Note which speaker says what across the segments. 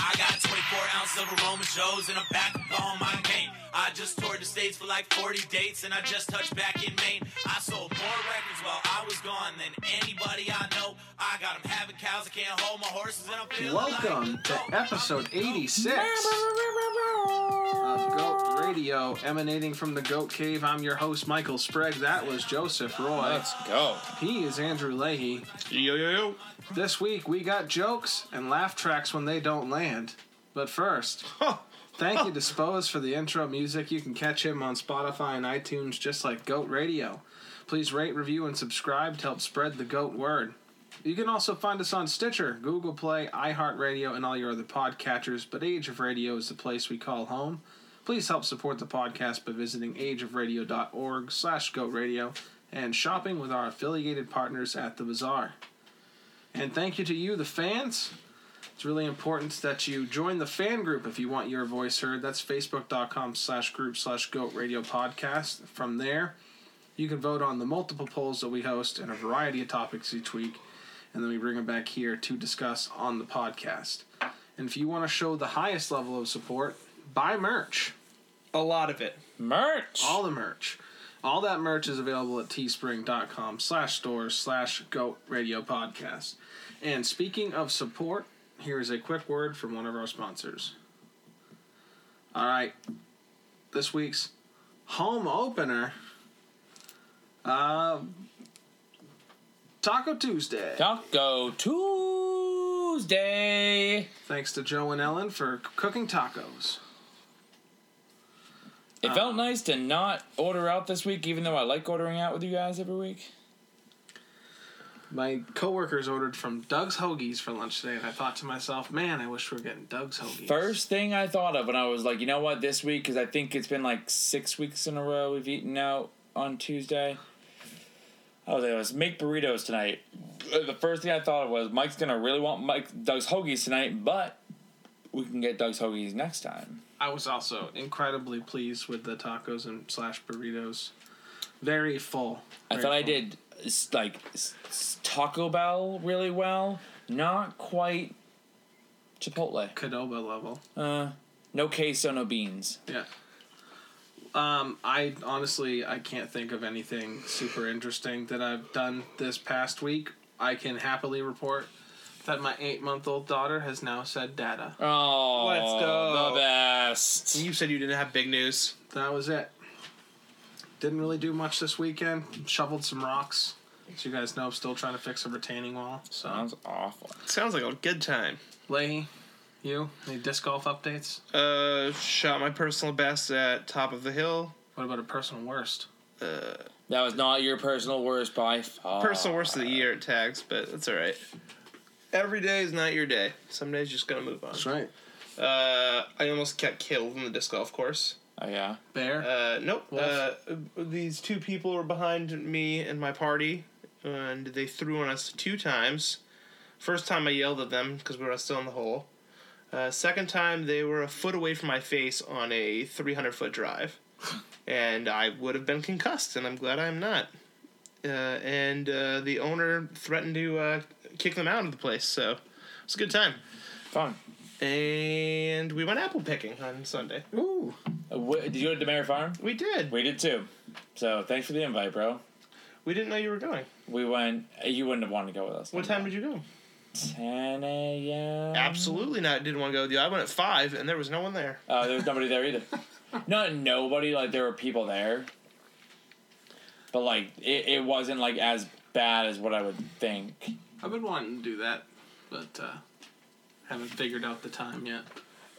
Speaker 1: I got 24 ounces of aroma shows and I'm back up on my game. I just toured the states for like 40 dates and I just touched back in Maine. I sold more records while I was gone than anybody I know. I got 'em having cows, I can't hold my horses and I'm feeling
Speaker 2: Welcome
Speaker 1: like,
Speaker 2: to
Speaker 1: oh,
Speaker 2: episode 86 of Goat Radio, emanating from the Goat Cave. I'm your host, Michael Sprague. That was Joseph Roy.
Speaker 3: Let's go.
Speaker 2: He is Andrew Leahy.
Speaker 3: Yo, yo, yo.
Speaker 2: This week, we got jokes and laugh tracks when they don't land. But first, thank you to Spose for the intro music. You can catch him on Spotify and iTunes just like Goat Radio. Please rate, review, and subscribe to help spread the goat word. You can also find us on Stitcher, Google Play, iHeartRadio, and all your other podcatchers, but Age of Radio is the place we call home. Please help support the podcast by visiting ageofradio.org slash goatradio and shopping with our affiliated partners at the bazaar. And thank you to you, the fans. It's really important that you join the fan group if you want your voice heard. That's facebook.com slash group slash goat radio podcast. From there, you can vote on the multiple polls that we host and a variety of topics each week, and then we bring them back here to discuss on the podcast. And if you want to show the highest level of support, buy merch.
Speaker 4: A lot of it.
Speaker 3: Merch.
Speaker 2: All the merch. All that merch is available at teespring.com slash stores slash goat radio podcast. And speaking of support, here is a quick word from one of our sponsors. All right. This week's home opener. Uh, Taco Tuesday.
Speaker 3: Taco Tuesday.
Speaker 2: Thanks to Joe and Ellen for c- cooking tacos.
Speaker 3: It felt nice to not order out this week, even though I like ordering out with you guys every week.
Speaker 2: My coworkers ordered from Doug's Hoagies for lunch today, and I thought to myself, man, I wish we were getting Doug's Hoagies.
Speaker 3: First thing I thought of when I was like, you know what, this week, because I think it's been like six weeks in a row we've eaten out on Tuesday. I was like, let's make burritos tonight. Uh, The first thing I thought of was Mike's gonna really want Mike Doug's hoagies tonight, but we can get Doug's hoagies next time.
Speaker 2: I was also incredibly pleased with the tacos and slash burritos. Very full.
Speaker 3: I
Speaker 2: Very
Speaker 3: thought I
Speaker 2: full.
Speaker 3: did s- like s- s- Taco Bell really well. Not quite Chipotle.
Speaker 2: Cadoba level.
Speaker 3: Uh, no queso, no beans.
Speaker 2: Yeah. Um, I honestly I can't think of anything super interesting that I've done this past week. I can happily report that my eight month old daughter has now said data.
Speaker 3: Oh,
Speaker 4: Let's go.
Speaker 3: the best.
Speaker 4: You said you didn't have big news.
Speaker 2: That was it. Didn't really do much this weekend. Shoveled some rocks. As you guys know, I'm still trying to fix a retaining wall. So
Speaker 3: Sounds awful.
Speaker 4: Sounds like a good time.
Speaker 2: Leahy, you, any disc golf updates?
Speaker 4: Uh, shot my personal best at top of the hill.
Speaker 2: What about a personal worst?
Speaker 4: Uh,
Speaker 3: That was not your personal worst by far.
Speaker 4: personal worst of the year at tags, but that's all right. Every day is not your day. Some days you're just gonna move on.
Speaker 2: right.
Speaker 4: Uh, I almost got killed in the disc golf course.
Speaker 3: Oh yeah.
Speaker 2: Bear.
Speaker 4: Uh, nope. Uh,
Speaker 2: Wolf?
Speaker 4: these two people were behind me and my party, and they threw on us two times. First time I yelled at them because we were still in the hole. Uh, second time they were a foot away from my face on a 300 foot drive, and I would have been concussed, and I'm glad I'm not. Uh, and uh, the owner threatened to uh, kick them out of the place, so it's a good time.
Speaker 3: Fun.
Speaker 4: And we went apple picking on Sunday.
Speaker 2: Ooh.
Speaker 3: Uh, wh- did you go to Demer Farm?
Speaker 4: We did.
Speaker 3: We did too. So thanks for the invite, bro.
Speaker 4: We didn't know you were going.
Speaker 3: We went. uh, You wouldn't have wanted to go with us.
Speaker 4: What time did you go?
Speaker 3: Ten a.m.
Speaker 4: Absolutely not. Didn't want to go with you. I went at five, and there was no one there.
Speaker 3: Uh, there was nobody there either. Not nobody, like there were people there. But like it, it wasn't like as bad as what I would think.
Speaker 2: I've been wanting to do that, but uh, haven't figured out the time yet.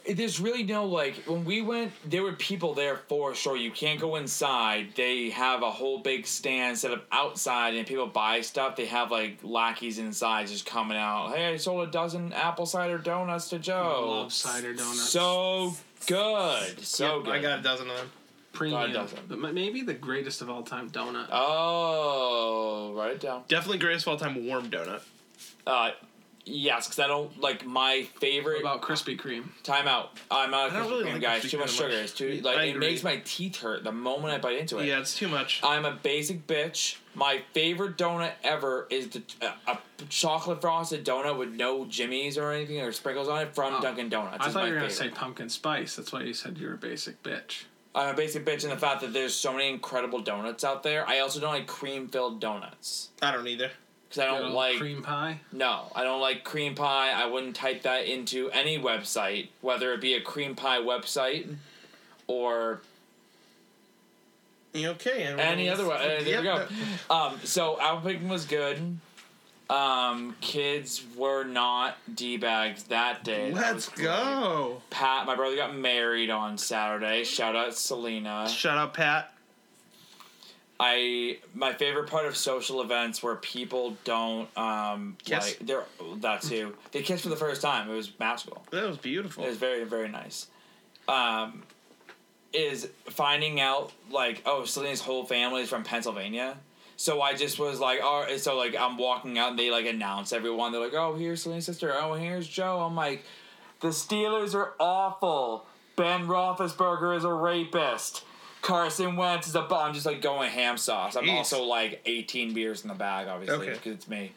Speaker 3: There's really no like when we went, there were people there for sure. You can't go inside. They have a whole big stand set up outside, and people buy stuff. They have like lackeys inside just coming out. Hey, I sold a dozen apple cider donuts to Joe.
Speaker 2: Love cider donuts.
Speaker 3: So good, so
Speaker 4: Yep,
Speaker 3: good.
Speaker 4: I got a dozen of them.
Speaker 2: Premium,
Speaker 3: God, doesn't. Uh,
Speaker 2: but ma- maybe the greatest of all time donut.
Speaker 3: Oh, write it down.
Speaker 4: Definitely greatest of all time warm donut.
Speaker 3: Uh, Yes, because I don't like my
Speaker 2: What
Speaker 3: favorite
Speaker 2: about Krispy Kreme?
Speaker 3: time out. I'm not a
Speaker 4: I don't
Speaker 3: Krispy
Speaker 4: really
Speaker 3: Kreme
Speaker 4: like
Speaker 3: guy.
Speaker 4: Krispy
Speaker 3: It's too
Speaker 4: Kreme
Speaker 3: much
Speaker 4: that
Speaker 3: sugar.
Speaker 4: much.
Speaker 3: It's too
Speaker 4: I
Speaker 3: like it
Speaker 4: agree.
Speaker 3: makes my teeth hurt the moment I bite into it.
Speaker 4: Yeah, it's too much.
Speaker 3: I'm a basic bitch. My favorite donut ever is the a, a chocolate frosted donut with no jimmies or anything or sprinkles on it from
Speaker 2: Oh.
Speaker 3: Dunkin' Donuts.
Speaker 2: I
Speaker 3: is
Speaker 2: thought
Speaker 3: my
Speaker 2: you were going to say
Speaker 3: favorite.
Speaker 2: pumpkin spice. That's why you said you were a basic bitch.
Speaker 3: I'm a basic bitch in the fact that there's so many incredible donuts out there. I also don't like cream filled donuts
Speaker 4: I don't either.
Speaker 3: because I
Speaker 2: Good
Speaker 3: don't
Speaker 2: old
Speaker 3: like
Speaker 2: cream pie.
Speaker 3: no, I don't like cream pie. I wouldn't type that into any website, whether it be a cream pie website or
Speaker 4: You okay? And
Speaker 3: Any other one? Uh, there
Speaker 4: Yep,
Speaker 3: we go. Um, so Apple Picking was good. Um, kids were not d bags that day. That was
Speaker 4: Let's
Speaker 3: great.
Speaker 4: go.
Speaker 3: Pat, my brother got married on Saturday. Shout out Selena.
Speaker 4: Shut up, Pat.
Speaker 3: I my favorite part of social events where people don't um
Speaker 4: Kiss.
Speaker 3: like they're that too. They kissed for the first time. It was magical.
Speaker 4: That was beautiful.
Speaker 3: It was very very nice. Um, is finding out like oh Selena's whole family is from Pennsylvania. So I just was like, oh, and so like I'm walking out and they like announce everyone. They're like, oh, here's Selena's sister. Oh, here's Joe. I'm like, the Steelers are awful. Ben Roethlisberger is a rapist. Carson Wentz is a. Bu-. I'm just like going ham sauce. I'm
Speaker 4: Jeez.
Speaker 3: also like 18 beers in the bag, obviously,
Speaker 4: Okay.
Speaker 3: because it's me.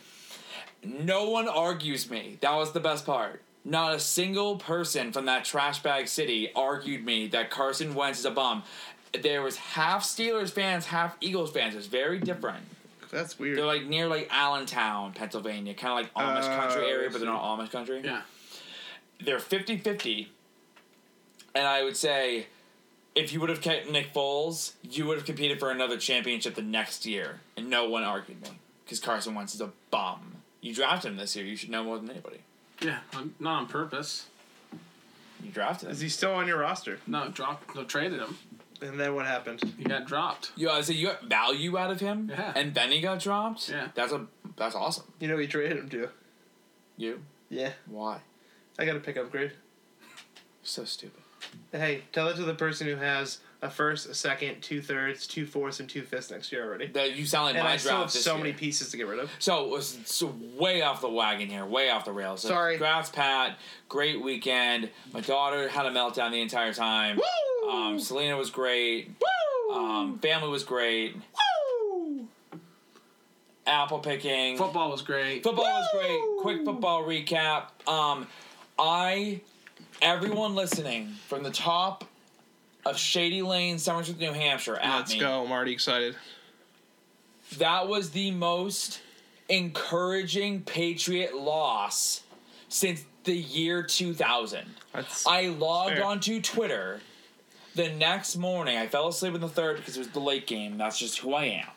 Speaker 3: No one argues me. That was the best part. Not a single person from that trash bag city argued me that Carson Wentz is a bum. There was half Steelers fans, half Eagles fans. It was very different.
Speaker 4: That's weird.
Speaker 3: They're like near like Allentown, Pennsylvania, kind of like Amish
Speaker 4: Oh,
Speaker 3: country area,
Speaker 4: I
Speaker 3: but they're not Amish country.
Speaker 2: Yeah.
Speaker 3: They're 50-50. And I would say if you would have kept Nick Foles, you would have competed for another championship the next year. And no one argued me because Carson Wentz is a bum. You drafted him this year. You should know more than anybody.
Speaker 2: Yeah. on- Not on purpose.
Speaker 3: You drafted
Speaker 4: Is
Speaker 3: him.
Speaker 4: he still on your roster?
Speaker 2: No, dropped. No, traded him.
Speaker 4: And then what happened?
Speaker 2: He got dropped.
Speaker 3: You, I say you got value out of him,
Speaker 2: Yeah.
Speaker 3: and then he got dropped.
Speaker 2: Yeah.
Speaker 3: that's a that's awesome.
Speaker 4: You know what you traded him to?
Speaker 3: You
Speaker 4: Yeah,
Speaker 3: why?
Speaker 4: I got a pickup grade.
Speaker 3: So stupid.
Speaker 4: Hey, tell it to the person who has a first, a second, two thirds, two fourths, and two fifths next year already.
Speaker 3: That you sound like
Speaker 4: And
Speaker 3: my
Speaker 4: I still have
Speaker 3: draft this
Speaker 4: so
Speaker 3: year.
Speaker 4: many pieces to get rid of.
Speaker 3: So it was it's way off the wagon here, way off the rails. So
Speaker 4: Sorry.
Speaker 3: Congrats, Pat. Great weekend. My daughter had a meltdown the entire time.
Speaker 4: Woo!
Speaker 3: Um, Selena was great.
Speaker 4: Woo!
Speaker 3: Um, family was great.
Speaker 4: Woo!
Speaker 3: Apple picking.
Speaker 2: Football was great.
Speaker 3: Football was great.
Speaker 4: Woo!
Speaker 3: Quick football recap. Um, I, everyone listening from the top of Shady Lane, Somerset, New Hampshire, at
Speaker 4: Let's
Speaker 3: me.
Speaker 4: go. I'm already excited.
Speaker 3: That was the most encouraging Patriot loss since the year 2000.
Speaker 4: That's,
Speaker 3: I logged
Speaker 4: Fair.
Speaker 3: onto Twitter the next morning. I fell asleep in the third because it was the late game. That's just who I am.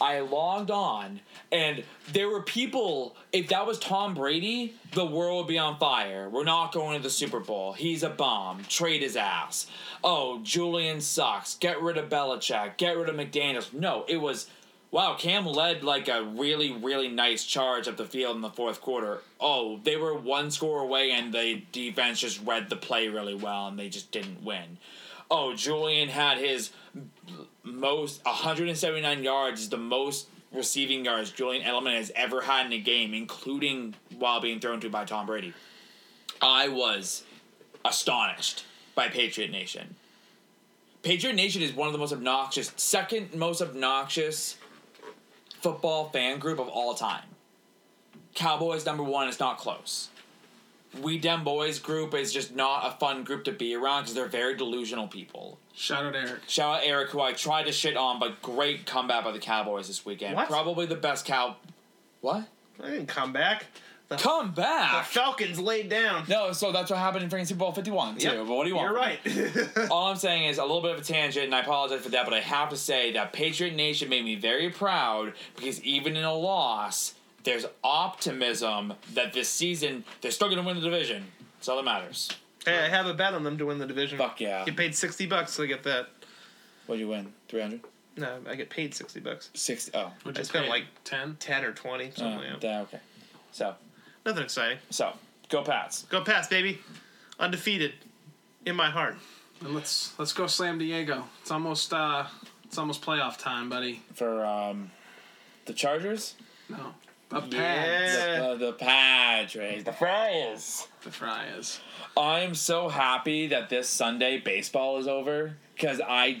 Speaker 3: I logged on, and there were people. If that was Tom Brady, the world would be on fire. We're not going to the Super Bowl. He's a bomb. Trade his ass. Oh, Julian sucks. Get rid of Belichick. Get rid of McDaniels. No, it was. Wow, Cam led like a really, really nice charge up the field in the fourth quarter. Oh, they were one score away, and the defense just read the play really well, and they just didn't win. Oh, Julian had his most 179 yards is the most receiving yards Julian Edelman has ever had in a game, including while being thrown to by Tom Brady. I was astonished by Patriot Nation. Patriot Nation is one of the most obnoxious, second most obnoxious football fan group of all time. Cowboys number one is not close. We Dem Boys group is just not a fun group to be around because they're very delusional people.
Speaker 2: Shout out Eric.
Speaker 3: Shout out Eric, who I tried to shit on, but great comeback by the Cowboys this weekend.
Speaker 4: What?
Speaker 3: Probably the best cow. What?
Speaker 4: I didn't come back. The,
Speaker 3: Come
Speaker 4: the
Speaker 3: back.
Speaker 4: Falcons laid down.
Speaker 3: No, so that's what happened in freaking Super Bowl 51, too. But what do you want?
Speaker 4: You're
Speaker 3: from me?
Speaker 4: right.
Speaker 3: All I'm saying is a little bit of a tangent, and I apologize for that, but I have to say that Patriot Nation made me very proud because even in a loss, there's optimism that this season they're still going to win the division. That's all that matters.
Speaker 4: hey, I have a bet on them to win the division.
Speaker 3: Fuck yeah.
Speaker 4: Get paid sixty bucks to get that.
Speaker 3: What'd you win? 300?
Speaker 4: No, I get paid sixty bucks.
Speaker 3: 60. Oh.
Speaker 2: Would
Speaker 4: I
Speaker 2: you
Speaker 4: spent
Speaker 2: pay
Speaker 4: like
Speaker 2: ten?
Speaker 4: Ten or twenty,
Speaker 3: Uh,
Speaker 4: something like that.
Speaker 3: yeah, okay. So,
Speaker 4: Nothing exciting.
Speaker 3: so, go Pats.
Speaker 4: Go pass, baby. Undefeated. In my heart.
Speaker 2: And let's let's go Slam Diego. It's almost uh it's almost playoff time, buddy.
Speaker 3: for um, the Chargers.
Speaker 2: No. Oh, A pad.
Speaker 4: Yeah.
Speaker 3: Uh, the Padres, the Friars.
Speaker 2: The fries.
Speaker 3: I am so happy that this Sunday baseball is over because I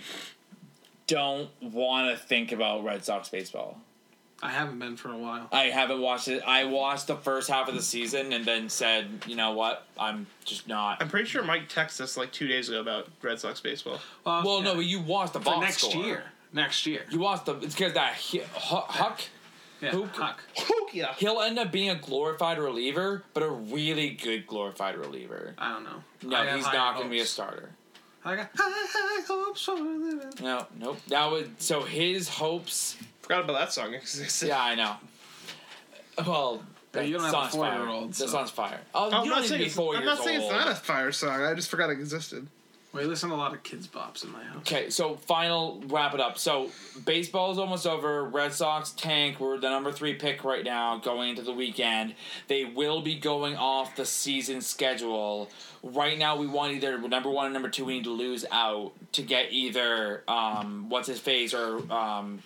Speaker 3: don't want to think about Red Sox baseball.
Speaker 2: I haven't been for a while.
Speaker 3: I haven't watched it. I watched the first half of the season and then said, you know what? I'm just not.
Speaker 4: I'm pretty sure Mike texted us like two days ago about Red Sox baseball.
Speaker 3: Well,
Speaker 2: yeah.
Speaker 3: no, but you watched the
Speaker 2: for
Speaker 3: box
Speaker 2: next
Speaker 3: score.
Speaker 2: year. Next year.
Speaker 3: You watched the. It's because that Hu- Hu- Huck.
Speaker 2: Yeah.
Speaker 3: Who-
Speaker 2: Huck.
Speaker 4: yeah.
Speaker 3: He'll end up being a glorified reliever, but a really good glorified reliever.
Speaker 2: I don't know.
Speaker 3: No,
Speaker 2: I have
Speaker 3: he's
Speaker 2: high
Speaker 3: not going to be a
Speaker 2: hopes.
Speaker 3: starter.
Speaker 2: I got high hopes for a living.
Speaker 3: No, nope. That would so his hopes.
Speaker 4: Forgot about that song. existed.
Speaker 3: Yeah, I know. Well,
Speaker 2: But you don't
Speaker 3: that
Speaker 2: have a
Speaker 3: song's fire.
Speaker 2: four-year-old,
Speaker 3: That
Speaker 2: so-
Speaker 3: song's fire. Oh,
Speaker 4: I'm
Speaker 3: you
Speaker 4: not
Speaker 3: don't need to
Speaker 4: saying
Speaker 3: be
Speaker 4: it's,
Speaker 3: four
Speaker 4: I'm
Speaker 3: years
Speaker 4: not saying
Speaker 3: old.
Speaker 4: it's not a fire song. I just forgot it existed.
Speaker 2: We listen to a lot of kids' bops in my house.
Speaker 3: Okay, so final wrap it up. So baseball is almost over. Red Sox tank. We're the number three pick right now going into the weekend. They will be going off the season schedule. Right now, we want either number one and number two. We need to lose out to get either um, what's his face or um,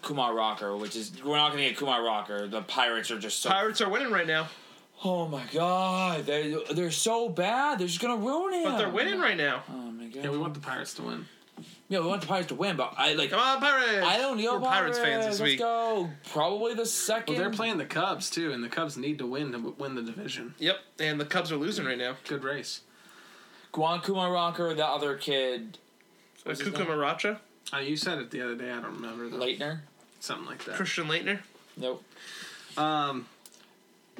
Speaker 3: Kumar Rocker, which is we're not going to get Kumar Rocker. The Pirates are just so.
Speaker 4: Pirates are winning right now,
Speaker 3: oh my god, they they're so bad. They're just going to ruin it.
Speaker 4: but they're winning right now.
Speaker 3: Oh my god.
Speaker 2: Yeah, we want the Pirates to win.
Speaker 3: yeah, we want the Pirates to win, but I like.
Speaker 4: Come on, Pirates!
Speaker 3: I don't know.
Speaker 4: We're Pirates fans this
Speaker 3: Let's
Speaker 4: week.
Speaker 3: go. Probably the second.
Speaker 2: Well, they're playing the Cubs too, and the Cubs need to win to w- win the division.
Speaker 4: Yep, and the Cubs are losing right now.
Speaker 2: Good race.
Speaker 3: Guan Kumaraker, the other kid,
Speaker 4: Uh,
Speaker 3: his
Speaker 4: Kuka
Speaker 3: name?
Speaker 4: Maracha,
Speaker 2: Uh, you said it the other day. I don't remember. Though.
Speaker 3: Leitner.
Speaker 2: Something like that.
Speaker 4: Christian Leitner.
Speaker 3: Nope.
Speaker 2: Um,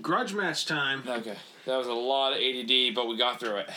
Speaker 2: grudge match time.
Speaker 3: Okay, that was a lot of ADD, but we got through it.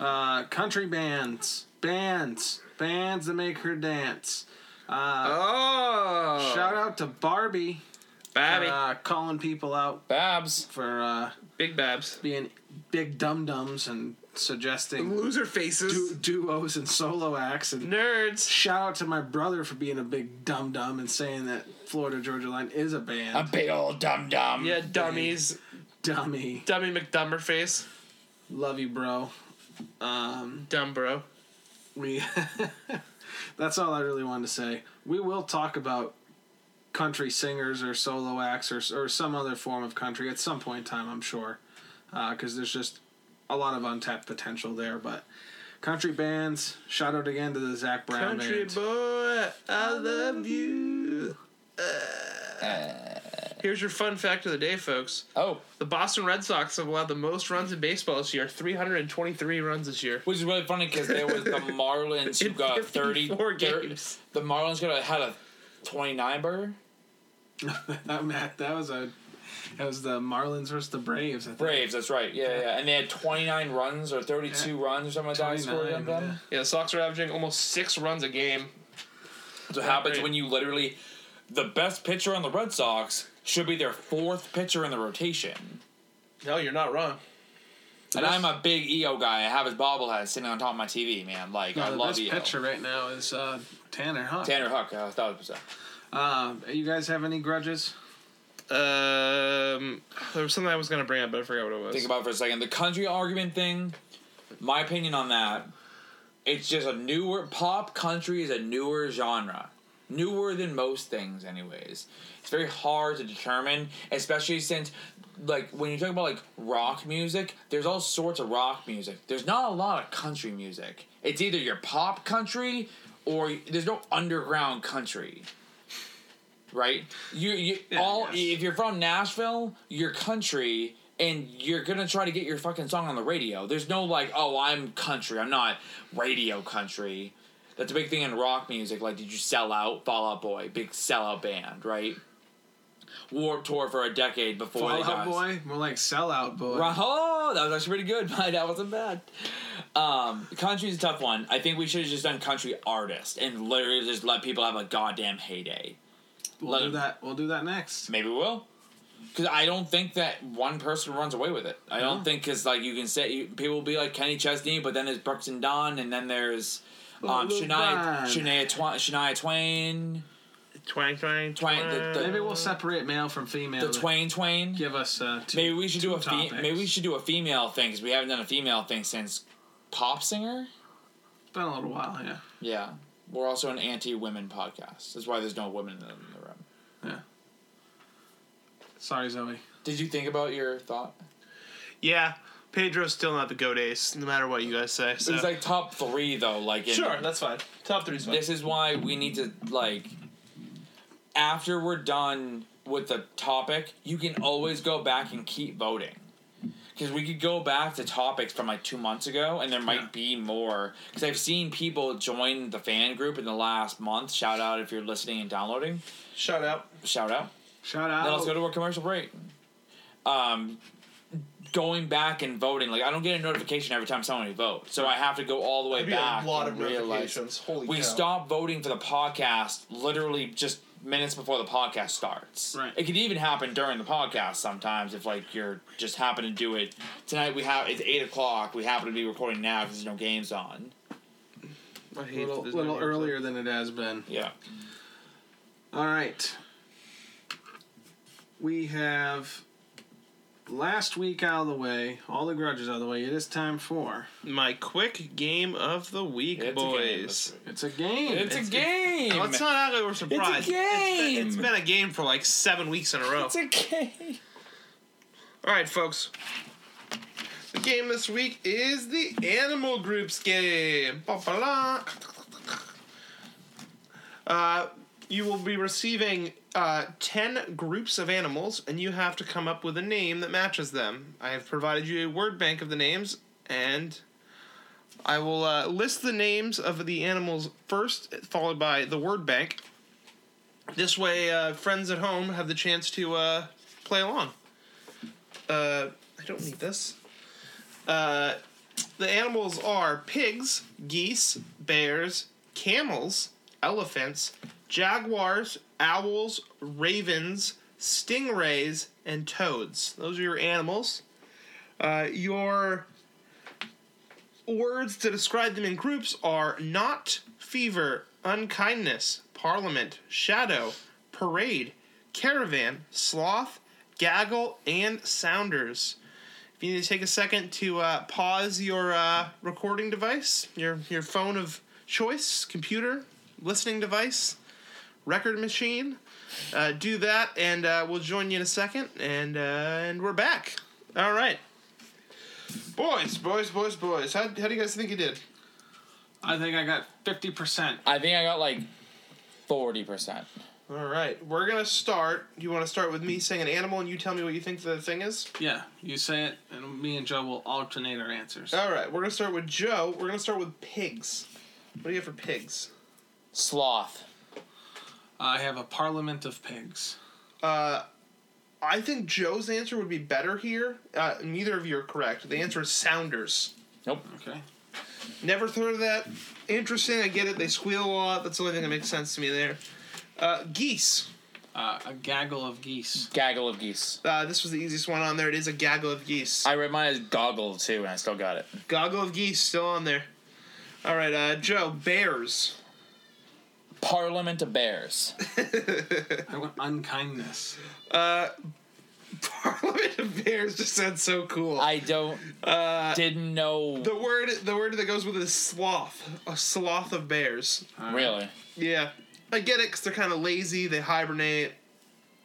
Speaker 2: Uh, country bands, bands, bands that make her dance. Uh,
Speaker 4: Oh,
Speaker 3: Uh.
Speaker 2: Shout out to Barbie for
Speaker 4: Babby,
Speaker 2: uh, calling people out
Speaker 3: Babs.
Speaker 2: for uh,
Speaker 4: Big Babs,
Speaker 2: being big dum dums and suggesting
Speaker 4: loser faces,
Speaker 2: du- duos and solo acts and
Speaker 4: nerds.
Speaker 2: shout out to my brother for being a big dum dum and saying that Florida Georgia Line is a band.
Speaker 3: A big old dum dum.
Speaker 4: Yeah, dummies,
Speaker 2: Dummy,
Speaker 4: dummy McDumberface,
Speaker 2: love you, bro. Um,
Speaker 4: dumb bro.
Speaker 2: we. that's all I really wanted to say. We will talk about country singers or solo acts or or some other form of country at some point in time. I'm sure, because there's just a lot of untapped potential there. But country bands. Shout out again to the Zach Brown
Speaker 4: Country
Speaker 2: band.
Speaker 4: boy, I love you. Uh.
Speaker 3: Uh.
Speaker 4: Here's your fun fact of the day, folks.
Speaker 3: Oh,
Speaker 4: The Boston Red Sox have allowed the most runs in baseball this year 323 runs this year.
Speaker 3: which is really funny because there was the Marlins who
Speaker 4: In
Speaker 3: got thirty.
Speaker 4: 54
Speaker 3: thir-
Speaker 4: games.
Speaker 3: The Marlins got a, had a twenty-nine burger.
Speaker 2: that, Matt, that was a. That was the Marlins versus the Braves. I think.
Speaker 3: Braves, that's right. Yeah, yeah, and they had twenty-nine runs or thirty-two runs or something like that. Scored on
Speaker 2: 29,
Speaker 3: them.
Speaker 2: yeah.
Speaker 4: Yeah, the Sox are averaging almost six runs a game.
Speaker 3: That's what happens when you literally the best pitcher on the Red Sox should be their fourth pitcher in the rotation.
Speaker 4: No, you're not wrong.
Speaker 3: And I'm a big EO guy. I have his bobblehead sitting on top of my TV, man. Like
Speaker 2: No,
Speaker 3: I
Speaker 2: the
Speaker 3: love
Speaker 2: best
Speaker 3: EO.
Speaker 2: Uh, pitcher right now is uh, Tanner Huck.
Speaker 3: Tanner Huck, uh, thousand percent.
Speaker 2: Uh, you guys have any grudges?
Speaker 4: Um, there was something I was gonna bring up, but I forgot what it was.
Speaker 3: Think about it for a second. The country argument thing. My opinion on that. It's just a newer pop country is a newer genre. Newer than most things, anyways. It's very hard to determine, especially since, like, when you talk about like rock music, there's all sorts of rock music. There's not a lot of country music. It's either your pop country or there's no underground country. Right? You, you all
Speaker 2: yes.
Speaker 3: if you're from Nashville, your country, and you're gonna try to get your fucking song on the radio. There's no like, oh, I'm country. I'm not radio country. That's a big thing in rock music. Like, did you sell out? Fall Out Boy, big sellout band, right? Warped Tour for a decade before
Speaker 2: Fall
Speaker 3: they
Speaker 2: Out
Speaker 3: got
Speaker 2: Boy, more like Sellout Boy.
Speaker 3: Right. Oh, that was actually pretty good. My that wasn't bad. Um, country's a tough one. I think we should have just done country artist and literally just let people have a goddamn heyday.
Speaker 2: We'll
Speaker 3: Let
Speaker 2: do
Speaker 3: him-
Speaker 2: that. We'll do that next.
Speaker 3: Maybe we will. Because I don't think that one person runs away with it. I don't think because like you can say you, people will be like Kenny Chesney, but then there's Brooks and Dunn, and then there's um,
Speaker 2: Lil
Speaker 3: Shania
Speaker 2: Jon.
Speaker 3: Shania, Twa- Shania Twain,
Speaker 4: twang,
Speaker 3: Twang,
Speaker 4: twang, twang.
Speaker 3: the- the-
Speaker 2: Maybe we'll separate male from female.
Speaker 3: the Twain Twain.
Speaker 2: Give us uh, two.
Speaker 3: Maybe we should do a fe-
Speaker 2: topics.
Speaker 3: maybe we should do a female thing because we haven't done a female thing since pop singer.
Speaker 2: It's been a little while, yeah.
Speaker 3: Yeah. We're also an anti women podcast. That's why there's no women in the room.
Speaker 2: Yeah. Sorry, Zoe.
Speaker 3: Did you think about your thought?
Speaker 4: Yeah, Pedro's still not the goat ace, no matter what you guys say. So.
Speaker 3: It's like top three though. Like in-
Speaker 4: sure, that's fine. Top three's fine.
Speaker 3: This is why we need to like after we're done with the topic, you can always go back and keep voting. Because we could go back to topics from like two months ago, and there might be more. Because I've seen people join the fan group in the last month. Shout out if you're listening and downloading.
Speaker 4: Shout out.
Speaker 3: Shout out.
Speaker 2: Shout
Speaker 3: Then let's go
Speaker 2: out.
Speaker 3: to our commercial break. Um, going back and voting, like I don't get a notification every time someone votes, so I have to go all the way
Speaker 4: That'd be
Speaker 3: back.
Speaker 4: a lot
Speaker 3: and
Speaker 4: of
Speaker 3: realize-
Speaker 4: notifications. Holy
Speaker 3: we
Speaker 4: cow.
Speaker 3: stopped voting for the podcast literally just minutes before the podcast starts.
Speaker 2: Right.
Speaker 3: It could even happen during the podcast sometimes if like you're just happen to do it tonight. We have it's eight o'clock. We happen to be recording now because there's no games on.
Speaker 4: I
Speaker 2: A
Speaker 4: hate
Speaker 2: little,
Speaker 4: that there's no
Speaker 2: little
Speaker 4: games on.
Speaker 2: earlier than it has been.
Speaker 3: Yeah.
Speaker 2: All right. We have last week out of the way, all the grudges out of the way. It is time for
Speaker 4: My quick game of the week,
Speaker 3: It's a game
Speaker 4: boys.
Speaker 3: this week.
Speaker 2: it's a game.
Speaker 3: It's, a game.
Speaker 4: Let's not act like we're surprised. been-
Speaker 3: game.
Speaker 4: it's been a game for like seven weeks in a row.
Speaker 3: It's a game.
Speaker 4: All right, folks. The game this week is the Animal Groups game. Ba-ba-la. Uh, you will be receiving uh, 10 groups of animals, and you have to come up with a name that matches them. I have provided you a word bank of the names, and I will uh, list the names of the animals first, followed by the word bank. This way, uh, friends at home have the chance to uh, play along. Uh, I don't need this. Uh, the animals are pigs, geese, bears, camels, elephants, jaguars, owls, ravens, stingrays, and toads. Those are your animals. Uh, your words to describe them in groups are not, fever, unkindness, parliament, shadow, parade, caravan, sloth, gaggle, and sounders. If you need to take a second to uh, pause your uh, recording device, your your phone of choice, computer, listening device, record machine, uh, do that, and uh, we'll join you in a second. And uh, and we're back. All right. Boys, boys, boys, boys. How, how do you guys think you did?
Speaker 2: I think I got fifty percent.
Speaker 3: I think I got like forty percent.
Speaker 4: All right, we're gonna start. You want to start with me saying an animal, and you tell me what you think the thing is?
Speaker 2: Yeah, you say it, and me and Joe will alternate our answers.
Speaker 4: All right, we're gonna start with Joe. We're gonna start with pigs. What do you have for pigs?
Speaker 3: Sloth.
Speaker 2: I have a parliament of pigs.
Speaker 4: Uh, I think Joe's answer would be better here. Uh, neither of you are correct. The answer is sounders.
Speaker 3: Nope.
Speaker 2: Okay.
Speaker 4: Never heard of that. Interesting. I get it. They squeal a lot. That's the only thing that makes sense to me there. Uh, geese.
Speaker 2: Uh, a gaggle of geese.
Speaker 3: Gaggle of geese.
Speaker 4: Uh, this was the easiest one on there. It is a gaggle of geese.
Speaker 3: I read mine as goggle too, and I still got it.
Speaker 4: Gaggle of geese still on there. All right, uh, Joe. Bears.
Speaker 3: Parliament of bears.
Speaker 2: I want unkindness.
Speaker 4: Uh, Parliament of Bears just sounds so cool.
Speaker 3: I don't. didn't know.
Speaker 4: the word, the word that goes with it is sloth, a sloth of bears.
Speaker 2: All right.
Speaker 3: Really?
Speaker 4: Yeah, I get it because they're kind of lazy. They hibernate.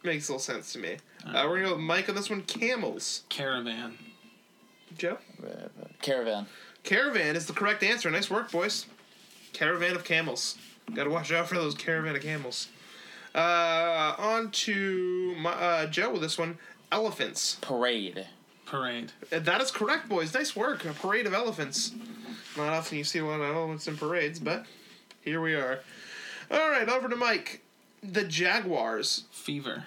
Speaker 4: Makes a little sense to me. Uh, we're gonna go with Mike on this one. Camels,
Speaker 2: Caravan.
Speaker 4: Joe.
Speaker 3: Caravan.
Speaker 4: Caravan is the correct answer. Nice work, boys. Caravan of camels. Got to watch out for those caravan of camels. Uh, on to my, uh, Joe with this one. Elephants.
Speaker 3: Parade.
Speaker 2: Parade.
Speaker 4: Uh, That is correct, boys. Nice work. A parade of elephants. Not often you see a lot of elephants in parades, but here we are. All right, over to Mike. The Jaguars.
Speaker 2: Fever.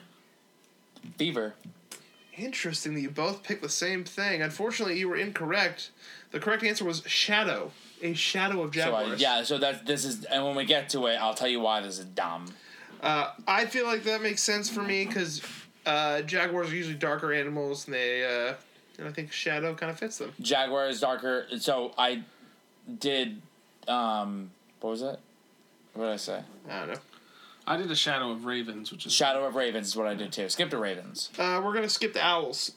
Speaker 3: Fever.
Speaker 4: Interesting that you both picked the same thing. Unfortunately, you were incorrect. The correct answer was shadow. A shadow of
Speaker 3: So I-
Speaker 4: Jaguars.
Speaker 3: yeah. So that this is, and when we get to it, I'll tell you why this is dumb.
Speaker 4: Uh, I feel like that makes sense for me because uh, Jaguars are usually darker animals, and they, uh, and I think shadow kind of fits them.
Speaker 3: Jaguar is darker. So I did. Um, what was it? What did I say?
Speaker 4: I don't know.
Speaker 2: I did a shadow of ravens, which is
Speaker 3: Shadow of Ravens is what I did too. Skip to Ravens.
Speaker 4: Uh, we're gonna skip the owls.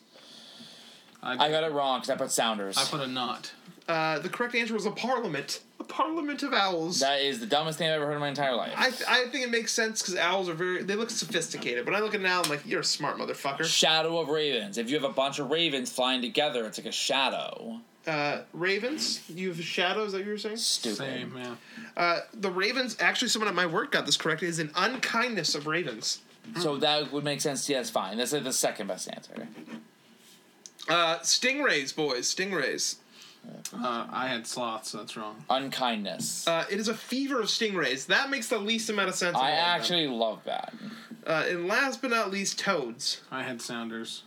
Speaker 2: I,
Speaker 3: I got it wrong because I put Sounders.
Speaker 2: I put a knot.
Speaker 4: Uh, the correct answer was a parliament. A Parliament of Owls.
Speaker 3: That is the dumbest thing I've ever heard in my entire life.
Speaker 4: I, th- I think it makes sense because owls are very they look sophisticated. When I look at an owl, I'm like, you're a smart motherfucker.
Speaker 3: shadow of ravens. If you have a bunch of ravens flying together, it's like a shadow.
Speaker 4: Uh, ravens, you have shadows that you were saying.
Speaker 3: Stupid.
Speaker 2: Same, yeah.
Speaker 4: Uh, the ravens. Actually, someone at my work got this correct. Is an unkindness of ravens.
Speaker 3: So that would make sense. Yes, fine. That's like the second best answer.
Speaker 4: Uh, stingrays, boys, stingrays.
Speaker 2: Uh, I had sloths, so that's wrong.
Speaker 3: Unkindness.
Speaker 4: Uh, it is a fever of stingrays. That makes the least amount of sense. of
Speaker 3: I
Speaker 4: all of them.
Speaker 3: actually love that.
Speaker 4: Uh, and last but not least, toads.
Speaker 2: I had sounders.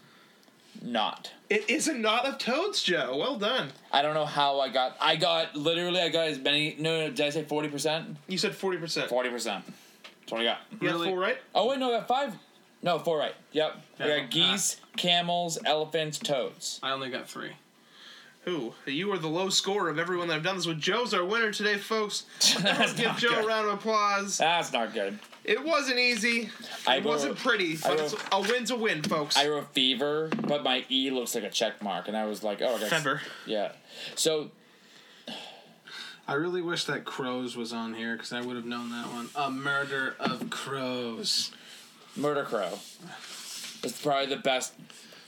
Speaker 3: Not.
Speaker 4: It is a knot of toads, Joe. Well done.
Speaker 3: I don't know how I got. I got literally. I got as many. No, no. Did I say forty percent?
Speaker 4: You said forty percent.
Speaker 3: Forty percent. That's what I got.
Speaker 4: You got
Speaker 2: Really?
Speaker 4: four right.
Speaker 3: Oh wait, no, I got five. No, four right. Yep. I
Speaker 2: Yeah.
Speaker 3: got geese, camels, elephants, toads.
Speaker 2: I only got three.
Speaker 4: Who? You are the low scorer of everyone that I've done this with. Joe's our winner today, folks. Let's give
Speaker 3: not
Speaker 4: Joe a
Speaker 3: good.
Speaker 4: round of applause.
Speaker 3: That's not good.
Speaker 4: It wasn't easy.
Speaker 3: I
Speaker 4: It wasn't
Speaker 3: wrote-
Speaker 4: pretty,
Speaker 3: I
Speaker 4: but it's, a win's a win, folks.
Speaker 3: I wrote fever, but my E looks like a check mark, and I was like, oh, I got
Speaker 4: Fever.
Speaker 3: Yeah. So
Speaker 2: I really wish that crows was on here because I would have known that one. A murder of crows.
Speaker 3: Murder Crow. It's probably the best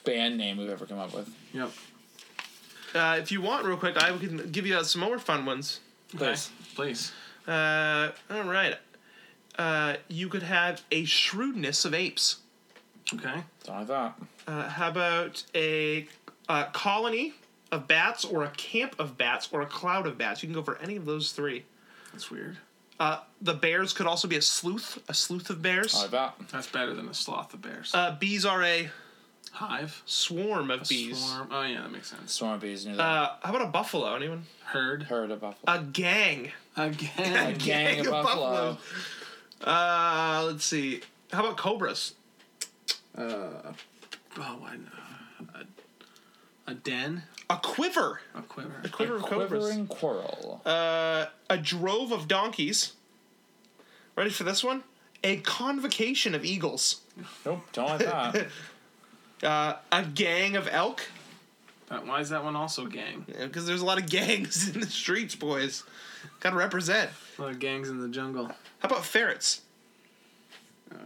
Speaker 3: band name we've ever come up with.
Speaker 2: Yep.
Speaker 4: Uh, if you want, real quick, I can give you some more fun ones.
Speaker 3: Please.
Speaker 2: Please.
Speaker 4: Uh, all right. Uh, you could have a shrewdness of apes.
Speaker 2: Okay.
Speaker 3: That's all I thought.
Speaker 4: Uh, how about a, uh colony of bats, or a camp of bats, or a cloud of bats? You can go for any of those three.
Speaker 2: That's weird.
Speaker 4: Uh, the bears could also be a sleuth, a sleuth of bears.
Speaker 3: All I thought.
Speaker 2: That's better than a sloth of bears.
Speaker 4: Uh, bees are a
Speaker 2: Hive.
Speaker 4: swarm of bees.
Speaker 2: Swarm. Oh yeah, that makes sense.
Speaker 3: Swarm of bees knew that.
Speaker 4: Uh, how about a buffalo? Anyone? Uh,
Speaker 2: Herd.
Speaker 3: Heard of buffalo.
Speaker 4: A gang.
Speaker 2: Again.
Speaker 3: gang, of buffalo.
Speaker 4: Uh, let's see. How about cobras?
Speaker 2: Oh, I know. A, a den.
Speaker 4: A quiver.
Speaker 2: A quiver.
Speaker 4: A quiver of cobras.
Speaker 3: Quivering quarrel.
Speaker 4: Uh, a drove of donkeys. Ready for this one? A convocation of eagles.
Speaker 3: nope, don't like that.
Speaker 4: Uh, a gang of elk.
Speaker 2: That, why is that one also gang?
Speaker 4: Because there's a lot of gangs in the streets, boys. Gotta represent.
Speaker 2: A lot of gangs in the jungle.
Speaker 4: How about ferrets?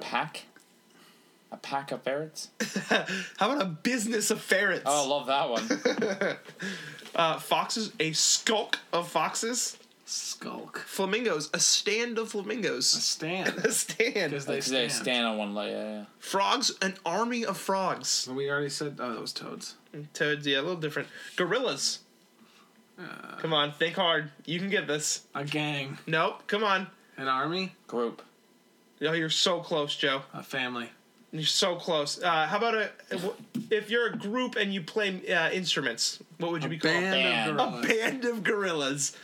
Speaker 3: Pack? A pack of ferrets?
Speaker 4: How about a business of ferrets?
Speaker 3: Oh, I love that one.
Speaker 4: Uh, foxes, a skulk of foxes.
Speaker 2: Skulk.
Speaker 4: Flamingos, a stand of
Speaker 2: A
Speaker 4: flamingos.
Speaker 2: stand.
Speaker 4: A stand.
Speaker 2: Because they,
Speaker 3: Because they
Speaker 2: stand.
Speaker 3: stand on one leg. Yeah, yeah.
Speaker 4: Frogs, an army of frogs.
Speaker 2: We already said. Oh, that was toads.
Speaker 4: Toads, yeah, a little different. Gorillas. come on, think hard. You can get this.
Speaker 2: A gang.
Speaker 4: Nope, come on.
Speaker 2: An army.
Speaker 3: Group.
Speaker 4: Oh, you're so close, Joe.
Speaker 2: A family.
Speaker 4: You're so close. Uh, how about a if you're a group and you play uh, instruments? What would you be called?
Speaker 3: Band.
Speaker 2: of
Speaker 4: A
Speaker 2: gorillas.
Speaker 4: band of gorillas.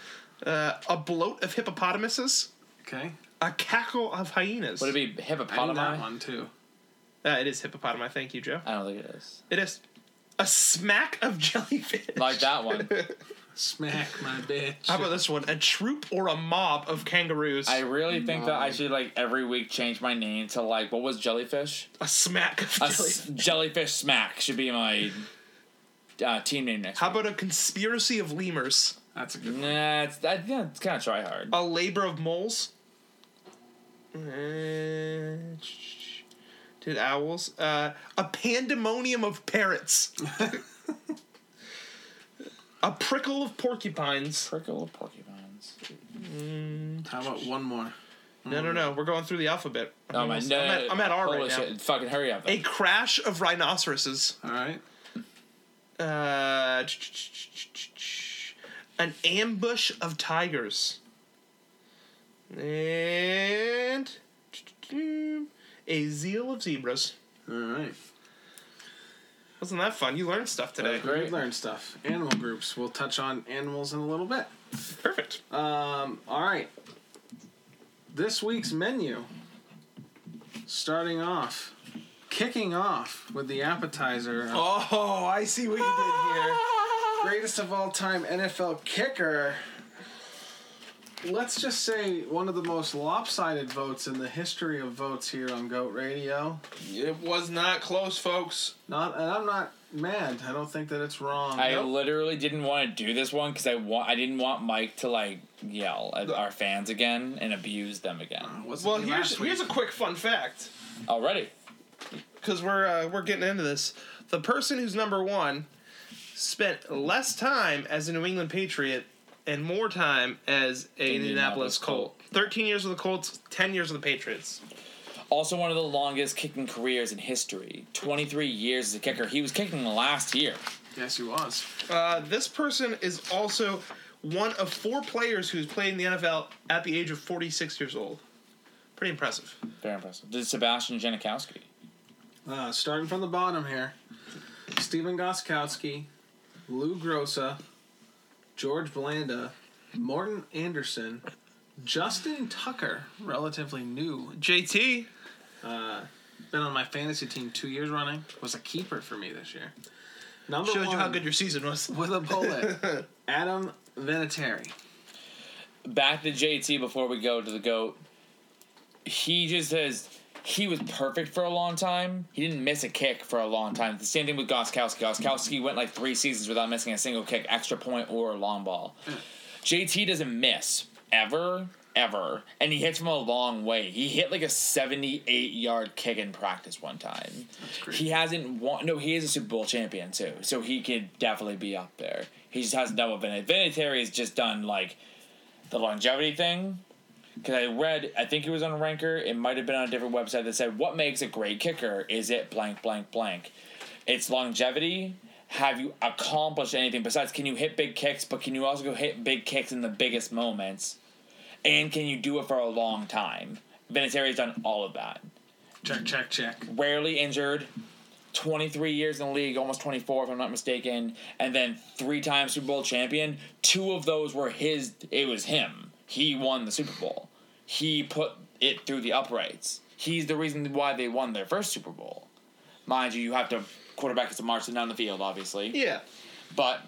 Speaker 4: Uh, a bloat of hippopotamuses.
Speaker 2: Okay.
Speaker 4: A cackle of hyenas.
Speaker 3: Would it be
Speaker 2: I knew
Speaker 3: hippopotami?
Speaker 2: that one too.
Speaker 4: Uh, it is hippopotami. Thank you, Joe.
Speaker 3: I don't think it is.
Speaker 4: It is a smack of jellyfish.
Speaker 3: Like that one.
Speaker 2: Smack my bitch.
Speaker 4: How about this one? A troop or a mob of kangaroos.
Speaker 3: I
Speaker 4: A
Speaker 3: really think that I should like every week change my name to like what was jellyfish?
Speaker 4: smack of
Speaker 3: A
Speaker 4: jellyfish.
Speaker 3: s- jellyfish smack should be my uh, team name next.
Speaker 4: How about a conspiracy of lemurs?
Speaker 2: That's a good one.
Speaker 3: Nah, it's, I, yeah, it's kind of try hard.
Speaker 4: A labor of moles? Uh, Did owls? Uh, a pandemonium of parrots. a prickle of porcupines. Hmm,
Speaker 3: Prickle of porcupines.
Speaker 2: How about one more?
Speaker 4: No, no, no. We're going through the alphabet.
Speaker 3: Oh my no!
Speaker 4: I'm at- I'm at R
Speaker 3: Holy
Speaker 4: right now.
Speaker 3: shit, Fucking hurry up!
Speaker 4: A crash of rhinoceroses.
Speaker 2: All right.
Speaker 4: Uh, an ambush of tigers. And a zeal of zebras.
Speaker 2: All right.
Speaker 4: Wasn't that fun? You learned stuff today.
Speaker 3: Great.
Speaker 2: We learned stuff. Animal groups. We'll touch on animals in a little bit.
Speaker 4: Perfect.
Speaker 2: Um, all right. This week's menu. Starting off, kicking off with the appetizer. of
Speaker 4: Oh, I see what you did here.
Speaker 2: Greatest of all time NFL kicker. Let's just say one of the most lopsided votes in the history of votes here on Goat Radio.
Speaker 4: It was not close, folks.
Speaker 2: Not, and I'm not mad. I don't think that it's wrong.
Speaker 3: I
Speaker 2: Nope.
Speaker 3: literally didn't want to do this one because I want I didn't want Mike to like yell at our fans again and abuse them again.
Speaker 2: Wasn't
Speaker 4: Well,
Speaker 2: he
Speaker 4: here's
Speaker 2: last week?
Speaker 4: here's a quick fun fact
Speaker 3: Already,
Speaker 4: because we're uh, we're getting into this. The person who's number one spent less time as a New England Patriot and more time as a
Speaker 3: Indianapolis
Speaker 4: Indianapolis, Colt. Thirteen years with the Colts, ten years with the Patriots.
Speaker 3: also one of the longest kicking careers in history. Twenty three years as a kicker. He was kicking last year.
Speaker 2: yes, he was.
Speaker 4: Uh, this person is also one of four players who's played in the NFL at the age of 46 years old. Pretty impressive.
Speaker 3: Very impressive. Did Sebastian Janikowski?
Speaker 2: Uh, starting from the bottom here Stephen Goskowski, Lou Grossa, George Blanda, Morton Anderson, Justin Tucker, relatively new,
Speaker 4: JT,
Speaker 2: been on my fantasy team two years running, was a keeper for me this year. Number
Speaker 4: shows
Speaker 2: one,
Speaker 4: you how good your season was.
Speaker 2: with a bullet, Adam Vinatieri.
Speaker 3: back to JT before we go to the goat. He just says he was perfect for a long time. He didn't miss a kick for a long time. The same thing with Goskowski. Goskowski went like three seasons without missing a single kick, extra point, or a long ball. JT doesn't miss ever, ever, and he hits from a long way. He hit like a seventy-eight yard kick in practice one time. He hasn't won. No, he is a Super Bowl champion too, so he could definitely be up there. He just hasn't done what Vinatieri. Vinatieri has just done like the longevity thing because I read, I think it was on Ranker, it might have been on a different website that said, What makes a great kicker? Is it blank, blank, blank? It's longevity. Have you accomplished anything besides can you hit big kicks, but can you also go hit big kicks in the biggest moments? And can you do it for a long time? Vinatieri's done all of that.
Speaker 2: Check, check, check.
Speaker 3: Rarely injured, 23 years in the league, almost 24 if I'm not mistaken, and then three time Super Bowl champion. Two of those were his. It was him. He won the Super Bowl. He put it through the uprights. He's the reason why they won their first Super Bowl. Mind you, you have to quarterback is to march it down the field, obviously.
Speaker 4: Yeah.
Speaker 3: But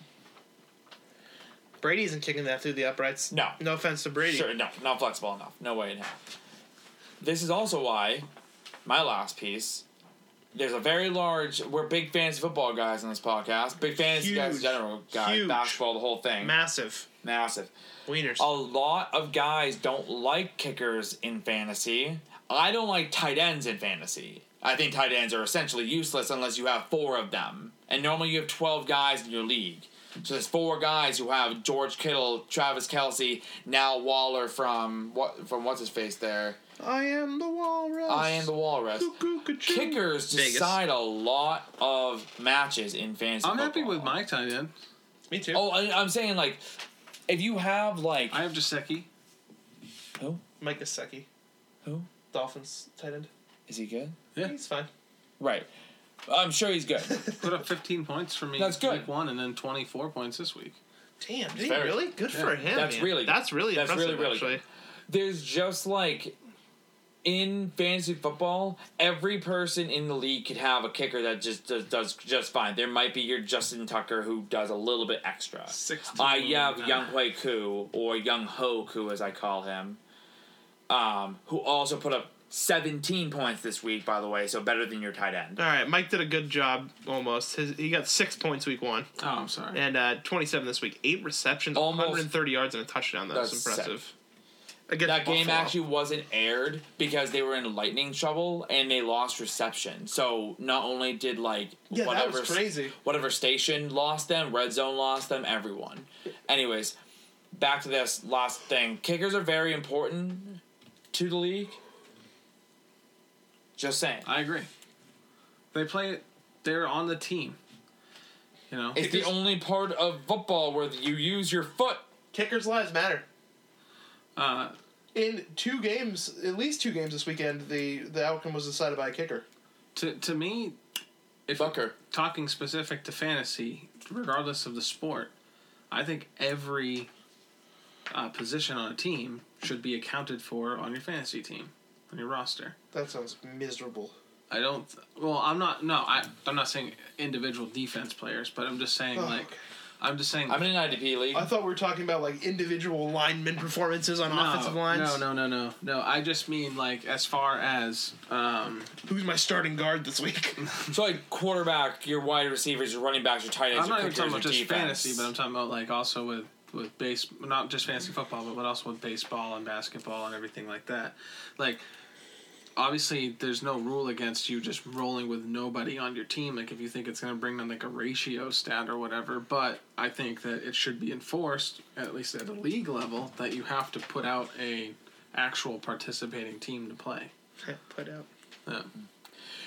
Speaker 4: Brady isn't kicking that through the uprights.
Speaker 3: No.
Speaker 4: No offense to Brady.
Speaker 3: Sure, no, not flexible enough. No way in hell. This is also why my last piece. There's a very large. We're big fans of football guys on this podcast. Big fans of guys in
Speaker 4: Huge.
Speaker 3: general. Guys,
Speaker 4: Huge.
Speaker 3: basketball, the whole thing.
Speaker 4: Massive.
Speaker 3: Massive.
Speaker 4: Wieners.
Speaker 3: A lot of guys don't like kickers in fantasy. I don't like tight ends in fantasy. I think tight ends are essentially useless unless you have four of them. And normally you have 12 guys in your league. So there's four guys who have George Kittle, Travis Kelsey, now Waller from what from what's his face there.
Speaker 4: I am the walrus.
Speaker 3: I am the Walrus.
Speaker 4: Cuckoo-ca-choo.
Speaker 3: Kickers
Speaker 4: Vegas.
Speaker 3: decide a lot of matches in fantasy.
Speaker 2: I'm happy
Speaker 3: football.
Speaker 2: with my tight end.
Speaker 4: Me too.
Speaker 3: Oh, I, I'm saying like, if you have like
Speaker 2: I have Jasecki.
Speaker 3: who
Speaker 4: Mike Gesicki.
Speaker 3: Who?
Speaker 4: Dolphins tight end.
Speaker 3: is he good?
Speaker 2: Yeah.
Speaker 4: He's fine.
Speaker 3: Right. I'm sure he's good.
Speaker 2: Put up 15 points for me
Speaker 3: That's good.
Speaker 2: week one and then 24 points this week.
Speaker 4: Damn, did he
Speaker 3: Fair.
Speaker 4: really? Good for him.
Speaker 3: That's
Speaker 4: man.
Speaker 3: really-
Speaker 4: That's really
Speaker 3: that's
Speaker 4: impressive,
Speaker 3: really, really
Speaker 4: actually.
Speaker 3: good. There's just like in fantasy football, every person in the league could have a kicker that just does, does just fine. There might be your Justin Tucker who does a little bit extra.
Speaker 2: 16
Speaker 3: I have
Speaker 2: now.
Speaker 3: Young Hui Koo or Young Ho Koo as I call him, um, who also put up 17 points this week, by the way, so better than your tight end.
Speaker 4: All right, Mike did a good job almost. His, he got six points week one
Speaker 2: Oh, I'm sorry.
Speaker 4: and uh, 27 this week. Eight receptions,
Speaker 3: Almost.
Speaker 4: 130 yards, and a touchdown. That was
Speaker 3: That's sick.
Speaker 4: impressive. Against
Speaker 3: that game
Speaker 4: Buffalo.
Speaker 3: actually wasn't aired because they were in lightning trouble and they lost reception. So not only did like
Speaker 4: Yeah, that
Speaker 3: whatever
Speaker 4: was crazy.
Speaker 3: whatever station lost them, red zone lost them, everyone. Anyways, back to this last thing. Kickers are very important to the league. Just saying.
Speaker 2: I agree. They play it. They're on the team. You know,
Speaker 3: It's the
Speaker 4: Kickers-
Speaker 3: only part of football where you use your foot.
Speaker 4: Kickers' lives matter.
Speaker 2: uh,
Speaker 4: In two games, at least two games this weekend, the, the outcome was decided by a kicker.
Speaker 2: to to me, if
Speaker 3: Fucker.
Speaker 2: talking specific to fantasy, regardless of the sport, I think every uh, position on a team should be accounted for on your fantasy team, on your roster.
Speaker 4: That sounds miserable.
Speaker 2: I don't. Well, I'm not. No, I. I'm not saying individual defense players, but I'm just saying
Speaker 4: Oh,
Speaker 2: like
Speaker 4: okay.
Speaker 2: I'm just saying.
Speaker 3: I'm in an IDP league.
Speaker 5: I thought we were talking about like individual lineman performances on offensive lines.
Speaker 2: No, no, no, no, no. I just mean like as far as um,
Speaker 5: Who's my starting guard this week?
Speaker 3: so like quarterback, your wide receivers, your running backs, your tight ends.
Speaker 2: I'm
Speaker 3: your
Speaker 2: not even
Speaker 3: kickers,
Speaker 2: talking about
Speaker 3: your
Speaker 2: just
Speaker 3: defense.
Speaker 2: fantasy, but I'm talking about like also with with base, not just fantasy football, but, but also with baseball and basketball and everything like that. Like, obviously, there's no rule against you just rolling with nobody on your team. Like, if you think it's going to bring them like a ratio stat or whatever, but I think that it should be enforced at least at a league level that you have to put out a actual participating team to play.
Speaker 5: Put out.
Speaker 2: Yeah.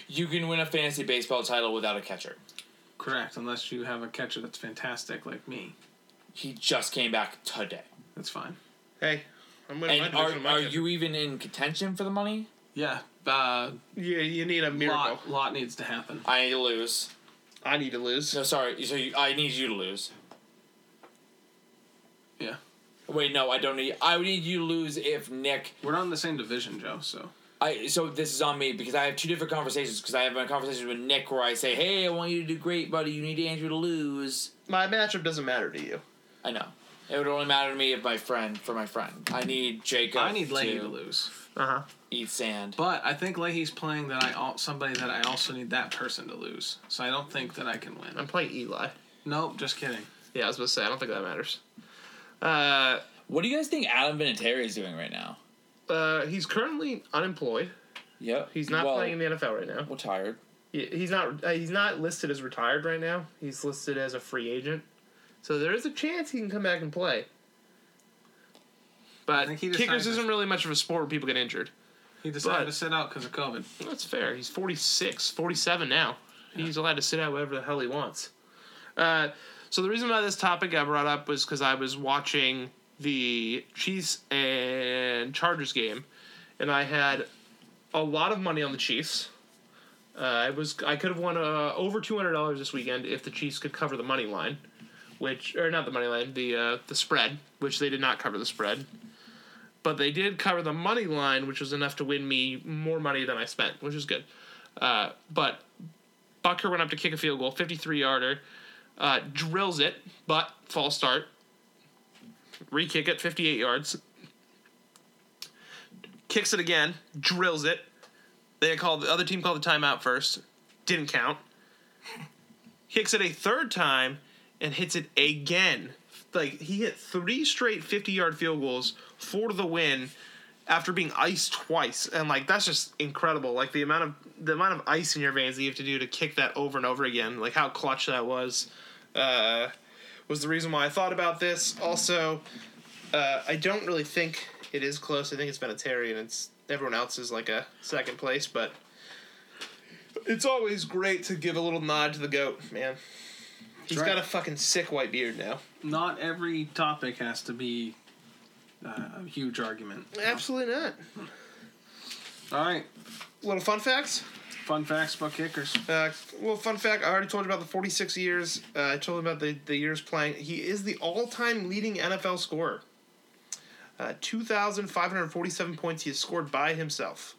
Speaker 3: you can win a fantasy baseball title without a catcher.
Speaker 2: Correct, unless you have a catcher that's fantastic like me.
Speaker 3: He just came back today.
Speaker 2: That's fine.
Speaker 5: Hey, I'm winning my
Speaker 3: And are,
Speaker 5: division. my
Speaker 3: are
Speaker 5: kid.
Speaker 3: you even in contention for the money?
Speaker 2: Yeah, uh,
Speaker 5: Yeah, you need a miracle.
Speaker 2: lot, lot needs to happen.
Speaker 3: I need to lose.
Speaker 5: I need to lose.
Speaker 3: No, sorry. So you, I need you to lose.
Speaker 2: Yeah.
Speaker 3: Wait, no, I don't need. I would need you to lose if Nick.
Speaker 2: We're not in the same division, Joe. So
Speaker 3: I so this is on me because I have two different conversations because I have a conversation with Nick where I say, "Hey, I want you to do great, buddy. You need Andrew to lose."
Speaker 5: My matchup doesn't matter to you.
Speaker 3: I know. It would only matter to me if my friend for my friend. I need Jacob.
Speaker 2: I need Leahy
Speaker 3: to
Speaker 2: to lose,
Speaker 5: Uh huh.
Speaker 3: Eat sand.
Speaker 2: but I think Leahy's playing that I al- somebody that I also need that person to lose. So I don't think that I can win.
Speaker 5: I'm playing Eli.
Speaker 2: Nope, just kidding.
Speaker 5: Yeah, I was about to say I don't think that matters. Uh,
Speaker 3: What do you guys think Adam Vinatieri is doing right now?
Speaker 5: uh, he's currently unemployed.
Speaker 3: Yep.
Speaker 5: He's not
Speaker 3: well,
Speaker 5: playing in the NFL right now.
Speaker 3: We're tired.
Speaker 5: He- He's not. Uh, he's not listed as retired right now. He's listed as a free agent. So there is a chance he can come back and play. But
Speaker 2: think he decided
Speaker 5: kickers
Speaker 2: to-
Speaker 5: isn't really much of a sport where people get injured.
Speaker 2: He decided
Speaker 5: But-
Speaker 2: to sit out because of COVID.
Speaker 5: That's fair. He's 46, 47 now. He's allowed to sit out whatever the hell he wants. Uh, so the reason why this topic got brought up was because I was watching the Chiefs and Chargers game, and I had a lot of money on the Chiefs. Uh, I was I could have won uh, over two hundred dollars this weekend if the Chiefs could cover the money line, which or not the money line the uh, the spread, which they did not cover the spread but they did cover the money line, which was enough to win me more money than I spent, which is good. Uh, but Bucker went up to kick a field goal, 53 yarder, uh, drills it, but false start. Re kick it, 58 yards. Kicks it again, drills it. They called the other team called the timeout first, didn't count. Kicks it a third time and hits it again. Like he hit three straight 50 yard field goals for the win after being iced twice. And like that's just incredible. Like the amount of the amount of ice in your veins that you have to do to kick that over and over again. Like how clutch that was. Uh was the reason why I thought about this. Also, uh, I don't really think it is close. I think it's Benatari and it's everyone else is like a second place, but it's always great to give a little nod to the goat, man. He's
Speaker 2: right.
Speaker 5: got a fucking sick white beard now.
Speaker 2: Not every topic has to be uh, a huge argument.
Speaker 5: Absolutely not.
Speaker 2: All right,
Speaker 5: Little fun facts.
Speaker 2: fun facts about kickers.
Speaker 5: Uh, well, fun fact. I already told you about the 46 years. Uh, I told you about the, the years playing. He is the all-time leading NFL scorer. Uh, 2,547 points he has scored by himself.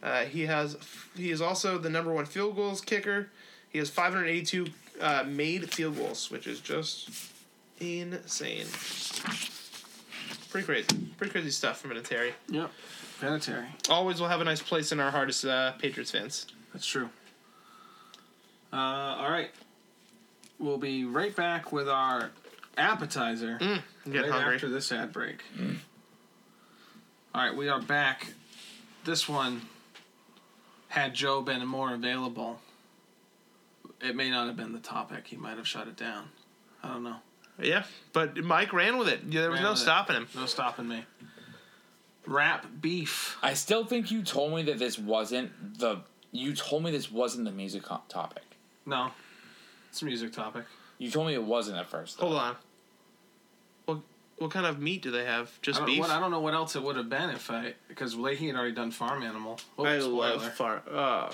Speaker 5: Uh, he has. He is also the number one field goals kicker. He has 582 uh, made field goals, which is just insane. Pretty crazy. Pretty crazy stuff from Terry.
Speaker 2: Yep, Vanatary.
Speaker 5: Always will have a nice place in our hearts, as uh, Patriots fans.
Speaker 2: That's true. Uh, all right, we'll be right back with our appetizer.
Speaker 5: I'm getting
Speaker 2: right
Speaker 5: hungry.
Speaker 2: after this ad break. All right, we are back. This one had Joe been more available, it may not have been the topic. He might have shut it down. I don't know.
Speaker 5: Yeah, but Mike ran with it. Yeah, there was
Speaker 2: Ran
Speaker 5: no
Speaker 2: with it.
Speaker 5: stopping him.
Speaker 2: No stopping me. Wrap beef.
Speaker 3: I still think you told me that this wasn't the. You told me this wasn't the music co- topic.
Speaker 2: No, it's a music topic.
Speaker 3: You told me it wasn't at first. though.
Speaker 5: Hold on. What what kind of meat do they have?
Speaker 2: I
Speaker 5: Just
Speaker 2: don't,
Speaker 5: beef.
Speaker 2: what, I don't know what else it would have been if I because Leahy had already done farm animal. Oh,
Speaker 5: I
Speaker 2: spoiler.
Speaker 5: love far. Oh,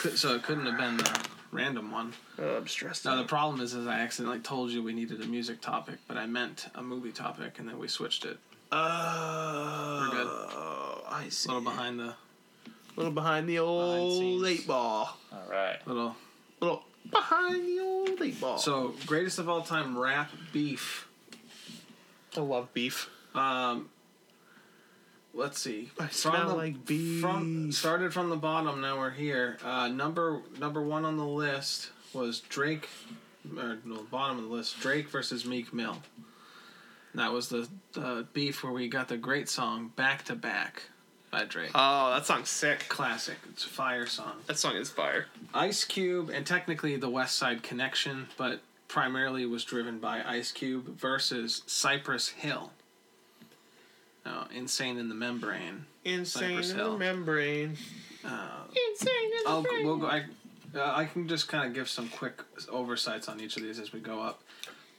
Speaker 2: Could- so it couldn't have been the random one.
Speaker 5: oh, I'm stressed.
Speaker 2: No, the
Speaker 5: out.
Speaker 2: problem is, is I accidentally told you we needed a music topic, but I meant a movie topic, and then we switched it.
Speaker 5: Oh,
Speaker 2: We're good.
Speaker 5: I
Speaker 2: A
Speaker 5: see.
Speaker 2: little behind the
Speaker 5: little behind the old
Speaker 2: scenes.
Speaker 5: eight ball.
Speaker 3: All right.
Speaker 2: little
Speaker 5: Little
Speaker 4: behind the old eight ball.
Speaker 2: So, greatest of all time rap beef.
Speaker 4: I love beef.
Speaker 2: Um, let's see.
Speaker 4: I
Speaker 2: From
Speaker 4: smell
Speaker 2: the-
Speaker 4: like beef.
Speaker 2: From started from the bottom. Now we're here. Uh, number number one on the list was Drake, or no, bottom of the list Drake versus Meek Mill. And that was the, the beef where we got the great song "Back to Back" by Drake.
Speaker 4: oh, that song's sick.
Speaker 2: Classic. It's a fire song.
Speaker 4: That song is fire.
Speaker 2: Ice Cube and technically the West Side Connection, but primarily was driven by Ice Cube versus Cypress Hill. Uh, Insane in the Membrane.
Speaker 4: Insane
Speaker 2: Cypress
Speaker 4: in the
Speaker 2: Hill.
Speaker 4: membrane.
Speaker 2: Uh,
Speaker 4: Insane in the
Speaker 2: I'll
Speaker 4: membrane.
Speaker 2: we'll go. I, uh, I can just kind of give some quick oversights on each of these as we go up.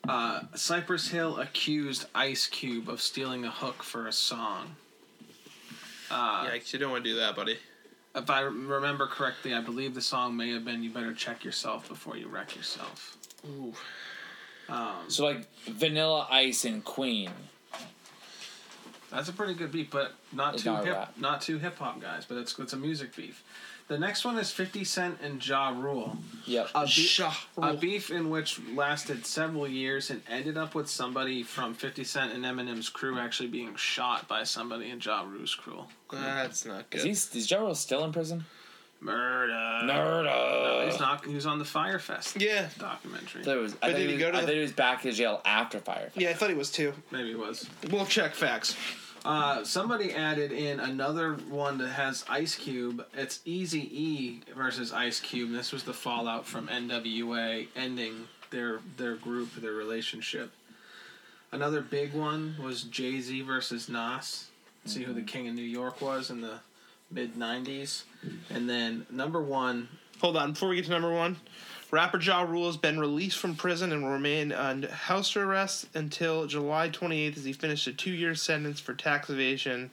Speaker 2: Uh, Cypress Hill accused Ice Cube of stealing a hook for a song. Uh,
Speaker 4: Yikes! You don't want to do that, buddy.
Speaker 2: If I remember correctly, I believe the song may have been "You Better Check Yourself Before You Wreck Yourself."
Speaker 4: Ooh.
Speaker 2: Um,
Speaker 3: So like Vanilla Ice and Queen.
Speaker 2: that's a pretty good beat, but not
Speaker 3: It's
Speaker 2: too
Speaker 3: not
Speaker 2: hip,
Speaker 3: rap.
Speaker 2: not too hip hop guys. But it's it's a music beef. The next one is Fifty Cent and Ja Rule.
Speaker 3: Yep.
Speaker 2: A beat-
Speaker 4: Sha.
Speaker 2: A
Speaker 3: uh,
Speaker 2: beef in which lasted several years and ended up with somebody from 50 Cent and Eminem's crew actually being shot by somebody in Ja Rule's crew.
Speaker 4: That's not
Speaker 3: Is
Speaker 4: good.
Speaker 3: he is Ja Rule still in prison?
Speaker 2: Murder. No,
Speaker 3: Nerda.
Speaker 2: he's not. He was on the Firefest
Speaker 4: Yeah.
Speaker 2: documentary.
Speaker 3: I thought it was.
Speaker 4: But
Speaker 3: I thought
Speaker 4: did
Speaker 3: he
Speaker 4: he
Speaker 3: was,
Speaker 4: go to
Speaker 3: I
Speaker 4: the-
Speaker 3: thought he was back in jail after fire.
Speaker 4: Yeah, I thought he was too.
Speaker 2: Maybe it was.
Speaker 4: We'll check facts.
Speaker 2: Uh, somebody added in another one that has Ice Cube. It's Easy E versus Ice Cube. This was the fallout from NWA ending their their group, their relationship. Another big one was Jay Z versus Nas. See who the king of New York was in the mid '90s, and then number one.
Speaker 4: Hold on, before we get to number one, rapper Ja Rule has been released from prison and will remain on house arrest until July 28th as he finished a two-year sentence for tax evasion,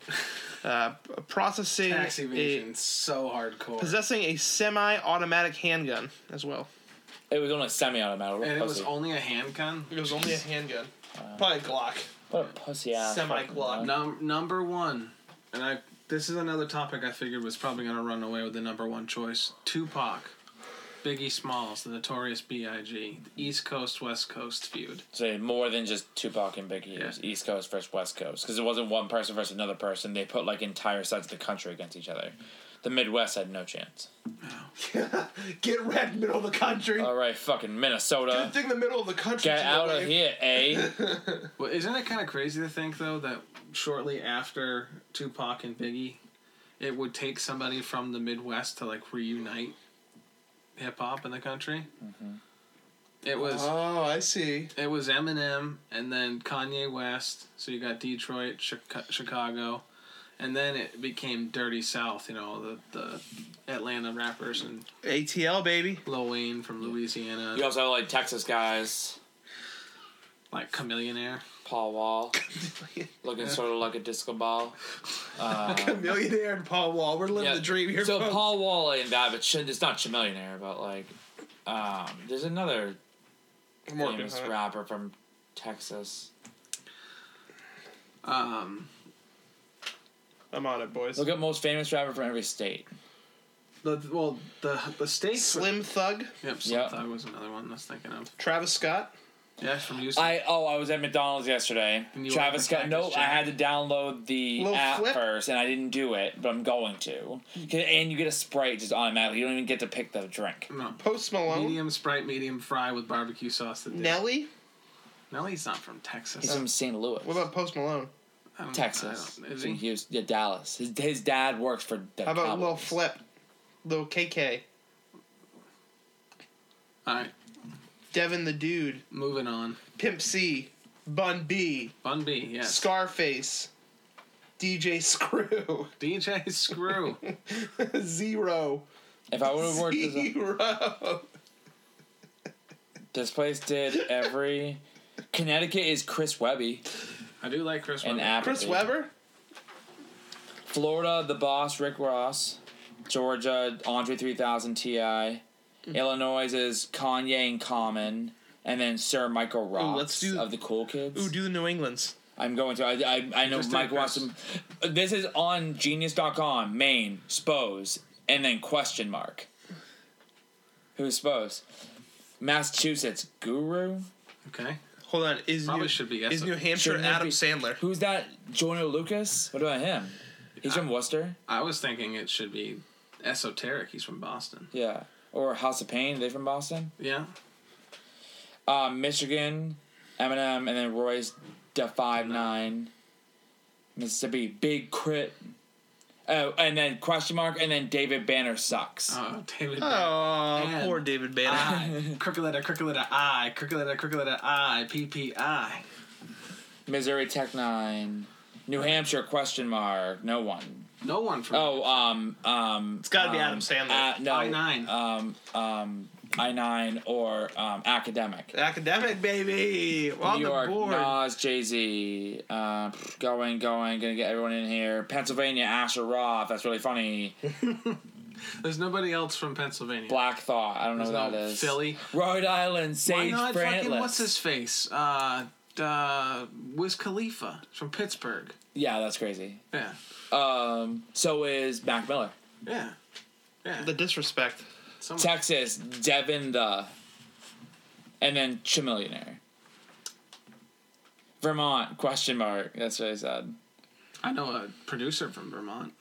Speaker 4: uh, processing,
Speaker 2: Tax
Speaker 4: a-
Speaker 2: evasion, so hardcore.
Speaker 4: possessing a semi-automatic handgun as well.
Speaker 3: It was only semi-automatic. What a
Speaker 2: and it was
Speaker 3: pussy.
Speaker 2: only a handgun.
Speaker 4: It was only a handgun,
Speaker 3: Uh,
Speaker 4: probably a Glock.
Speaker 3: What a pussy ass.
Speaker 4: Semi-glock.
Speaker 3: fucking guy.
Speaker 2: Num- number one, and I this is another topic I figured was probably gonna run away with the number one choice: Tupac, Biggie Smalls, the Notorious B.I.G., the East Coast West Coast feud.
Speaker 3: So more than just Tupac and Biggie. It was East Coast versus West Coast because it wasn't one person versus another person. They put like entire sides of the country against each other. The Midwest had no chance.
Speaker 4: Get red, middle of the country.
Speaker 3: All right, fucking Minnesota,
Speaker 4: thing the middle of the country.
Speaker 3: Uh, get out of here, eh?
Speaker 2: Well, isn't it kind of crazy to think though that shortly after Tupac and Biggie, it would take somebody from the Midwest to like reunite hip hop in the country. It was.
Speaker 4: Oh, I see.
Speaker 2: It was Eminem, and then Kanye West. So you got Detroit, Chica- Chicago, and then it became Dirty South. You know the the Atlanta rappers and
Speaker 4: ATL baby.
Speaker 2: Lil Wayne from Louisiana,
Speaker 3: You also had like Texas guys,
Speaker 2: like Chameleonaire.
Speaker 3: Paul Wall, looking sort of like a disco ball. Uh,
Speaker 4: Millionaire and Paul Wall. We're living
Speaker 3: yeah.
Speaker 4: the dream here.
Speaker 3: So
Speaker 4: folks.
Speaker 3: Paul Wall and that, but shouldn't- it's not Chamillionaire, but like, um, there's another
Speaker 4: I'm working
Speaker 3: famous
Speaker 4: on it.
Speaker 3: rapper from Texas.
Speaker 2: Um,
Speaker 4: I'm on it, boys.
Speaker 3: Look at most famous rapper from every state.
Speaker 2: the well the the states.
Speaker 4: Slim Thug,
Speaker 2: Yep,
Speaker 3: Yep.
Speaker 2: yep. That was another one I was thinking of.
Speaker 4: Travis Scott.
Speaker 2: Yeah, from Houston.
Speaker 3: I oh I was at McDonald's yesterday.
Speaker 2: And you ordered
Speaker 3: Travis
Speaker 2: the
Speaker 3: Scott. No,
Speaker 2: package,
Speaker 3: I
Speaker 2: Jimmy?
Speaker 3: had to download the
Speaker 4: Little
Speaker 3: app
Speaker 4: flip?
Speaker 3: first, and I didn't do it, but I'm going to. 'Kay, And you get a Sprite just automatically. You don't even get to pick the drink.
Speaker 2: no.
Speaker 4: Post Malone.
Speaker 2: Medium Sprite, medium fry with barbecue sauce. To dip.
Speaker 4: Nelly.
Speaker 2: Nelly's not from Texas.
Speaker 3: He's from St. Louis,
Speaker 4: Uh, What about Post Malone?
Speaker 2: I don't-
Speaker 3: Texas.
Speaker 2: I don't- is
Speaker 3: So
Speaker 2: he?
Speaker 3: he was yeah, Dallas. His, his dad works for. The
Speaker 4: Oh, How about Lil
Speaker 3: Cowboys.
Speaker 4: Flip? Lil KK.
Speaker 2: All right,
Speaker 4: Devin the Dude.
Speaker 2: moving on.
Speaker 4: Pimp C. Bun B.
Speaker 2: Bun B, yes.
Speaker 4: Scarface. DJ Screw.
Speaker 2: DJ Screw.
Speaker 4: Zero.
Speaker 3: If I would have worked, as a,
Speaker 4: Zero.
Speaker 3: this place did every. Connecticut is Chris Webby
Speaker 2: I do like Chris.
Speaker 3: and
Speaker 2: Webber.
Speaker 3: Apple.
Speaker 4: Chris Webber.
Speaker 3: Florida, the boss, Rick Ross. Georgia, Andre 3000 Ti.
Speaker 4: Mm-hmm.
Speaker 3: Illinois is Kanye and Common. And then Sir Michael Ross
Speaker 4: let's do-
Speaker 3: of the Cool Kids.
Speaker 4: Ooh, do the New Englands.
Speaker 3: I'm going to. I, I, I know
Speaker 2: Just do
Speaker 3: Mike wants
Speaker 2: Chris.
Speaker 3: some. This is on genius.com, Maine, Spose, and then question mark. Who's Spose? Massachusetts Guru.
Speaker 2: Okay.
Speaker 4: Hold on. Is
Speaker 2: Probably
Speaker 4: New,
Speaker 2: should be Essex.
Speaker 4: is New Hampshire
Speaker 3: Shouldn't it
Speaker 4: Adam
Speaker 3: be-
Speaker 4: Sandler?
Speaker 3: Who's that? Joyner Lucas? What about him? He's from Worcester.
Speaker 2: I was thinking it should be esoteric. He's from Boston.
Speaker 3: Yeah. Or House of Pain. Are they from Boston?
Speaker 2: Yeah.
Speaker 3: Uh, Michigan, Eminem, and then Royce da five nine. Mississippi, big crit. Oh, and then question mark, and then David Banner sucks.
Speaker 2: Oh, David.
Speaker 4: Oh,
Speaker 2: Man.
Speaker 4: poor David Banner.
Speaker 2: I. Crooked letter, crooked letter, I. Crooked letter, crooked letter, I. PPI.
Speaker 3: Missouri Tech nine, New Hampshire question mark. No one.
Speaker 2: No one from.
Speaker 3: Oh, um, um.
Speaker 4: it's got to be
Speaker 3: um,
Speaker 4: Adam Sandler.
Speaker 3: uh, no,
Speaker 2: I9.
Speaker 3: Um, um, I nine or um, academic.
Speaker 4: Academic baby on
Speaker 3: New
Speaker 4: the
Speaker 3: York,
Speaker 4: board.
Speaker 3: Nas, Jay Z, uh, going, going, gonna get everyone in here. Pennsylvania, Asher Roth. That's really funny.
Speaker 2: There's nobody else from Pennsylvania.
Speaker 3: Black Thought. I don't know
Speaker 2: There's no
Speaker 3: who that is.
Speaker 2: Philly.
Speaker 3: Rhode Island,
Speaker 2: Why
Speaker 3: Sage
Speaker 2: not fucking
Speaker 3: Brantless.
Speaker 2: what's his face? Uh, uh, Wiz Khalifa from Pittsburgh.
Speaker 3: Yeah, that's crazy.
Speaker 2: Yeah.
Speaker 3: Um, so is Mac Miller.
Speaker 2: Yeah. Yeah.
Speaker 4: The disrespect.
Speaker 2: Some-
Speaker 3: Texas, Devin the, and then Chamillionaire. Vermont question mark. That's what I said.
Speaker 2: I know a producer from Vermont.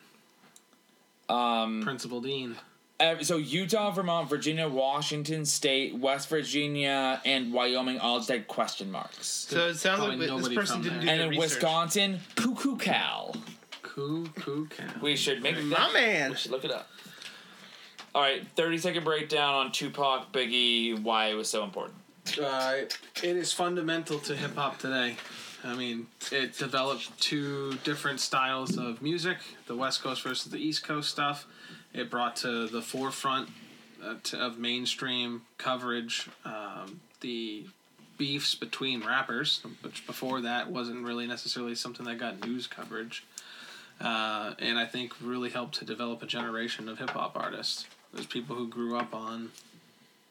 Speaker 3: Um,
Speaker 2: Principal Dean.
Speaker 3: ev- so Utah, Vermont, Virginia, Washington State, West Virginia, and Wyoming all just had question marks.
Speaker 4: So it sounds
Speaker 2: Probably
Speaker 4: like this
Speaker 2: nobody
Speaker 4: person
Speaker 2: from there.
Speaker 4: didn't do
Speaker 3: And
Speaker 4: their
Speaker 3: in
Speaker 4: research.
Speaker 3: Wisconsin, Cuckoo Cow.
Speaker 2: Coo Coo Cow.
Speaker 3: We should make
Speaker 5: Mm-hmm.
Speaker 4: My man.
Speaker 3: We should look it up. All right, 30 second breakdown on Tupac, Biggie, why it was so important.
Speaker 2: Uh, it is fundamental to hip hop today. I mean, it developed two different styles of music the West Coast versus the East Coast stuff. It brought to the forefront uh, to, of mainstream coverage um, the beefs between rappers, which before that wasn't really necessarily something that got news coverage. Uh, and I think really helped to develop a generation of hip hop artists. There's people who grew up on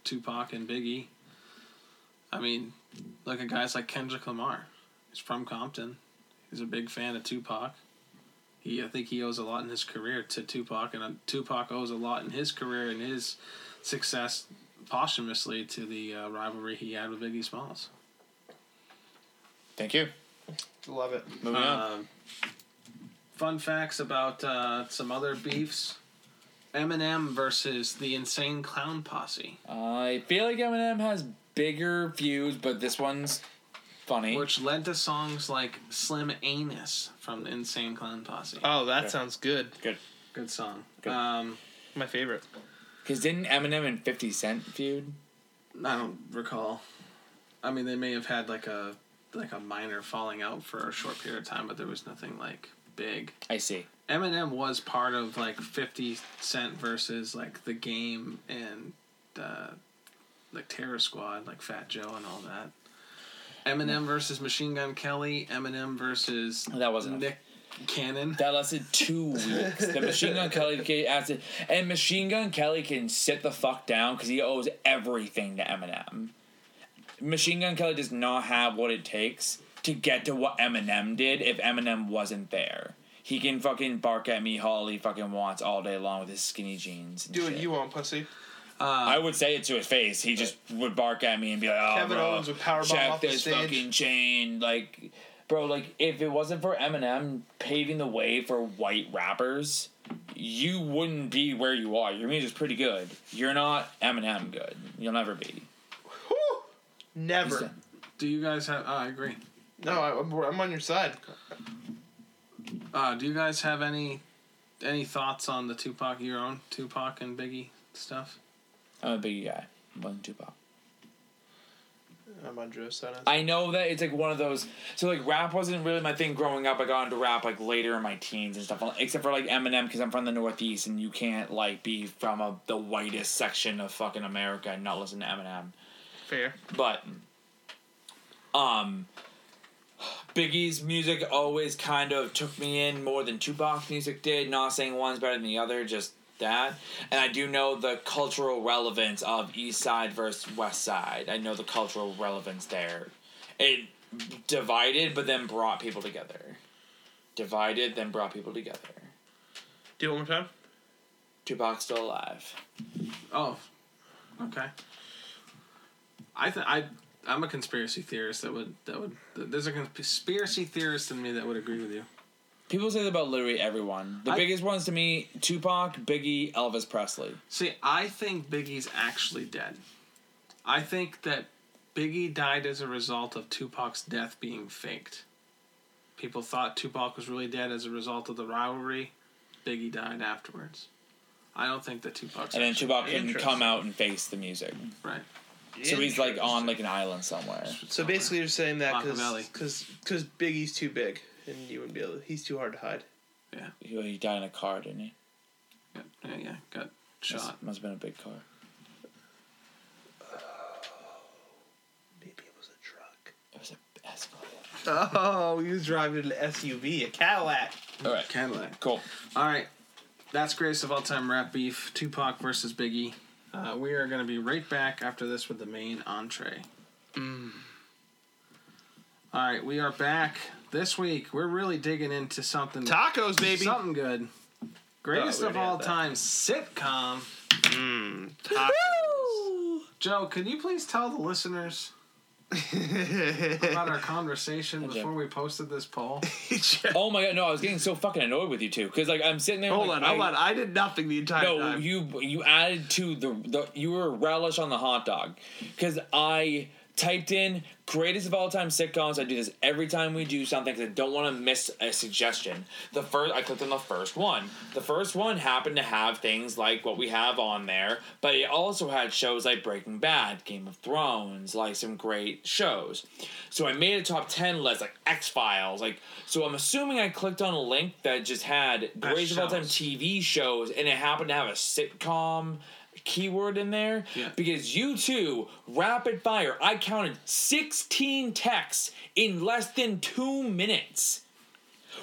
Speaker 2: Tupac and Biggie. I mean, look at guys like Kendrick Lamar. He's from Compton. He's a big fan of Tupac. He, I think he owes a lot in his career to Tupac, and uh, Tupac owes a lot in his career and his success posthumously to the uh, rivalry he had with Biggie Smalls.
Speaker 3: Thank you.
Speaker 4: Love it.
Speaker 3: Moving on.
Speaker 2: Um, fun facts about uh, some other beefs. Eminem versus the Insane Clown Posse,
Speaker 3: I feel like Eminem has bigger views, but this one's funny.
Speaker 2: which led to songs like "Slim Anus" from the Insane Clown Posse.
Speaker 4: Oh, that
Speaker 3: Yeah.
Speaker 4: sounds good.
Speaker 2: Good song.
Speaker 3: Good.
Speaker 2: Um,
Speaker 4: My favorite.
Speaker 3: Because didn't Eminem and 50 Cent feud?
Speaker 2: I don't recall. I mean, they may have had like a like a minor falling out for a short period of time, but there was nothing like big.
Speaker 3: I see.
Speaker 2: Eminem was part of like Fifty Cent versus like the Game and uh, like Terror Squad, like Fat Joe and all that. Eminem versus Machine Gun Kelly. Eminem versus
Speaker 3: That wasn't-
Speaker 2: Nick Cannon.
Speaker 3: That lasted two weeks. The Machine Gun Kelly ca- lasted, and Machine Gun Kelly can sit the fuck down because he owes everything to Eminem. Machine Gun Kelly does not have what it takes to get to what Eminem did if Eminem wasn't there. He can fucking bark at me all he fucking wants all day long with his skinny jeans. And
Speaker 4: Do
Speaker 3: shit.
Speaker 4: what you want, pussy.
Speaker 3: I would say it to his face. He just would bark at me and be like, "Oh,
Speaker 4: Kevin
Speaker 3: bro,
Speaker 4: Owens would powerbomb
Speaker 3: check
Speaker 4: off the
Speaker 3: this
Speaker 4: stage."
Speaker 3: fucking chain." Like, bro, like if it wasn't for Eminem paving the way for white rappers, you wouldn't be where you are. Your music's pretty good. You're not Eminem good. You'll never be.
Speaker 4: Whew. Never.
Speaker 2: Do you guys have? Oh, I agree.
Speaker 4: No, I, I'm- I'm on your side.
Speaker 2: Uh, do you guys have any any thoughts on the Tupac your own Tupac and Biggie stuff?
Speaker 3: I'm a biggie guy. One Tupac.
Speaker 4: I'm on Drew's side.
Speaker 3: I know that it's like one of those. So like rap wasn't really my thing growing up. I got into rap like later in my teens and stuff. uh, Except for like Eminem because I'm from the Northeast and you can't like be from a, the whitest section of fucking America and not listen to Eminem.
Speaker 4: Fair.
Speaker 3: But um, Biggie's music always kind of took me in more than Tupac's music did. Not saying one's better than the other, just that. And I do know the cultural relevance of East Side versus West Side. I know the cultural relevance there. It divided, but then brought people together. Divided, then brought people together.
Speaker 4: Do it one more time.
Speaker 3: Tupac's still alive.
Speaker 2: Oh, okay. I th- I I'm a conspiracy theorist that would that would th- there's a conspiracy theorist in me that would agree with you.
Speaker 3: People say that about literally everyone. The
Speaker 2: I-
Speaker 3: biggest ones to me: Tupac, Biggie, Elvis Presley.
Speaker 2: See, I think Biggie's actually dead. I think that Biggie died as a result of Tupac's death being faked. People thought Tupac was really dead as a result of the rivalry. Biggie died afterwards. I don't think that Tupac's
Speaker 3: And then
Speaker 2: actually-
Speaker 3: Tupac can
Speaker 4: Interesting.
Speaker 3: come out and face the music.
Speaker 2: right.
Speaker 3: So he's like on like an island somewhere.
Speaker 4: So basically, you're saying that
Speaker 2: Machiavelli.
Speaker 4: because because Biggie's too big and you wouldn't be able. He's too hard to hide.
Speaker 3: He, he died in a car, didn't he?
Speaker 2: yeah, yeah, yeah, got
Speaker 3: Must-
Speaker 2: shot.
Speaker 3: Must have been a big car.
Speaker 4: Maybe it was a
Speaker 3: It was a Escalade.
Speaker 4: truck. Oh, he was driving an SUV, a Cadillac.
Speaker 3: All right.
Speaker 2: Cadillac.
Speaker 3: Cool.
Speaker 2: All right, that's greatest of all time rap beef. Tupac versus Biggie. Uh, we are going to be right back after this with the main entree. All right, we are back this week. We're really digging into something,
Speaker 4: Tacos, baby. Oh,
Speaker 2: something good. Greatest
Speaker 4: we
Speaker 2: of
Speaker 4: already
Speaker 2: all
Speaker 4: had that. Mm,
Speaker 2: time sitcom. Joe, can you please tell the listeners about our conversation
Speaker 3: Joe.
Speaker 2: before we posted this poll?
Speaker 3: Oh my god! No, I was getting so fucking annoyed with you two because like I'm sitting there.
Speaker 4: hold
Speaker 3: like,
Speaker 4: on, hold
Speaker 3: I-
Speaker 4: on. I did nothing the entire
Speaker 3: No,
Speaker 4: time.
Speaker 3: you you added to the, the you were a relish on the hot dog because I typed in greatest of all time sitcoms. I do this every time we do something because I don't want to miss a suggestion. The first I clicked on the first one. The first one happened to have things like what we have on there, but it also had shows like Breaking Bad, Game of Thrones, like some great shows. So I made a top ten list like X Files, like so. I'm assuming I clicked on a link that just had greatest of all time
Speaker 2: shows.
Speaker 3: TV shows and it happened to have a sitcom keyword in there
Speaker 2: Yeah.
Speaker 3: because you two rapid fire I counted 16 texts in less than 2 minutes.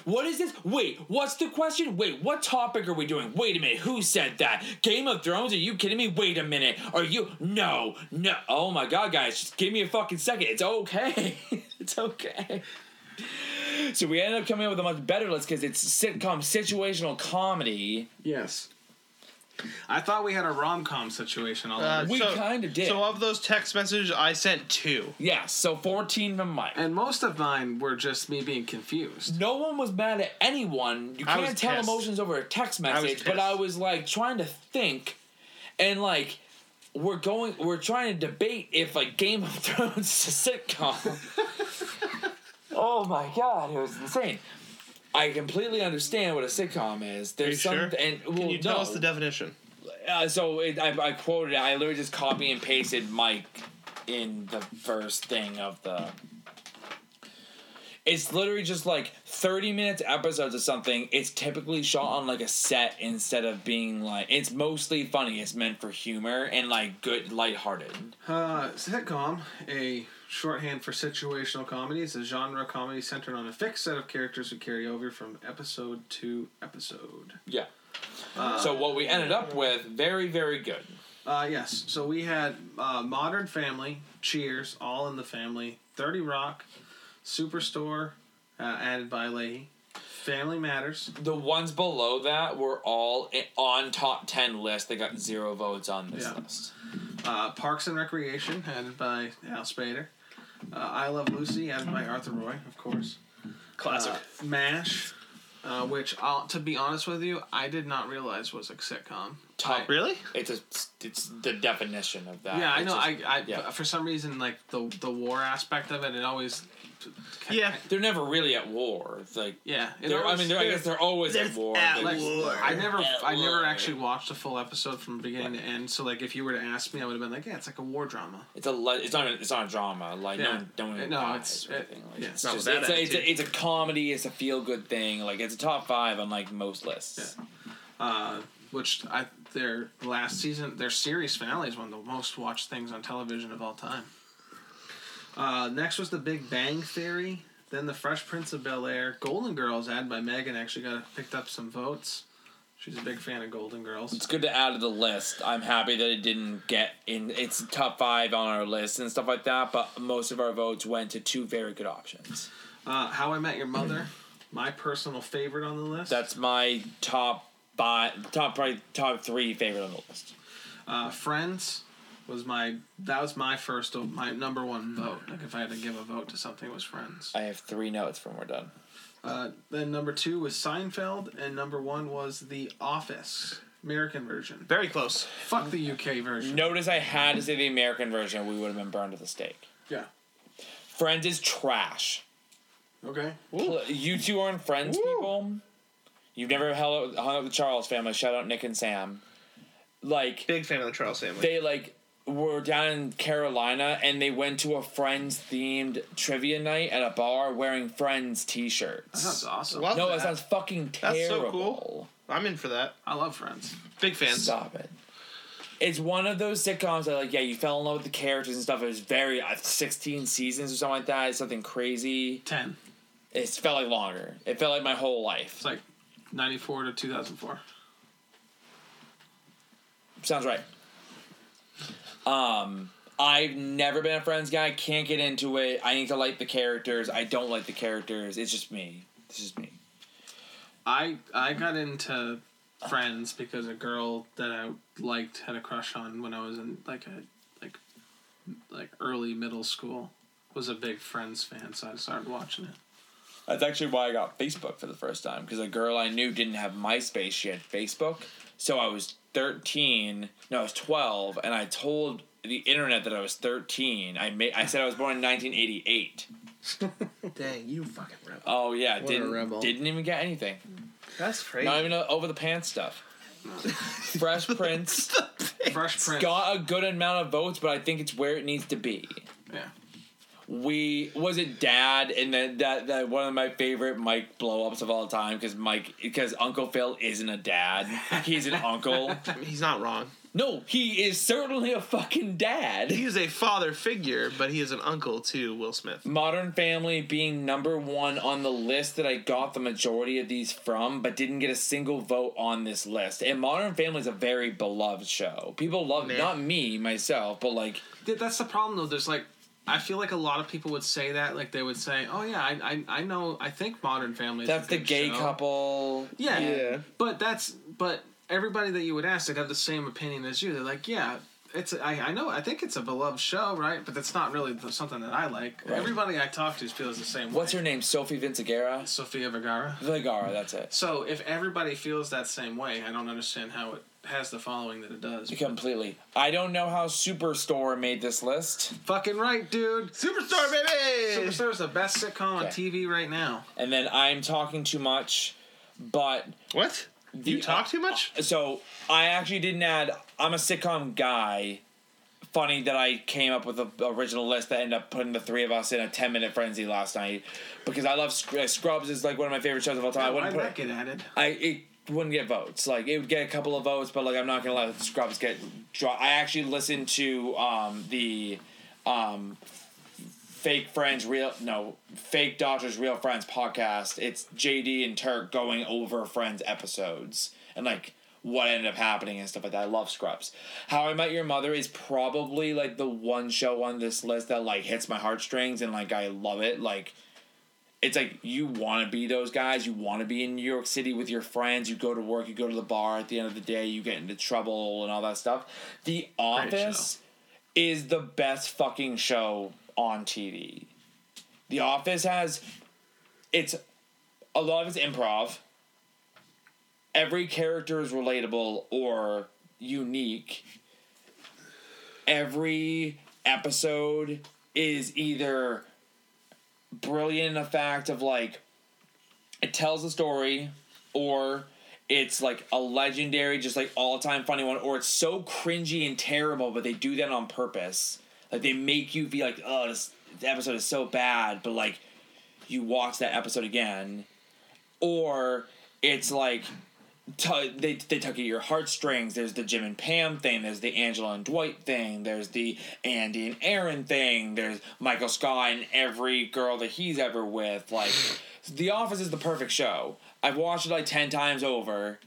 Speaker 3: What is this? Wait, what's the question? Wait, what topic are we doing? Wait a minute, who said that? Game of Thrones? Are you kidding me? Wait a minute. Are you No. No. Oh my god, guys, just give me a fucking second. It's okay. it's okay. So we ended up coming up with a much better list because it's sitcom situational comedy.
Speaker 2: Yes. I thought we had a rom com situation all over.
Speaker 4: Uh,
Speaker 2: again.
Speaker 3: We
Speaker 4: So-
Speaker 3: kind of did.
Speaker 4: So uh, of those text messages, I sent two.
Speaker 3: yes, so 14 from Mike.
Speaker 2: And most of mine were just me being confused.
Speaker 3: no one was mad at anyone. You
Speaker 4: I was
Speaker 3: can't tell
Speaker 4: pissed.
Speaker 3: emotions over a text
Speaker 4: was
Speaker 3: message, but I
Speaker 4: pissed.
Speaker 3: was like trying to think and like we're going we're trying to debate if like Game of Thrones is a sitcom. oh my god, it was insane. I completely understand what a sitcom is. There's
Speaker 4: Are
Speaker 3: some
Speaker 4: you sure?
Speaker 3: and well,
Speaker 4: Can you tell
Speaker 3: no.
Speaker 4: us the definition?
Speaker 3: Uh, so it, I, I quoted. it. I literally just copy and pasted Mike in the first thing of the. It's literally just like thirty minutes episodes of something. It's typically shot on like a set instead of being like. It's mostly funny. It's meant for humor and like good, lighthearted.
Speaker 2: Uh, sitcom, a shorthand for situational comedy, is a genre of comedy centered on a fixed set of characters who carry over from episode to episode.
Speaker 3: Yeah. so what we ended up with, very very good.
Speaker 2: Uh, yes, so we had uh, Modern Family, Cheers, All in the Family, 30 Rock, Superstore, uh, added by Leahy, Family Matters.
Speaker 3: The ones below that were all i- on top ten list. They got zero votes on this
Speaker 2: Yeah.
Speaker 3: list.
Speaker 2: Uh, Parks and Recreation, added by Al Spader. Uh, I Love Lucy, added by Arthur Roy, of course.
Speaker 4: Classic.
Speaker 2: Uh, Mash, uh, which I'll, to be honest with you, I did not realize was a sitcom.
Speaker 3: Top
Speaker 4: really?
Speaker 3: It's a, it's the definition of that.
Speaker 2: yeah, I
Speaker 3: Uh, It's
Speaker 2: know.
Speaker 3: just-
Speaker 2: I, I
Speaker 3: yeah.
Speaker 2: for some reason like the the war aspect of it, it always
Speaker 4: Yeah.
Speaker 3: they're never really at war. It's like
Speaker 2: yeah. It
Speaker 3: they're, I
Speaker 2: always-
Speaker 3: mean, they're, I guess they're always at
Speaker 4: There's
Speaker 3: war.
Speaker 4: at
Speaker 3: Like,
Speaker 4: war.
Speaker 2: I never,
Speaker 3: At
Speaker 2: I never
Speaker 3: war.
Speaker 2: actually watched a full episode from beginning to end. So like, if you were to ask me, I would have been like, yeah, it's like a war drama.
Speaker 3: It's a le- it's not a, it's not a drama. Like
Speaker 2: Yeah.
Speaker 3: no one- no one
Speaker 2: Uh,
Speaker 3: even
Speaker 2: no,
Speaker 3: dies
Speaker 2: it's-
Speaker 3: or
Speaker 2: it-
Speaker 3: anything. Like,
Speaker 2: yeah.
Speaker 3: it's,
Speaker 4: Not
Speaker 3: just,
Speaker 4: with that
Speaker 3: it's, a, it's, a,
Speaker 4: attitude.
Speaker 3: it's a comedy. It's a feel good thing. Like it's a top five on like most lists.
Speaker 2: Uh, which I their last season, their series finale is one of the most watched things on television of all time. Uh, next was The Big Bang Theory, then The Fresh Prince of Bel Air, Golden Girls, ad by Megan actually got picked up some votes. She's a big fan of Golden Girls.
Speaker 3: It's good to add to the list. I'm happy that it didn't get in. It's top five on our list and stuff like that. But most of our votes went to two very good options.
Speaker 2: Uh, How I Met Your Mother, my personal favorite on the list.
Speaker 3: That's my top five, top probably top three favorite on the list.
Speaker 2: uh, Friends, was my that was my first my number one vote. Like if I had to give a vote to something, it was Friends.
Speaker 3: I have three notes from we're done.
Speaker 2: Uh, then number two was Seinfeld, and number one was The Office American version.
Speaker 4: Very close.
Speaker 2: Fuck the UK version.
Speaker 3: Notice I had to say the American version, we would have been burned at the stake.
Speaker 2: Yeah.
Speaker 3: Friends is trash.
Speaker 2: Okay.
Speaker 3: Pl- You two aren't friends, people. You've never held, hung out with the Charles family. Shout out Nick and Sam. Like,
Speaker 4: Big fan of the Charles family.
Speaker 3: they like were down in Carolina and they went to a Friends themed trivia night at a bar wearing Friends t
Speaker 2: That
Speaker 3: shirts.
Speaker 2: sounds awesome.
Speaker 4: Love-
Speaker 3: No,
Speaker 4: that.
Speaker 3: that sounds fucking terrible.
Speaker 4: That's so cool. I'm in for that.
Speaker 2: I love Friends.
Speaker 4: Big fans.
Speaker 3: Stop it. It's one of those sitcoms that, like, yeah, you fell in love with the characters and stuff. It was very uh, sixteen seasons or something like that. It's something crazy.
Speaker 2: Ten.
Speaker 3: It felt like longer. It felt like my whole life.
Speaker 2: It's like ninety four to two thousand four.
Speaker 3: Sounds right. Um, I've never been a Friends guy. Can't get into it. I need to like the characters. I don't like the characters. It's just me. It's just me.
Speaker 2: I I got into Friends because a girl that I liked had a crush on when I was in like a like like early middle school was a big Friends fan, so I started watching it.
Speaker 3: That's actually why I got Facebook for the first time because a girl I knew didn't have MySpace. She had Facebook. So I was 13. No, I was 12, and I told the internet that I was 13. I made. I said I was born in 1988.
Speaker 4: Dang, you fucking rebel.
Speaker 3: Oh yeah,
Speaker 5: What a
Speaker 3: didn't
Speaker 5: rebel.
Speaker 3: didn't even get anything.
Speaker 4: That's crazy.
Speaker 3: Not even uh, over the pants stuff. Fresh Prince
Speaker 2: Fresh Prince.
Speaker 3: got a good amount of votes, but I think it's where it needs to be.
Speaker 2: Yeah.
Speaker 3: we was it dad and then that that one of my favorite mike blow-ups of all time because mike because uncle phil isn't a dad he's an uncle
Speaker 4: He's not wrong.
Speaker 3: no he is certainly a fucking dad
Speaker 4: He is a father figure, but he is an uncle to Will Smith.
Speaker 3: modern family being number one on the list that i got the majority of these from but didn't get a single vote on this list and modern family is a very beloved show people love
Speaker 4: Man.
Speaker 3: not me myself but like
Speaker 2: Th- That's the problem though. There's like I feel like a lot of people would say that. Like they would say, "Oh yeah, I I, I know. I think Modern Family." Is
Speaker 3: that's
Speaker 2: a
Speaker 3: the
Speaker 2: good
Speaker 3: gay
Speaker 2: show."
Speaker 3: couple
Speaker 2: Yeah.
Speaker 4: Yeah.
Speaker 2: But that's but everybody that you would ask, they'd have the same opinion as you. They're like, yeah, it's I, I know I think it's a beloved show, right? But that's not really the, something that I like.
Speaker 3: Right.
Speaker 2: Everybody I talk to feels the same
Speaker 3: what's
Speaker 2: way.
Speaker 3: her name sophie vincegara
Speaker 2: Sofia Vergara.
Speaker 3: Vergara, that's it
Speaker 2: So if everybody feels that same way, I don't understand how it has the following that it does.
Speaker 3: Completely. I don't know how Superstore made this list.
Speaker 2: Fucking right, dude.
Speaker 4: Superstar, baby!
Speaker 2: Superstar is the best sitcom on
Speaker 3: Okay.
Speaker 2: TV right now.
Speaker 3: And then I'm talking too much, but
Speaker 4: What? you
Speaker 3: The-
Speaker 4: talk too much?
Speaker 3: so I actually didn't add. I'm a sitcom guy. Funny that I came up with the original list that ended up putting the three of us in a 10 minute frenzy last night because I love Sc- uh, Scrubs is like one of my favorite shows of all time. I
Speaker 2: Why
Speaker 3: wouldn't
Speaker 2: did
Speaker 3: put
Speaker 2: that get added?
Speaker 3: I it wouldn't get votes. Like it would get a couple of votes, but like I'm not gonna let Scrubs get dro I actually listened to um the um fake friends real no fake doctors real friends podcast. It's JD and Turk going over Friends episodes and like what ended up happening and stuff like that. I love Scrubs. How I Met Your Mother is probably like the one show on this list that like hits my heartstrings and like I love it. Like it's like you want to be those guys. You want to be in New York City with your friends. You go to work. You go to the bar. At the end of the day, you get into trouble and all that stuff. The Office is the best fucking show on TV. The Office has it's a lot of it's improv. Every character is relatable or unique. Every episode is either brilliant in the fact of like it tells a story or it's like a legendary just like all-time funny one or it's so cringy and terrible but they do that on purpose like they make you be like oh this, this episode is so bad but like you watch that episode again or it's like tu- they they tug at your heartstrings. There's the Jim and Pam thing. There's the Angela and Dwight thing. There's the Andy and Aaron thing. There's Michael Scott and every girl that he's ever with. Like, The Office is the perfect show. I've watched it like ten times over.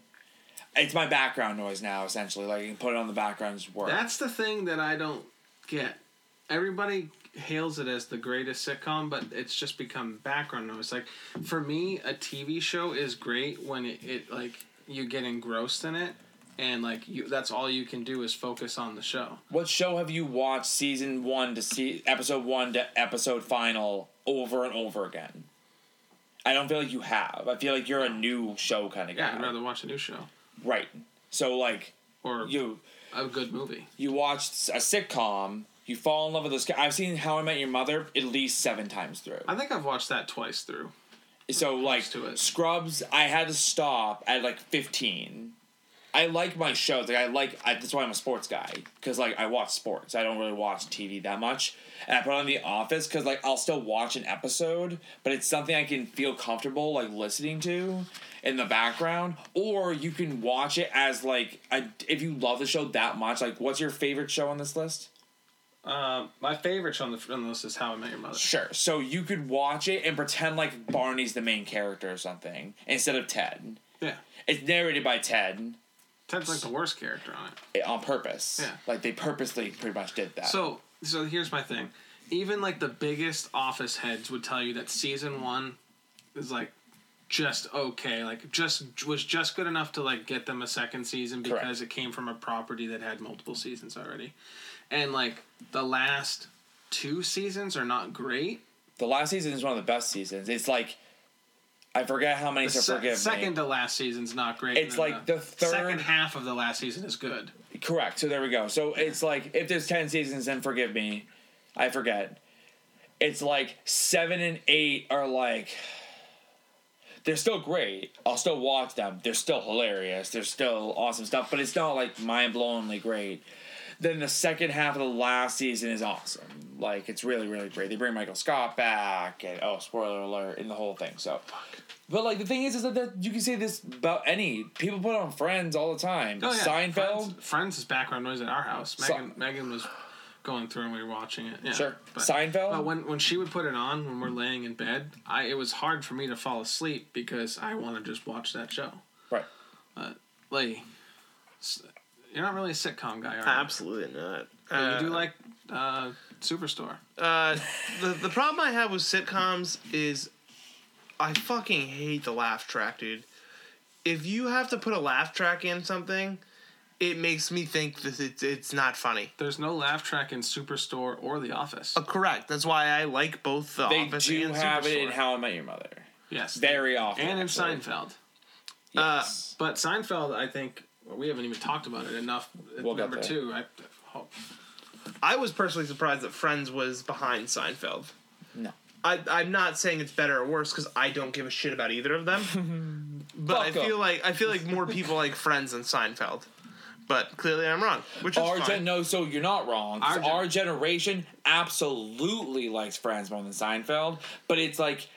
Speaker 3: It's my background noise now, essentially. Like you can put it on the background and just work.
Speaker 2: That's the thing that I don't get. Everybody hails it as the greatest sitcom, but it's just become background noise. Like for me, a TV show is great when it, it like you get engrossed in it. and like you, that's all you can do is focus on the show.
Speaker 3: What show have you watched season one to see episode one to episode final over and over again? I don't feel like you have. I feel like you're a new show kind of
Speaker 2: Yeah,
Speaker 3: guy.
Speaker 2: I'd rather watch a new show
Speaker 3: Right. So like
Speaker 2: or
Speaker 3: you
Speaker 2: a good movie.
Speaker 3: you watched a sitcom, you fall in love with this guy. I've seen How I Met Your Mother at least seven times through.
Speaker 2: I think I've watched that twice through.
Speaker 3: So like
Speaker 2: to it.
Speaker 3: Scrubs, I had to stop at like fifteen. I like my shows. Like I like. I, that's why I'm a sports guy because like I watch sports. I don't really watch TV that much, and I put on The Office because like I'll still watch an episode, but it's something I can feel comfortable like listening to in the background. Or you can watch it as like a, if you love the show that much. Like, what's your favorite show on this list?
Speaker 2: Um, my favorite show on the, on the list is How I Met Your Mother.
Speaker 3: Sure. So you could watch it and pretend like Barney's the main character or something instead of Ted.
Speaker 2: Yeah,
Speaker 3: It's narrated by Ted eh,
Speaker 2: Ted's like the worst character on it.
Speaker 3: on purpose.
Speaker 2: Yeah.
Speaker 3: Like they purposely pretty much did that.
Speaker 2: So, so here's my thing. Even like the biggest office heads would tell you that season one is like just okay, like just was just good enough to like get them a second season because
Speaker 3: Correct.
Speaker 2: it came from a property that had multiple seasons already, and like the last two seasons are not great.
Speaker 3: the last season is one of the best seasons. It's like I forget how many
Speaker 2: The
Speaker 3: to
Speaker 2: se-
Speaker 3: forgive. me.
Speaker 2: second to last season's not great. and
Speaker 3: It's
Speaker 2: then
Speaker 3: like the third-
Speaker 2: second half of the last season is good.
Speaker 3: Correct. So there we go. So it's like if there's ten seasons, then forgive me. I forget. It's like seven and eight are like they're still great. I'll still watch them. They're still hilarious. They're still awesome stuff. But it's not like mind blowingly great. Then the second half of the last season is awesome. Like it's really really great. They bring Michael Scott back and oh spoiler alert in the whole thing. So. But like the thing is, is that, that you can say this about any people put on Friends all the time. Seinfeld,
Speaker 2: Oh, Friends, Friends is background noise at our house.
Speaker 3: So-
Speaker 2: Megan, Megan was going through and we were watching it. Yeah,
Speaker 3: Sure.
Speaker 2: But,
Speaker 3: Seinfeld?
Speaker 2: But when when she would put it on when we're laying in bed, I it was hard for me to fall asleep because I want to just watch that show.
Speaker 3: Right.
Speaker 2: Like, s- you're not really a sitcom guy, are you?
Speaker 4: Absolutely not.
Speaker 2: But you
Speaker 4: Uh,
Speaker 2: do like uh, Superstore.
Speaker 4: Uh, the the problem I have with sitcoms is I fucking hate the laugh track, dude. If you have to put a laugh track in something, it makes me think that it's it's not funny.
Speaker 2: There's no laugh track in Superstore or The Office.
Speaker 4: Uh, correct. That's why I like both the
Speaker 3: They
Speaker 4: Office
Speaker 3: do
Speaker 4: and
Speaker 3: have it in
Speaker 4: Superstore.
Speaker 3: How I Met Your Mother.
Speaker 2: Yes.
Speaker 3: Very often.
Speaker 2: and in
Speaker 3: actually.
Speaker 2: Seinfeld.
Speaker 3: Yes.
Speaker 2: But Seinfeld, I think well, we haven't even talked about it enough. At
Speaker 3: We'll get
Speaker 2: number
Speaker 3: there.
Speaker 2: two, I hope.
Speaker 4: I was personally surprised that Friends was behind Seinfeld.
Speaker 3: no.
Speaker 4: I, I'm not saying it's better or worse because I don't give a shit about either of them. but I
Speaker 3: Fuck 'em.
Speaker 4: feel like I feel like more people like Friends than Seinfeld. But clearly I'm wrong, which is
Speaker 3: Our
Speaker 4: fine.
Speaker 3: gen- no, so you're not wrong. 'cause
Speaker 2: Our
Speaker 3: Our,
Speaker 2: gen-
Speaker 3: generation absolutely likes Friends more than Seinfeld, but it's like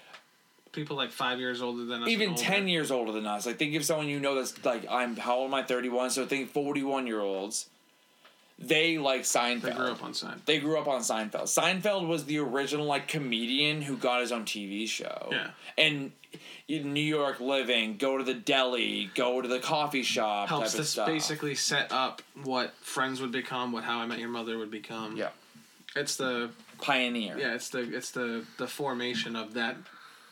Speaker 2: people like five years older than us.
Speaker 3: even
Speaker 2: and older.
Speaker 3: ten years older than us. Like think of someone you know that's like I'm how old am I thirty one? So think forty one year olds. They like Seinfeld.
Speaker 2: They grew up on Seinfeld.
Speaker 3: They grew up on Seinfeld. Seinfeld was the original like comedian who got his own TV show.
Speaker 2: Yeah.
Speaker 3: And in New York living, go to the deli, go to the coffee shop.
Speaker 2: Helps
Speaker 3: type of
Speaker 2: this
Speaker 3: stuff.
Speaker 2: basically set up what Friends would become, what How I Met Your Mother would become.
Speaker 3: Yeah.
Speaker 2: it's the
Speaker 3: Pioneer.
Speaker 2: yeah, it's the it's the the formation of that.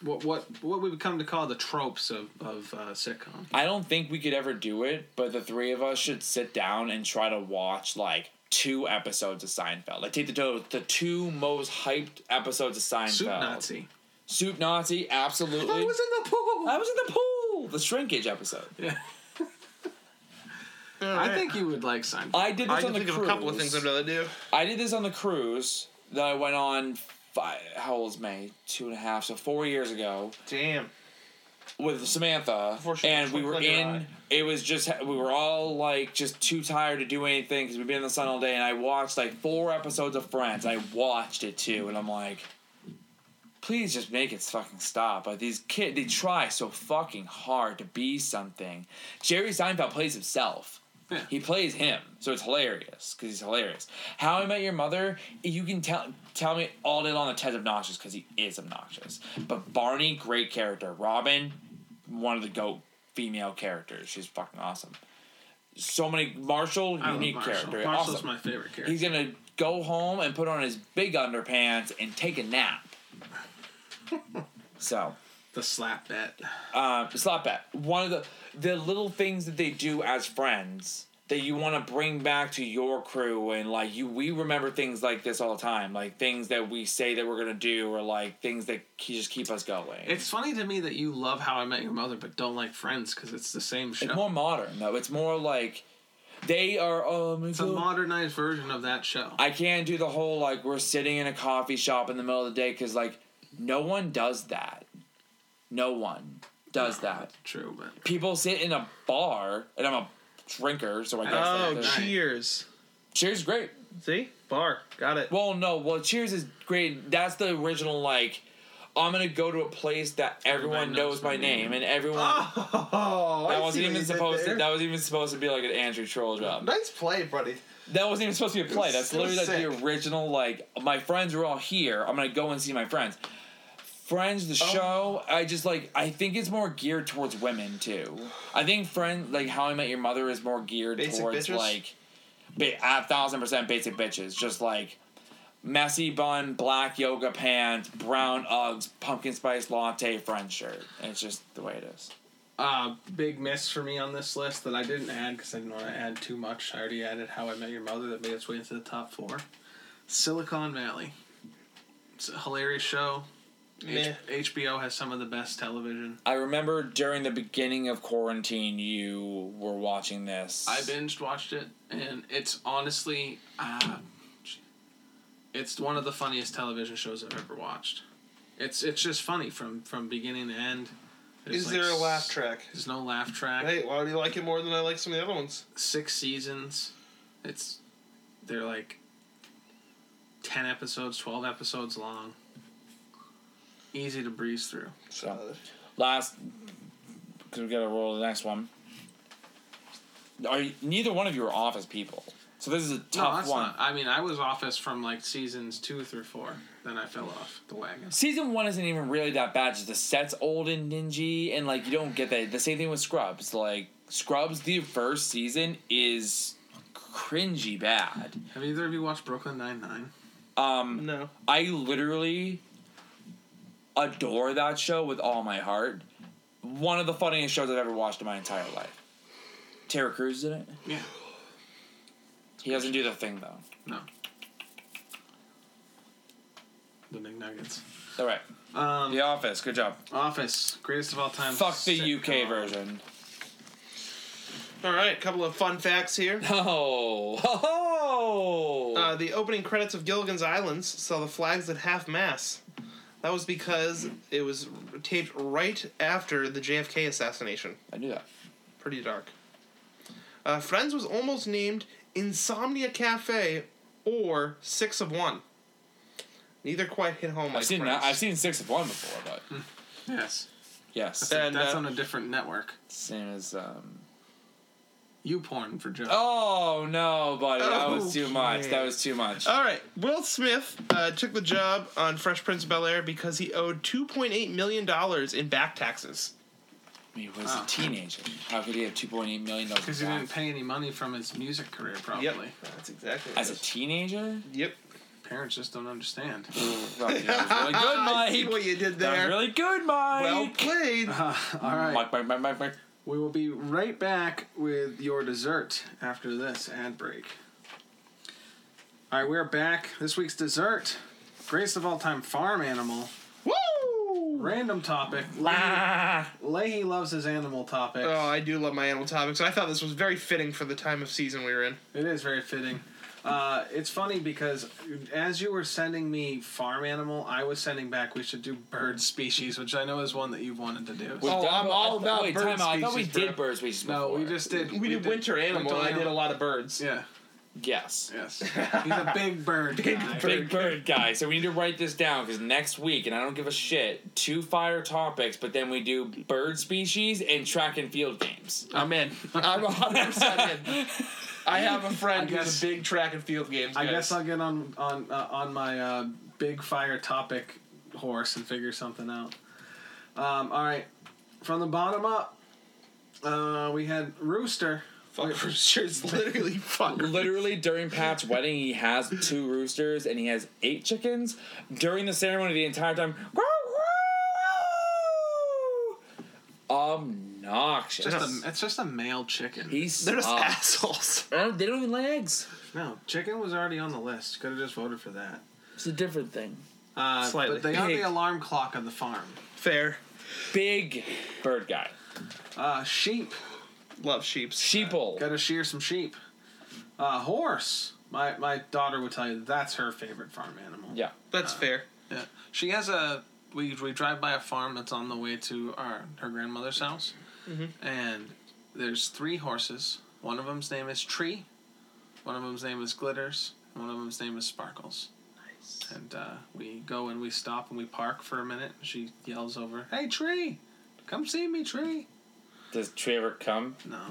Speaker 2: What what what we would come to call the tropes of of uh, sitcom.
Speaker 3: I don't think we could ever do it, but the three of us should sit down and try to watch like two episodes of Seinfeld. Like take the two, the two most hyped episodes of Seinfeld.
Speaker 2: Soup Nazi.
Speaker 3: Soup Nazi, absolutely.
Speaker 2: I was in the pool.
Speaker 3: I was in the pool. The shrinkage episode.
Speaker 2: yeah.
Speaker 4: All
Speaker 2: I
Speaker 4: right.
Speaker 2: think you would like Seinfeld.
Speaker 3: I did this
Speaker 4: I
Speaker 3: on
Speaker 4: can
Speaker 3: the
Speaker 4: think
Speaker 3: cruise.
Speaker 4: of a couple of things I'd rather do.
Speaker 3: I did this on the cruise that I went on. Five, how old's May? Two and a half, so four years ago
Speaker 4: Damn.
Speaker 3: with Samantha,
Speaker 4: Before she-
Speaker 3: and
Speaker 4: before
Speaker 3: we
Speaker 4: she
Speaker 3: were
Speaker 4: cleaned her eye.
Speaker 3: in. It was just we were all like just too tired to do anything because we've been in the sun all day, and I watched like four episodes of Friends. I watched it too, and I'm like, please just make it fucking stop. Like these kid, they try so fucking hard to be something. Jerry Seinfeld plays himself.
Speaker 2: Yeah.
Speaker 3: He plays him, so it's hilarious because he's hilarious. How I Met Your Mother, you can tell tell me all day long that Ted's obnoxious because he is obnoxious. But Barney, great character. Robin, one of the goat female characters. She's fucking awesome. So many Marshall,
Speaker 2: I love
Speaker 3: unique
Speaker 2: Marshall.
Speaker 3: character.
Speaker 2: Marshall's
Speaker 3: awesome.
Speaker 2: my favorite character.
Speaker 3: He's gonna go home and put on his big underpants and take a nap. so,
Speaker 2: The slap bet.
Speaker 3: um, slap bet. One of the the little things that they do as friends that you want to bring back to your crew and like you we remember things like this all the time like things that we say that we're gonna do or like things that ke- just keep us going
Speaker 2: It's funny to me that you love How I Met Your Mother, but don't like Friends because it's the same show.
Speaker 3: It's more modern though it's more like they are um
Speaker 2: it's a modernized version of that show.
Speaker 3: i can't do the whole like we're sitting in a coffee shop in the middle of the day because like no one does that no one does that
Speaker 2: True, but
Speaker 3: people sit in a bar, and I'm a drinker, so I guess.
Speaker 4: Oh,
Speaker 3: that-
Speaker 4: cheers.
Speaker 3: Cheers is great.
Speaker 4: See? Bar. Got it.
Speaker 3: Well, no, well, Cheers is great. That's the original, like, I'm gonna go to a place that everyone
Speaker 2: Everybody knows
Speaker 3: knows my
Speaker 2: my
Speaker 3: name, and everyone.
Speaker 4: Oh,
Speaker 3: that wasn't even supposed to. That was even supposed to be like an Andrew Troll job.
Speaker 4: nice play, buddy.
Speaker 3: That wasn't even supposed to be a play.
Speaker 4: was
Speaker 3: That's
Speaker 4: so
Speaker 3: literally like
Speaker 4: sick.
Speaker 3: the original. Like my friends are all here. I'm gonna go and see my friends. Friends,
Speaker 4: Oh.
Speaker 3: the show. I just like. I think it's more geared towards women too. I think friends like How I Met Your Mother is more geared
Speaker 4: Basic
Speaker 3: towards
Speaker 4: bitches?
Speaker 3: like, ba- a thousand percent basic bitches. Just like messy bun, black yoga pants, brown Uggs, pumpkin spice latte, friend shirt. And it's just the way it is.
Speaker 2: uh, big miss for me on this list that I didn't add because I didn't want to add too much. I already added How I Met Your Mother that made its way into the top four. Silicon Valley. It's a hilarious show.
Speaker 4: Meh.
Speaker 2: H- HBO has some of the best television.
Speaker 3: I remember during the beginning of quarantine, you were watching this.
Speaker 2: I binged watched it, and it's honestly, uh, it's one of the funniest television shows I've ever watched. It's it's just funny from from beginning to end. There's
Speaker 4: Is
Speaker 2: like
Speaker 4: there a
Speaker 2: s-
Speaker 4: laugh track?
Speaker 2: There's no laugh track.
Speaker 4: Hey, why do you like it more than I like some of the other ones?
Speaker 2: Six seasons. It's they're like ten episodes, twelve episodes long. Easy to breeze through.
Speaker 3: So
Speaker 4: Uh,
Speaker 3: last, because we got to roll the next one. Are you, neither one of you are office people, so this is a
Speaker 2: No,
Speaker 3: tough
Speaker 2: that's
Speaker 3: one.
Speaker 2: not- I mean, I was office from like seasons two through four. Then I fell off the wagon.
Speaker 3: Season one isn't even really that bad. Just the set's old and dingy, and like you don't get that. The same thing with Scrubs. Like Scrubs, the first season is cringy bad.
Speaker 2: Have either of you watched Brooklyn Nine Nine?
Speaker 3: Um,
Speaker 4: No.
Speaker 3: I literally adore that show with all my heart. One of the funniest shows I've ever watched in my entire life. Tara Crews did it.
Speaker 2: Yeah.
Speaker 3: He doesn't do the thing though.
Speaker 2: No. The McNuggets.
Speaker 3: All right,
Speaker 2: Um,
Speaker 3: The Office. Good job.
Speaker 2: Office, greatest of all time.
Speaker 3: Fuck the
Speaker 2: sitcom.
Speaker 3: UK version.
Speaker 4: All right, couple of fun facts here.
Speaker 3: Oh, oh.
Speaker 4: Uh, the opening credits of Gilligan's Islands saw the flags at half mast. That was because it was taped right after the JFK assassination.
Speaker 3: I knew that.
Speaker 4: Pretty dark. Uh, Friends was almost named Insomnia Cafe or Six of One. Neither quite hit home.
Speaker 3: I've
Speaker 4: like
Speaker 3: seen
Speaker 4: Friends.
Speaker 3: that. I've seen Six of One before, but
Speaker 4: Hmm.
Speaker 2: Yes.
Speaker 3: yes,
Speaker 4: And,
Speaker 2: That's
Speaker 4: uh,
Speaker 2: on a different network.
Speaker 3: same as. Um...
Speaker 2: You porn for Joe.
Speaker 3: Oh no, buddy, that was too
Speaker 4: Okay.
Speaker 3: much. That was too much.
Speaker 4: All right, Will Smith uh, took the job on Fresh Prince of Bel Air because he owed two point eight million dollars in back taxes.
Speaker 3: he was
Speaker 4: uh.
Speaker 2: Oh.
Speaker 3: a teenager. How could he have two point eight million dollars?
Speaker 2: Because he didn't pay any money from his music career, probably.
Speaker 4: that's exactly.
Speaker 3: As a teenager?
Speaker 4: yep.
Speaker 2: Parents just don't understand.
Speaker 3: Fuck, that was really good,
Speaker 4: I see
Speaker 3: Mike.
Speaker 4: what you did
Speaker 3: that was
Speaker 4: there.
Speaker 3: really good, Mike.
Speaker 4: well played.
Speaker 2: Uh, all right.
Speaker 3: Mike, Mike, Mike, Mike, Mike.
Speaker 2: We will be right back with your dessert after this ad break. All right, we're back. This week's dessert greatest of all time farm animal.
Speaker 4: Woo!
Speaker 2: Random topic. Leahy,
Speaker 3: Ah.
Speaker 2: Leahy loves his animal topic.
Speaker 4: Oh, I do love my animal topics. I thought this was very fitting for the time of season we were in.
Speaker 2: It is very fitting. Uh, it's funny because as you were sending me farm animal, I was sending back we should do bird species, which I know is one that you've wanted to do.
Speaker 3: We've
Speaker 4: Oh,
Speaker 3: done-
Speaker 4: I'm all
Speaker 3: I-
Speaker 4: about
Speaker 3: wait,
Speaker 4: bird
Speaker 3: time out. I thought we
Speaker 4: species,
Speaker 3: did
Speaker 4: bro.
Speaker 3: bird species
Speaker 2: no, we
Speaker 3: before.
Speaker 2: just did.
Speaker 4: We, did, winter animal.
Speaker 2: winter
Speaker 4: I did a
Speaker 2: animal.
Speaker 4: lot of birds.
Speaker 2: Yeah,
Speaker 3: Yes.
Speaker 2: yes. He's a big bird. guy.
Speaker 3: Big bird guy. So we need to write this down because next week, and I don't give a shit, two fire topics, but then we do bird species and track and field games.
Speaker 4: I'm in. I'm 100% in. I have a friend
Speaker 2: I
Speaker 4: who's
Speaker 2: guess-
Speaker 4: a big track and field games.
Speaker 2: I
Speaker 4: guy.
Speaker 2: guess I'll get on on uh, on my uh, big fire topic horse and figure something out. Um, all right, from the bottom up, uh, we had rooster.
Speaker 4: fuck roosters. Literally, fuck.
Speaker 3: Literally during Pat's wedding, he has two roosters and he has eight chickens. During the ceremony, the entire time, obnoxious.
Speaker 2: Just a, it's just a male chicken.
Speaker 3: he
Speaker 5: They're just
Speaker 3: sucks.
Speaker 5: assholes.
Speaker 3: Uh, they don't even lay eggs.
Speaker 2: No, chicken was already on the list. Could have just voted for that.
Speaker 3: It's a different thing.
Speaker 2: Uh,
Speaker 5: Slightly.
Speaker 2: But they are the
Speaker 3: Big.
Speaker 2: alarm clock on the farm.
Speaker 5: Fair.
Speaker 3: Big bird guy.
Speaker 2: Uh, sheep.
Speaker 5: Love sheeps.
Speaker 3: Sheeple.
Speaker 2: Gotta shear some sheep. Uh, horse. My my daughter would tell you that's her favorite farm animal.
Speaker 3: yeah.
Speaker 4: Uh,
Speaker 5: That's fair.
Speaker 2: Yeah. She has a. We, we drive by a farm that's on the way to our her grandmother's house, and there's three horses. One of them's name is Tree, one of them's name is Glitters, and one of them's name is Sparkles. Nice. And uh, we go and we stop and we park for a minute. And she yells over, "Hey Tree, come see me, Tree!"
Speaker 3: Does Trevor come?
Speaker 2: No,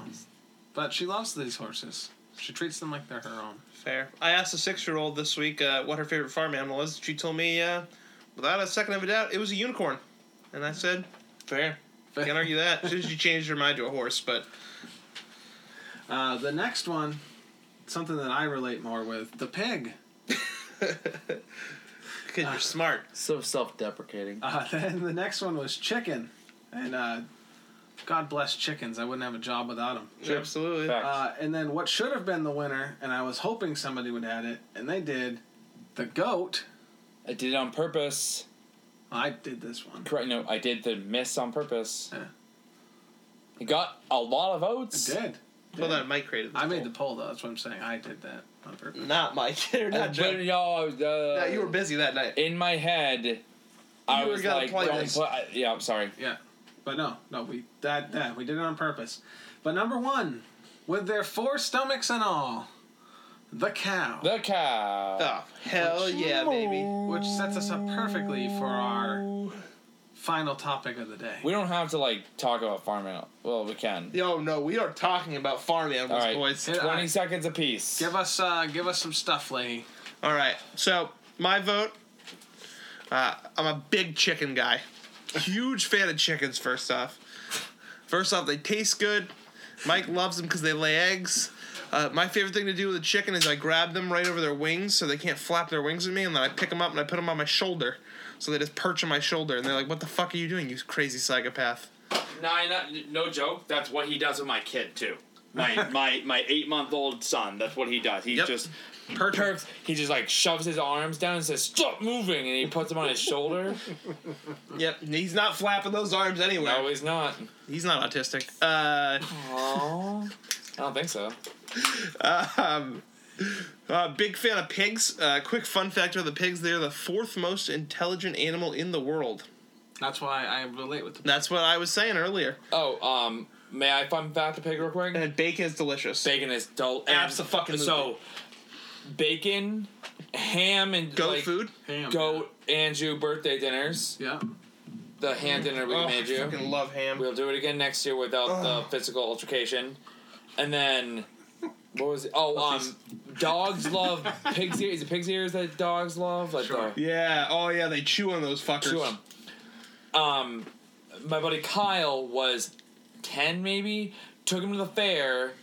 Speaker 2: but she loves these horses. She treats them like they're her own.
Speaker 5: Fair. I asked a six-year-old this week uh, what her favorite farm animal is. She told me, uh, without a second of a doubt, it was a unicorn. And I said, fair. Can't argue that. She she changed her mind to a horse, but
Speaker 2: Uh, the next one, something that I relate more with, the pig.
Speaker 5: kid,
Speaker 2: Ah.
Speaker 5: you're smart.
Speaker 3: So self deprecating.
Speaker 2: Uh, then the next one was chicken, and uh, God bless chickens. I wouldn't have a job without them.
Speaker 5: Absolutely.
Speaker 3: Fact.
Speaker 2: Uh, and then what should have been the winner, and I was hoping somebody would add it, and they did. The goat.
Speaker 3: I did it on purpose.
Speaker 2: I did this one.
Speaker 3: Correct. No, I did the miss on purpose.
Speaker 2: Yeah.
Speaker 3: It got a lot of
Speaker 2: I
Speaker 3: votes.
Speaker 2: did.
Speaker 5: Well, then Mike created. This
Speaker 2: I made the
Speaker 5: poll.
Speaker 2: poll though. That's what I'm saying. I did that on purpose.
Speaker 5: Not Mike. You're
Speaker 3: Uh,
Speaker 5: not Joe.
Speaker 3: but y'all, uh,
Speaker 5: No, you were busy that night.
Speaker 3: in my head. I
Speaker 5: were
Speaker 3: was
Speaker 5: gonna
Speaker 3: like,
Speaker 5: play
Speaker 3: don't
Speaker 5: this.
Speaker 3: play. I- Yeah, I'm sorry.
Speaker 2: Yeah, but no, no, we that that we did it on purpose. But number one, with their four stomachs and all, the cow.
Speaker 3: The cow.
Speaker 5: Oh, hell yeah, baby.
Speaker 2: which sets us up perfectly for our final topic of the day.
Speaker 3: We don't have to like talk about farm animal. Well, we can.
Speaker 5: Yo, no, we are talking about farm
Speaker 3: All
Speaker 5: animals,
Speaker 3: right,
Speaker 5: boys.
Speaker 2: Yeah.
Speaker 3: twenty
Speaker 2: I-
Speaker 3: seconds apiece.
Speaker 2: Give us, uh, give us some stuff, Leahy.
Speaker 5: All right. So my vote. Uh, I'm a big chicken guy. Huge fan of chickens. First off, first off, they taste good. Mike loves them because they lay eggs. Uh, my favorite thing to do with a chicken is I grab them right over their wings so they can't flap their wings at me, and then I pick them up and I put them on my shoulder. So they just perch on my shoulder, and they're like, "What the fuck are you doing, you crazy psychopath?"
Speaker 3: No, I- not, no joke. That's what he does with my kid too. My my my eight month old son. That's what he does. He
Speaker 5: Yep.
Speaker 3: just
Speaker 5: Perch.
Speaker 3: perks. He just like shoves his arms down and says, "Stop moving," and he puts them on his shoulder.
Speaker 5: Yep. He's not flapping those arms anywhere.
Speaker 3: no, he's not.
Speaker 5: He's not autistic. Uh,
Speaker 3: Aww. I don't think so.
Speaker 5: Uh, big fan of pigs. Uh, quick fun fact about the pigs: they're the fourth most intelligent animal in the world.
Speaker 2: That's why I relate with the.
Speaker 5: That's what I was saying earlier.
Speaker 3: Oh, um, may I fun fact a pig real quick?
Speaker 5: And bacon is delicious.
Speaker 3: Bacon is dull.
Speaker 5: Abso-fucking-lutely.
Speaker 3: So, bacon, ham, and
Speaker 5: Goat
Speaker 3: like,
Speaker 5: food.
Speaker 2: Ham.
Speaker 3: Goat Andrew birthday dinners.
Speaker 2: Yeah.
Speaker 3: The ham dinner we
Speaker 5: Oh, I
Speaker 3: made you.
Speaker 5: fucking love ham.
Speaker 3: We'll do it again next year without the physical altercation. And then what was it? Oh, um, dogs love pig's ears. Is it pig's ears that dogs love? Like
Speaker 2: Sure.
Speaker 3: the,
Speaker 5: yeah. Oh yeah, they chew on those fuckers.
Speaker 3: chew 'em. Um, my buddy Kyle was ten, maybe. Took him to the fair.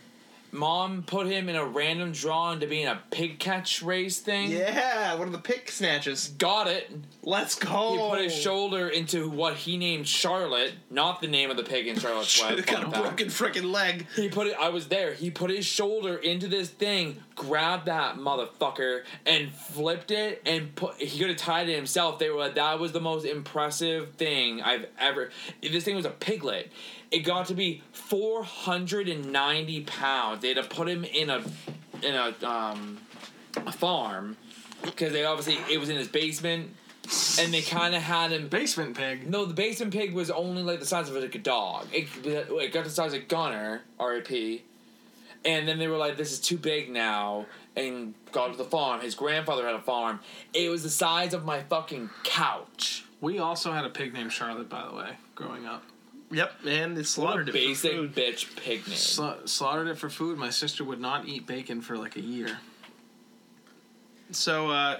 Speaker 3: Mom put him in a random drawing to be in a pig catch race thing.
Speaker 5: Yeah, one of the pig snatches.
Speaker 3: Got it.
Speaker 5: Let's
Speaker 3: He
Speaker 5: go.
Speaker 3: put
Speaker 4: Oh.
Speaker 3: his shoulder into what he named Charlotte, not the name of the pig in Charlotte's
Speaker 5: Should
Speaker 3: Web.
Speaker 5: have got a
Speaker 3: fun fact.
Speaker 5: broken freaking leg.
Speaker 3: He put it. I was there. He put his shoulder into this thing, grabbed that motherfucker, and flipped it. And put. He could have tied it himself. They were like, that was the most impressive thing I've ever. This thing was a piglet. It got to be four hundred and ninety pounds. They had to put him in a, in a um, a farm, because they obviously it was in his basement, and they kind of had him
Speaker 2: Basement pig.
Speaker 3: no, the basement pig was only like the size of like a dog. It, it got the size of Gunner, R.I.P. And then they were like, "This is too big now," and got to the farm. His grandfather had a farm. It was the size of my fucking couch.
Speaker 2: We also had a pig named Charlotte, by the way, growing up.
Speaker 5: Yep, and it's slaughtered it for
Speaker 3: Basic
Speaker 5: food.
Speaker 3: bitch pig name.
Speaker 2: Sla- slaughtered it for food. My sister would not eat bacon for like a year.
Speaker 5: So uh,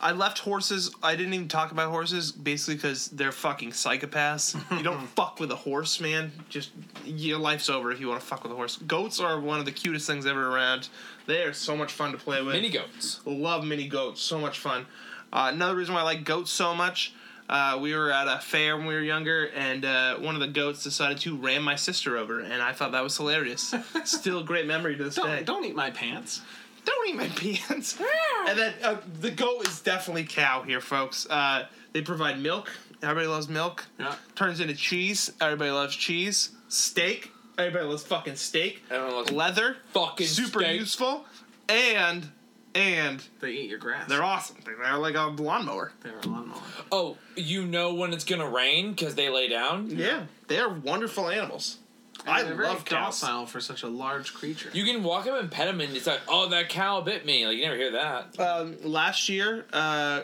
Speaker 5: I left horses. I didn't even talk about horses, basically because they're fucking psychopaths. you don't fuck with a horse, man. Just your life's over if you want to fuck with a horse. Goats are one of the cutest things ever around. They are so much fun to play with.
Speaker 3: Mini goats.
Speaker 5: Love mini goats. So much fun. Uh, another reason why I like goats so much. Uh, we were at a fair when we were younger, and uh, one of the goats decided to ram my sister over, and I thought that was hilarious. Still a great memory to this day.
Speaker 2: Don't, don't eat my pants.
Speaker 5: Don't eat my pants. and then uh, the goat is definitely cow here, folks. Uh, they provide milk. Everybody loves milk.
Speaker 2: Yeah.
Speaker 5: Turns into cheese. Everybody loves cheese. Steak. Everybody loves fucking steak.
Speaker 3: Everyone loves
Speaker 5: Leather.
Speaker 3: fucking
Speaker 5: super
Speaker 3: steak.
Speaker 5: useful. And and
Speaker 2: They eat your grass.
Speaker 5: they're awesome. They're like a lawnmower.
Speaker 2: They're a lawnmower.
Speaker 3: Oh, you know when it's gonna rain because they lay down.
Speaker 5: Yeah, they are wonderful animals. I
Speaker 2: they're very
Speaker 5: love cows.
Speaker 2: docile for such a large creature.
Speaker 3: You can walk up and pet them, and it's like, oh, that cow bit me. Like you never hear that.
Speaker 5: Um, last year, uh,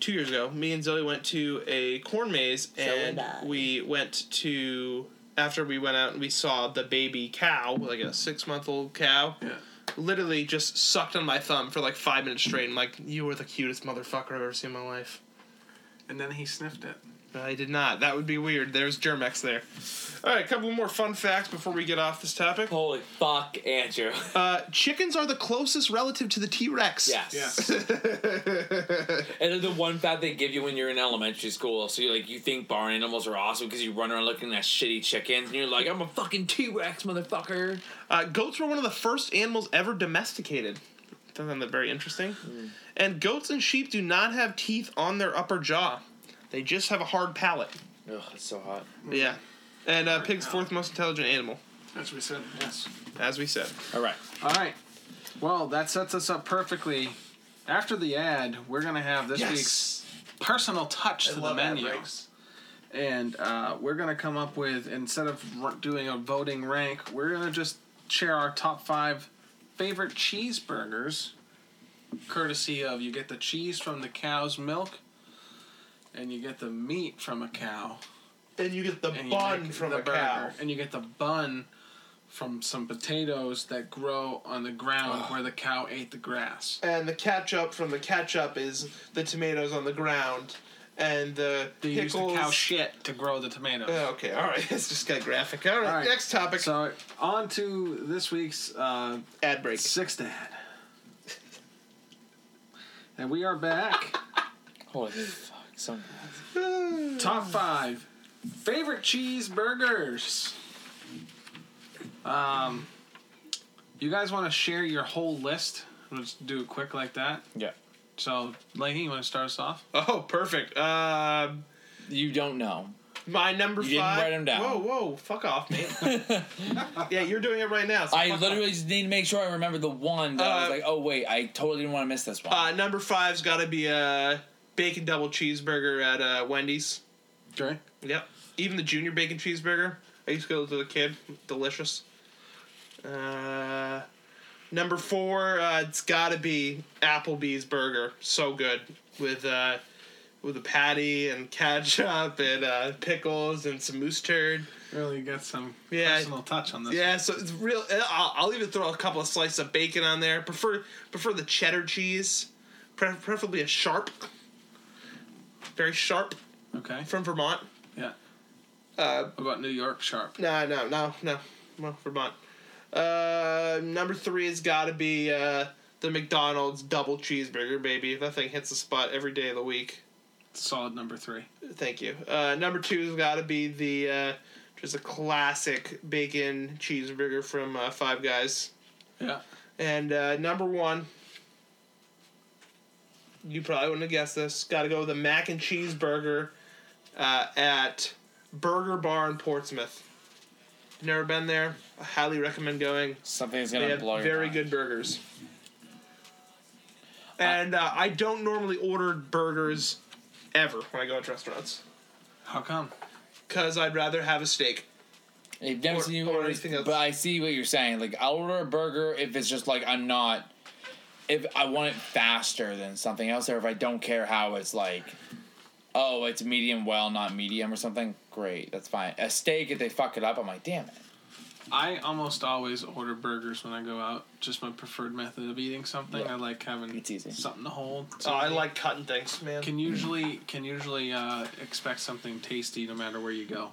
Speaker 5: two years ago, me and Zoe went to a corn maze, and we went to after we went out and we saw the baby cow, like a six month old cow.
Speaker 2: yeah.
Speaker 5: Literally just sucked on my thumb for like five minutes straight. And like, you were the cutest motherfucker I've ever seen in my life.
Speaker 2: And then he sniffed it.
Speaker 5: I did not. That would be weird. There's Germex there. All right, a couple more fun facts before we get off this topic.
Speaker 3: Holy fuck, Andrew.
Speaker 5: Uh, chickens are the closest relative to the T Rex.
Speaker 3: yes.
Speaker 2: Yeah.
Speaker 3: And they're the one fact they give you when you're in elementary school. So you like you think barn animals are awesome because you run around looking at shitty chickens and you're like, I'm a fucking T Rex, motherfucker.
Speaker 5: Uh, goats were one of the first animals ever domesticated. Doesn't that very interesting? And goats and sheep do not have teeth on their upper jaw; they just have a hard palate.
Speaker 3: Ugh, it's so hot.
Speaker 5: Yeah. And uh, pig's
Speaker 2: palate.
Speaker 5: fourth most intelligent animal,
Speaker 2: As we said, yes.
Speaker 5: as we said.
Speaker 3: All right.
Speaker 2: All right. Well, that sets us up perfectly. After the ad, we're going to have this week's personal touch to the
Speaker 5: love ad
Speaker 2: menu.
Speaker 5: breaks.
Speaker 2: And uh, we're going to come up with, instead of r- doing a voting rank, we're going to just share our top five favorite cheeseburgers, courtesy of you get the cheese from the cow's milk, and you get the meat from a cow.
Speaker 5: And you get the
Speaker 2: and you
Speaker 5: bun
Speaker 2: make
Speaker 5: from
Speaker 2: the
Speaker 5: a cow.
Speaker 2: burger, And you get the bun from some potatoes that grow on the ground where the cow ate the grass.
Speaker 5: And the ketchup from the ketchup is the tomatoes on the ground, and the
Speaker 2: They use
Speaker 5: pickles.
Speaker 2: the cow shit to grow the tomatoes.
Speaker 5: Oh, okay, all right. It's just got graphic. All right,
Speaker 2: All right.
Speaker 5: next topic.
Speaker 2: So on to this week's uh,
Speaker 5: Ad break.
Speaker 2: sixth ad, and we are back.
Speaker 3: Holy fuck. So
Speaker 2: Top five favorite cheeseburgers. Um, you guys want to share your whole list? Let's do it quick like that.
Speaker 3: Yeah.
Speaker 2: So, Lanky, you want to start us off?
Speaker 5: Oh, perfect. Um,
Speaker 3: You don't know.
Speaker 5: My number
Speaker 3: You didn't
Speaker 5: five.
Speaker 3: write 'em down.
Speaker 5: Whoa, whoa, fuck off, man. yeah, you're doing it right now. so
Speaker 3: I
Speaker 5: fuck
Speaker 3: literally just need to make sure I remember the one that I was
Speaker 5: Uh,
Speaker 3: like, oh wait, I totally didn't want to miss this one.
Speaker 5: off. Uh, number five's got to be a bacon double cheeseburger at uh, Wendy's.
Speaker 2: Okay.
Speaker 5: Yep. Even the junior bacon cheeseburger. I used to go to the kid. Delicious. Uh, number four, uh, it's got to be Applebee's burger. So good with uh, with a patty and ketchup and uh, pickles and some moose turd.
Speaker 2: Really got some
Speaker 5: Yeah.
Speaker 2: personal touch on this.
Speaker 5: Yeah, so it's real. eh, I'll, I'll even throw a couple of slices of bacon on there. Prefer prefer the cheddar cheese, pre- preferably a sharp, very sharp
Speaker 2: one. Okay.
Speaker 5: from Vermont.
Speaker 2: Yeah.
Speaker 5: Uh,
Speaker 2: What about New York sharp?
Speaker 5: no, no, no, no, no Vermont. Uh, number three has got to be uh, the McDonald's double cheeseburger, baby. That thing hits the spot every day of the week.
Speaker 2: Solid number three.
Speaker 5: Thank you. Uh, number two has got to be the uh, just a classic bacon cheeseburger from uh, Five Guys.
Speaker 2: Yeah.
Speaker 5: And uh, number one, you probably wouldn't have guessed this. Got to go with the mac and cheese burger uh, at Burger Bar in Portsmouth. Never been there. I highly recommend going.
Speaker 3: Something's
Speaker 5: They
Speaker 3: gonna
Speaker 5: have
Speaker 3: blow your
Speaker 5: very
Speaker 3: mind.
Speaker 5: good burgers. And uh, I don't normally order burgers ever when I go to restaurants
Speaker 2: How come?
Speaker 5: because I'd rather have a steak.
Speaker 3: I've never
Speaker 5: or-
Speaker 3: seen you
Speaker 5: or
Speaker 3: order,
Speaker 5: anything else.
Speaker 3: but I see what you're saying. Like I'll order a burger if it's just like I'm not. If I want it faster than something else, or if I don't care how it's like, oh, it's medium well, not medium or something. Great, that's fine. A steak, if they fuck it up, I'm like, damn it.
Speaker 2: I almost always order burgers when I go out. Just my preferred method of eating something.
Speaker 3: Yeah.
Speaker 2: I like having
Speaker 3: It's easy.
Speaker 2: something to hold.
Speaker 5: So Oh, I like cutting things, man.
Speaker 2: can usually can usually uh, expect something tasty no matter where you go.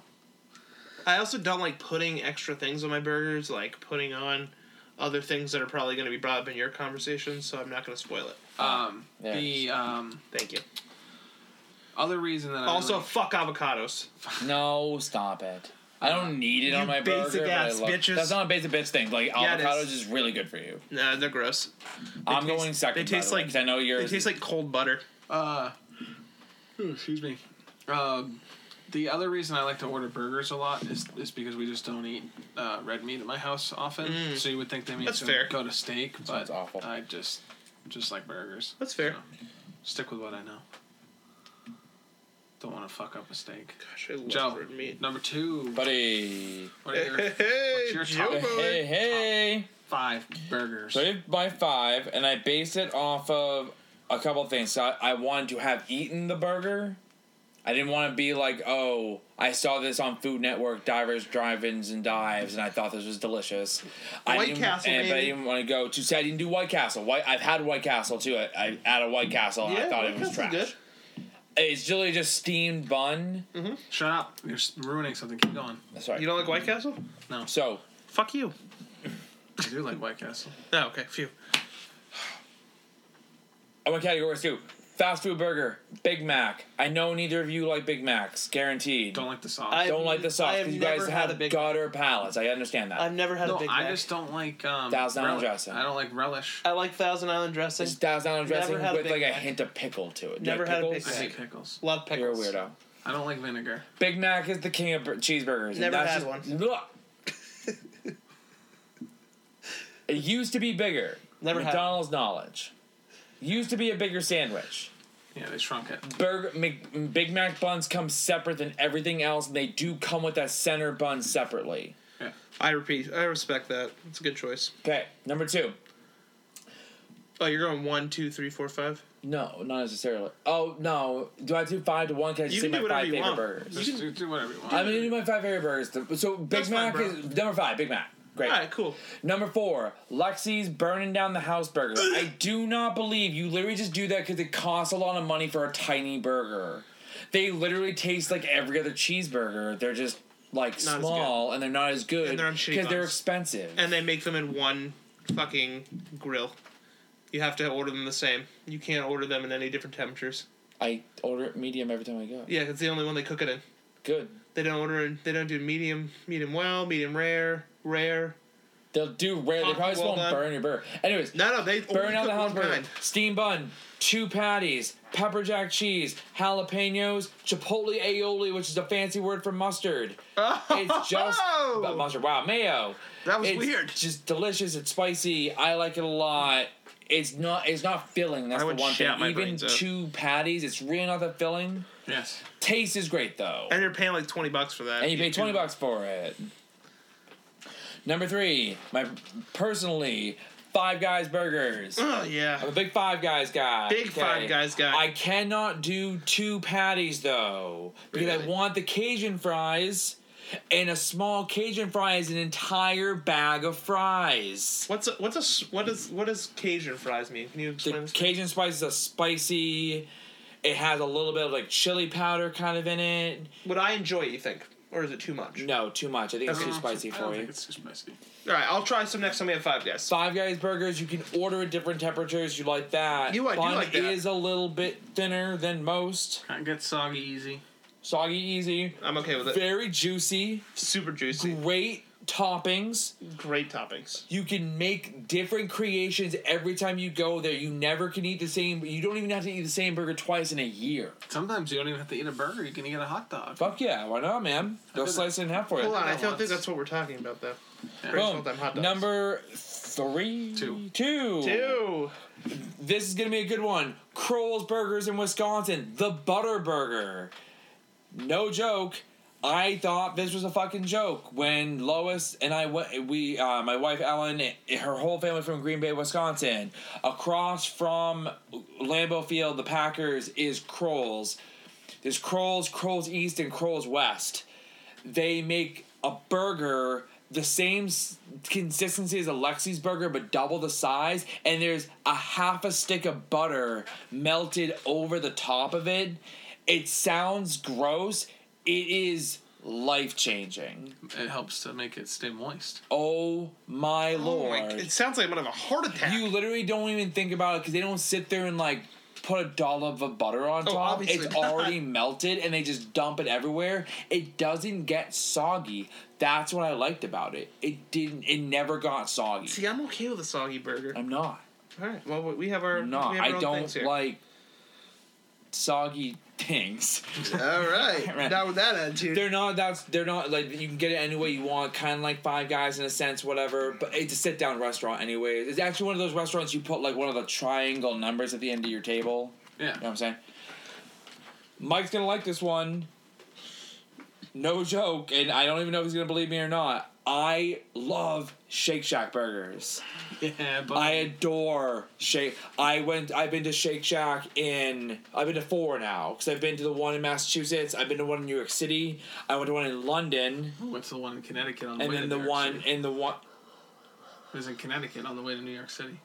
Speaker 5: I also don't like putting extra things on my burgers, like putting on other things that are probably going to be brought up in your conversation, so I'm not going to spoil it.
Speaker 2: Um,
Speaker 3: Yeah.
Speaker 2: the um,
Speaker 5: Thank you.
Speaker 2: Other reason that
Speaker 5: Also,
Speaker 2: I
Speaker 5: fuck avocados.
Speaker 3: No, stop it. I don't need it
Speaker 5: You
Speaker 3: on my
Speaker 5: basic
Speaker 3: burger. but I
Speaker 5: ass
Speaker 3: love-
Speaker 5: bitches.
Speaker 3: That's not a basic bitch thing. Like
Speaker 5: Yeah, it is.
Speaker 3: avocados is really good for you.
Speaker 5: Nah, they're gross.
Speaker 3: I'm
Speaker 5: taste-
Speaker 3: going second.
Speaker 5: they taste
Speaker 3: by the way,
Speaker 5: like-
Speaker 3: 'cause I know
Speaker 5: They
Speaker 3: yours.
Speaker 5: taste like cold butter.
Speaker 2: really, uh, ooh, excuse me. Um, the other reason I like to order burgers a lot is, is because we just don't eat uh, red meat at my house often. So you would think they mean
Speaker 5: That's
Speaker 2: to
Speaker 5: fair.
Speaker 2: go to steak,
Speaker 3: Mm. sounds
Speaker 2: but
Speaker 3: awful.
Speaker 2: I just just like burgers.
Speaker 5: That's fair.
Speaker 2: Stick with what I know. Don't want to fuck up a steak.
Speaker 5: Gosh, I love
Speaker 2: Joe,
Speaker 5: red meat.
Speaker 2: number two.
Speaker 3: buddy.
Speaker 2: What are your
Speaker 5: Hey,
Speaker 2: your
Speaker 5: Joe
Speaker 2: topic?
Speaker 5: boy.
Speaker 3: Hey, hey.
Speaker 2: five burgers?
Speaker 3: So I did by five, and I based it off of a couple of things. So I, I wanted to have eaten the burger. I didn't want to be like, oh, I saw this on Food Network, Divers, Drive-ins, and Dives, and I thought this was delicious. I
Speaker 5: White
Speaker 3: didn't-
Speaker 5: Castle,
Speaker 3: and, but I
Speaker 5: baby.
Speaker 3: didn't want to go to. See, I didn't do White Castle. White, I've had White Castle too. I, I had a White Castle, and I
Speaker 5: Yeah,
Speaker 3: thought
Speaker 5: White
Speaker 3: it was
Speaker 5: Castle's
Speaker 3: trash.
Speaker 5: good.
Speaker 3: It's really just steamed bun.
Speaker 2: Shut up! You're s- ruining something. Keep going.
Speaker 3: That's right.
Speaker 5: Mm. You don't like White Castle?
Speaker 3: so
Speaker 5: Fuck you.
Speaker 2: I do like White Castle.
Speaker 5: Oh, okay, phew.
Speaker 3: I want categories too. Fast food burger, Big Mac. I know neither of you like Big Macs, guaranteed.
Speaker 2: Don't like the sauce.
Speaker 5: I-
Speaker 3: don't like the sauce
Speaker 5: I have
Speaker 3: because you guys
Speaker 5: never
Speaker 3: have
Speaker 5: had a Big
Speaker 3: gutter palates. I understand that.
Speaker 5: I've never had
Speaker 2: no,
Speaker 5: a Big
Speaker 2: I
Speaker 5: Mac.
Speaker 2: just don't like um,
Speaker 3: Thousand Island
Speaker 2: relish.
Speaker 3: dressing.
Speaker 2: I don't like relish.
Speaker 5: I like Thousand Island dressing.
Speaker 3: It's Thousand Island
Speaker 5: Never
Speaker 3: dressing
Speaker 5: had a
Speaker 3: with
Speaker 5: Big
Speaker 3: like a
Speaker 5: Mac.
Speaker 3: hint of pickle to it. Do you
Speaker 5: Never
Speaker 3: like
Speaker 5: had a
Speaker 3: pickles?
Speaker 2: I
Speaker 5: Big
Speaker 2: hate
Speaker 5: Mac.
Speaker 2: pickles.
Speaker 5: Love
Speaker 3: You're a
Speaker 5: pickles.
Speaker 3: weirdo.
Speaker 2: I don't like vinegar.
Speaker 3: Big Mac is the king of bur- cheeseburgers. and
Speaker 5: Never
Speaker 3: that's
Speaker 5: had
Speaker 3: just-
Speaker 5: one.
Speaker 3: Look. it used to be bigger.
Speaker 5: Never had
Speaker 3: McDonald's knowledge. Used to be a bigger sandwich.
Speaker 2: Yeah, they shrunk it.
Speaker 3: Burger, Mc, Big Mac buns come separate than everything else, and they do come with that center bun separately.
Speaker 5: I repeat, I respect that. It's a good choice.
Speaker 3: Okay, number two.
Speaker 5: Oh, you're going one, two, three, four, five.
Speaker 3: No, not necessarily. Oh no, do I do five to one? Can I just
Speaker 5: You
Speaker 3: say
Speaker 5: can
Speaker 3: my
Speaker 5: do whatever
Speaker 3: five
Speaker 5: you
Speaker 3: favorite
Speaker 5: want.
Speaker 3: burgers?
Speaker 2: Just do, do whatever you want.
Speaker 3: I'm gonna do my five favorite burgers. th- So Big
Speaker 5: That's fine,
Speaker 3: Mac
Speaker 5: bro.
Speaker 3: is number five. Big Mac, great.
Speaker 5: All right, cool.
Speaker 3: Number four, Lexi's burning down the house burger. I do not believe you literally just do that because it costs a lot of money for a tiny burger. They literally taste like every other cheeseburger. They're just like
Speaker 5: Not as
Speaker 3: small and they're not as good
Speaker 5: And they're on shitty
Speaker 3: because they're
Speaker 5: buns.
Speaker 3: expensive.
Speaker 5: And they make them in one fucking grill. You have to order them the same. You can't order them in any different temperatures.
Speaker 3: I order it medium every time I go.
Speaker 5: Yeah, it's the only one they cook it in.
Speaker 3: Good.
Speaker 5: They don't order. In, they don't do medium, medium well, medium rare, rare.
Speaker 3: They'll do rare. They
Speaker 5: Coffee
Speaker 3: probably just
Speaker 5: well
Speaker 3: won't
Speaker 5: done.
Speaker 3: burn your burger. Anyways,
Speaker 5: No, no, they
Speaker 3: Burn
Speaker 5: only
Speaker 3: out
Speaker 5: cook
Speaker 3: the house
Speaker 5: one
Speaker 3: burger.
Speaker 5: kind.
Speaker 3: Steam bun, two patties, pepper jack cheese, jalapenos, chipotle aioli, which is a fancy word for mustard. It's just but mustard. Wow, mayo.
Speaker 5: That Oh. was
Speaker 3: it's
Speaker 5: weird.
Speaker 3: Just delicious. It's spicy. I like it a lot. It's not. It's not filling. That's
Speaker 5: I
Speaker 3: the
Speaker 5: would
Speaker 3: one
Speaker 5: shout
Speaker 3: thing.
Speaker 5: my
Speaker 3: Even
Speaker 5: brains out.
Speaker 3: two patties, it's really not that filling.
Speaker 2: yes.
Speaker 3: Taste is great though,
Speaker 5: And you're paying like twenty bucks for that.
Speaker 3: and you pay twenty
Speaker 5: do-
Speaker 3: bucks for it. Number three, my personally Five Guys burgers.
Speaker 5: Oh yeah.
Speaker 3: I'm a big Five Guys guy.
Speaker 5: Big Five Guys guy.
Speaker 3: I cannot do two patties though because I
Speaker 5: Really?
Speaker 3: want the Cajun fries, and a small Cajun fry is an entire bag of fries.
Speaker 5: What's a, what's a s- what is what does Cajun fries mean? Can you explain
Speaker 3: The
Speaker 5: this?
Speaker 3: Cajun spice is a spicy. It has a little bit of like chili powder kind of in it.
Speaker 5: Would I enjoy? it, You think, or is it too much?
Speaker 3: No, too much. I think it's
Speaker 2: I
Speaker 3: too
Speaker 2: don't-
Speaker 3: spicy
Speaker 2: I don't
Speaker 3: for you.
Speaker 2: think it's too spicy.
Speaker 5: All right, I'll try some next time we have Five Guys.
Speaker 3: Five Guys burgers, you can order at different temperatures. You like that?
Speaker 5: You- I do
Speaker 3: Bun
Speaker 5: like that.
Speaker 3: is a little bit thinner than most.
Speaker 2: Can't get soggy easy.
Speaker 3: Soggy, easy,
Speaker 5: I'm okay with it.
Speaker 3: very juicy.
Speaker 5: Super juicy,
Speaker 3: great toppings.
Speaker 5: great toppings.
Speaker 3: You can make different creations every time you go there. You never can eat the same. You don't even have to eat the same burger twice in a year.
Speaker 2: Sometimes you don't even have to eat a burger. You can get a hot dog.
Speaker 3: Fuck yeah, why not, man? They'll slice it in half for you.
Speaker 5: Hold on, I
Speaker 2: that
Speaker 5: don't
Speaker 2: once.
Speaker 5: think that's what we're talking about though.
Speaker 2: Yeah.
Speaker 5: Boom. Them hot dogs.
Speaker 3: Number three,
Speaker 2: Two.
Speaker 3: two.
Speaker 5: Two.
Speaker 3: This is gonna be a good one. Kroll's Burgers in Wisconsin, the Butter Burger. No joke. I thought this was a fucking joke when Lois and I went. We, uh, my wife Ellen, eh, her whole family from Green Bay, Wisconsin. Across from Lambeau Field, the Packers is Kroll's. There's Kroll's, Kroll's East, and Kroll's West. They make a burger the same s- consistency as a Lexi's burger, but double the size. And there's a half a stick of butter melted over the top of it. It sounds gross. It is life changing.
Speaker 2: It helps to make it stay moist.
Speaker 3: Oh my
Speaker 5: Oh
Speaker 3: lord!
Speaker 5: my! It sounds like I'm gonna have a heart attack.
Speaker 3: you literally don't even think about it because they don't sit there and like put a dollop of butter on top.
Speaker 4: Oh, obviously
Speaker 3: it's
Speaker 4: not.
Speaker 3: already melted, and they just dump it everywhere. It doesn't get soggy. That's what I liked about it. It didn't. It never got soggy.
Speaker 4: See, I'm okay with a soggy burger.
Speaker 3: I'm not.
Speaker 4: All right. Well, we have our.
Speaker 3: I'm not.
Speaker 4: we have our
Speaker 3: I
Speaker 4: own things
Speaker 3: don't
Speaker 4: here.
Speaker 3: like soggy things.
Speaker 4: All right.
Speaker 3: Right.
Speaker 4: Now with that attitude.
Speaker 3: They're not. That's they're not like you can get it any way you want. Kind of like Five Guys in a sense, whatever. But it's a sit down restaurant anyway. It's actually one of those restaurants you put like one of the triangle numbers at the end of your table.
Speaker 2: Yeah.
Speaker 3: You know what I'm saying? Mike's gonna like this one. No joke, and I don't even know if he's gonna believe me or not. I love Shake Shack burgers.
Speaker 2: Yeah, but
Speaker 3: I adore Shake. I went. I've been to Shake Shack in. I've been to four now because I've been to the one in Massachusetts. I've been to one in New York City. I went to one in London,
Speaker 2: went to the one in Connecticut on the
Speaker 3: and
Speaker 2: way to
Speaker 3: then the
Speaker 2: New York
Speaker 3: one
Speaker 2: City.
Speaker 3: in the one.
Speaker 2: It was in Connecticut on the way to New York City.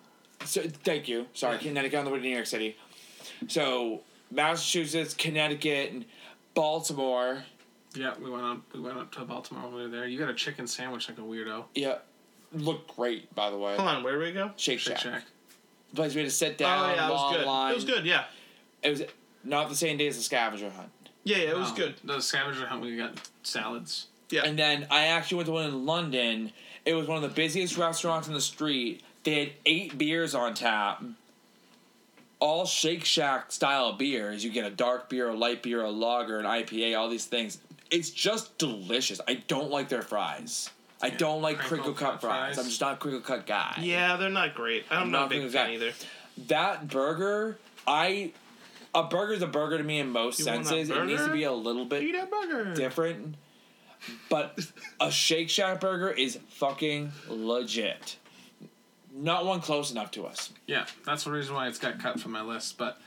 Speaker 3: So thank you. Sorry,
Speaker 2: Yeah.
Speaker 3: Connecticut on the way to New York City. So Massachusetts, Connecticut, and Baltimore.
Speaker 2: Yeah, we went up. We went up to Baltimore when we were there. You got a chicken sandwich like a weirdo.
Speaker 3: Yeah, looked great by the way.
Speaker 4: Hold on. Where do we go?
Speaker 3: Shake
Speaker 2: Shake
Speaker 3: Shack.
Speaker 2: Shack.
Speaker 3: The place we had to sit down.
Speaker 4: Oh yeah, it
Speaker 3: long
Speaker 4: was good.
Speaker 3: Line.
Speaker 4: It was good. Yeah.
Speaker 3: It was not the same day as the scavenger hunt.
Speaker 4: Yeah. Yeah. It was
Speaker 2: No,
Speaker 4: good.
Speaker 2: Um, The sandwiches are how we got salads.
Speaker 4: Yeah.
Speaker 3: And then I actually went to one in London. It was one of the busiest restaurants in the street. They had eight beers on tap. All Shake Shack style beers. You get a dark beer, a light beer, a lager, an IPA, all these things. It's just delicious. I don't like their fries. I don't like
Speaker 2: crinkle
Speaker 3: crinkle cut
Speaker 2: cut fries.
Speaker 3: fries. I'm just not a crinkle cut guy.
Speaker 4: yeah, they're not great. I'm, not a
Speaker 3: not
Speaker 4: big
Speaker 3: gonna
Speaker 4: fan
Speaker 3: say-
Speaker 4: either.
Speaker 3: That burger, I a burger's a burger to me in most
Speaker 4: You want that
Speaker 3: senses. It needs to
Speaker 4: burger?
Speaker 3: be a little bit
Speaker 4: Eat that burger.
Speaker 3: different. But a Shake Shack burger is fucking legit. Not one close enough to us.
Speaker 2: Yeah, that's the reason why it's got cut from my list. But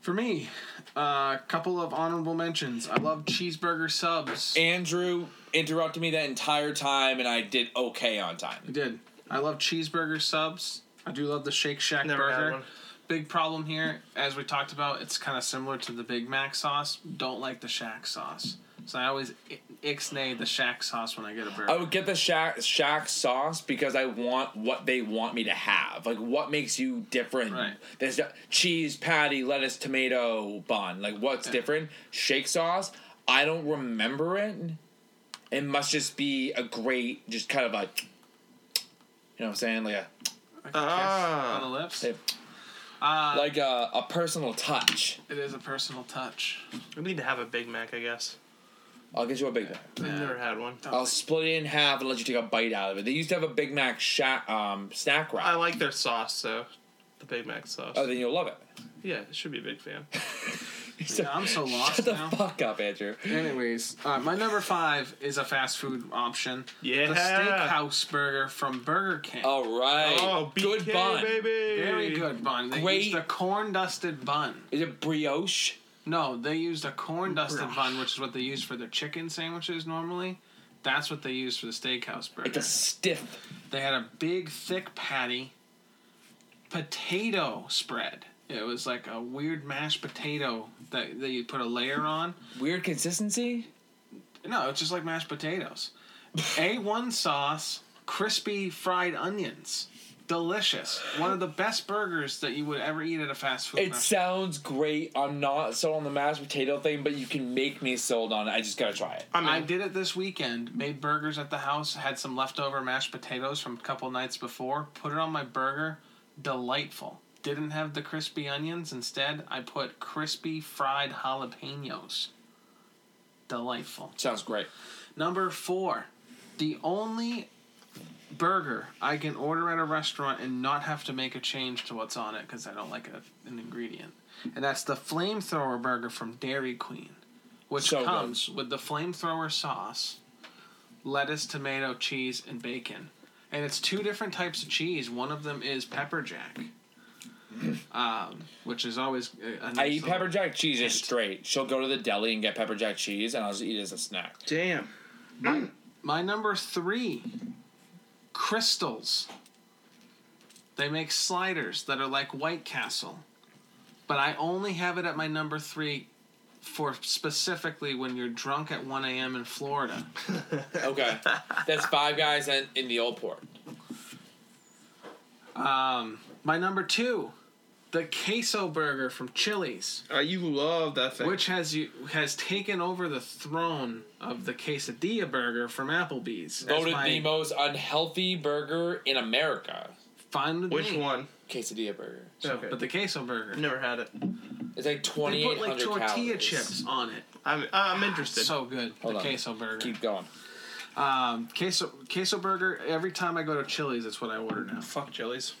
Speaker 2: for me, a uh, couple of honorable mentions. I love cheeseburger subs.
Speaker 3: Andrew interrupted me that entire time, and I did okay on
Speaker 2: I
Speaker 3: time.
Speaker 2: did. I love cheeseburger subs. I do love the Shake Shack
Speaker 4: Never had
Speaker 2: burger.
Speaker 4: one.
Speaker 2: Big problem here, as we talked about, it's kind of similar to the Big Mac sauce. Don't like the Shack sauce. So I always i- ixnay the Shack sauce when I get a burger.
Speaker 3: I would get the Shack, shack sauce because I want what they want me to have. Like, what makes you different?
Speaker 2: Right.
Speaker 3: There's the- cheese, patty, lettuce, tomato, bun. Like, what's
Speaker 2: Yeah.
Speaker 3: different? Shake sauce, I don't remember it. It must just be a great, just kind of a, you know what I'm saying? Like a
Speaker 2: Like a kiss
Speaker 4: Ah.
Speaker 2: on the lips.
Speaker 3: Hey.
Speaker 2: Uh,
Speaker 3: like a, a personal touch.
Speaker 2: it is a personal touch.
Speaker 4: We need to have a Big Mac, I guess.
Speaker 3: I'll get you a Big Mac.
Speaker 4: I've
Speaker 2: Yeah.
Speaker 4: never had one.
Speaker 3: I'll split it in half and let you take a bite out of it. They used to have a Big Mac sha- um, snack
Speaker 4: I
Speaker 3: wrap.
Speaker 4: like their sauce, so the Big Mac sauce.
Speaker 3: Oh, then you'll love it.
Speaker 4: yeah, should be a big fan.
Speaker 2: Yeah, I'm so
Speaker 3: Shut
Speaker 2: lost
Speaker 3: the
Speaker 2: now.
Speaker 3: fuck up, Andrew.
Speaker 2: Anyways, uh, my number five is a fast food option.
Speaker 4: Yeah.
Speaker 2: The steakhouse burger from Burger King.
Speaker 3: All right.
Speaker 4: Oh, BK,
Speaker 3: Good bun.
Speaker 4: baby.
Speaker 2: Very good bun. They
Speaker 3: Great.
Speaker 2: used a corn dusted bun.
Speaker 3: Is it brioche?
Speaker 2: No, they used a corn dusted
Speaker 4: Bruh.
Speaker 2: bun, which is what they use for their chicken sandwiches normally. That's what they use for the steakhouse burger.
Speaker 3: It's a stiff.
Speaker 2: They had a big, thick patty potato spread. It was like a weird mashed potato that, that you put a layer on.
Speaker 3: Weird consistency?
Speaker 2: No, it's just like mashed potatoes. A1 sauce, crispy fried onions. Delicious. One of the best burgers that you would ever eat at a fast food
Speaker 3: It
Speaker 2: restaurant.
Speaker 3: sounds great. I'm not sold on the mashed potato thing, but you can make me sold on it. I just gotta try it.
Speaker 4: I mean,
Speaker 2: I did it this weekend. Made burgers at the house. Had some leftover mashed potatoes from a couple nights before. Put it on my burger. Delightful. Didn't have the crispy onions. Instead, I put crispy fried jalapenos. Delightful.
Speaker 3: Sounds great.
Speaker 2: Number four, the only burger I can order at a restaurant and not have to make a change to what's on it because I don't like a, an ingredient, and that's the flamethrower burger from Dairy Queen, which
Speaker 3: So good.
Speaker 2: comes with the flamethrower sauce, lettuce, tomato, cheese, and bacon, and it's two different types of cheese. One of them is pepper jack. Um, which is always a, a
Speaker 3: Mm. I
Speaker 2: nice
Speaker 3: eat
Speaker 2: little-
Speaker 3: pepper jack cheese just straight. She'll go to the deli and get pepper jack cheese, and I'll just eat it as a snack.
Speaker 4: damn.
Speaker 2: My number three, crystals. They make sliders that are like White Castle, but I only have it at my number three for specifically when you're drunk at 1 a.m. in Florida.
Speaker 3: Okay, that's five guys in, in the old port.
Speaker 2: Um, my number two, the queso burger from Chili's,
Speaker 5: Uh, you love that thing.
Speaker 2: which has you has taken over the throne of the quesadilla burger from Applebee's. as
Speaker 3: Voted
Speaker 2: my
Speaker 3: the most unhealthy burger in America.
Speaker 2: fine with
Speaker 5: Which
Speaker 2: me.
Speaker 5: one?
Speaker 3: Quesadilla burger.
Speaker 5: Okay.
Speaker 2: But the queso burger.
Speaker 5: Never had it.
Speaker 3: It's like
Speaker 2: They
Speaker 3: twenty
Speaker 2: put
Speaker 3: eight
Speaker 2: like
Speaker 3: hundred
Speaker 2: tortilla
Speaker 3: calories.
Speaker 2: chips on it.
Speaker 5: I'm I'm interested.
Speaker 2: So good.
Speaker 3: Hold
Speaker 2: the
Speaker 3: on.
Speaker 2: queso burger.
Speaker 3: Keep going.
Speaker 2: Um, queso queso burger. Every time I go to Chili's, it's what I order now.
Speaker 5: Fuck chilies.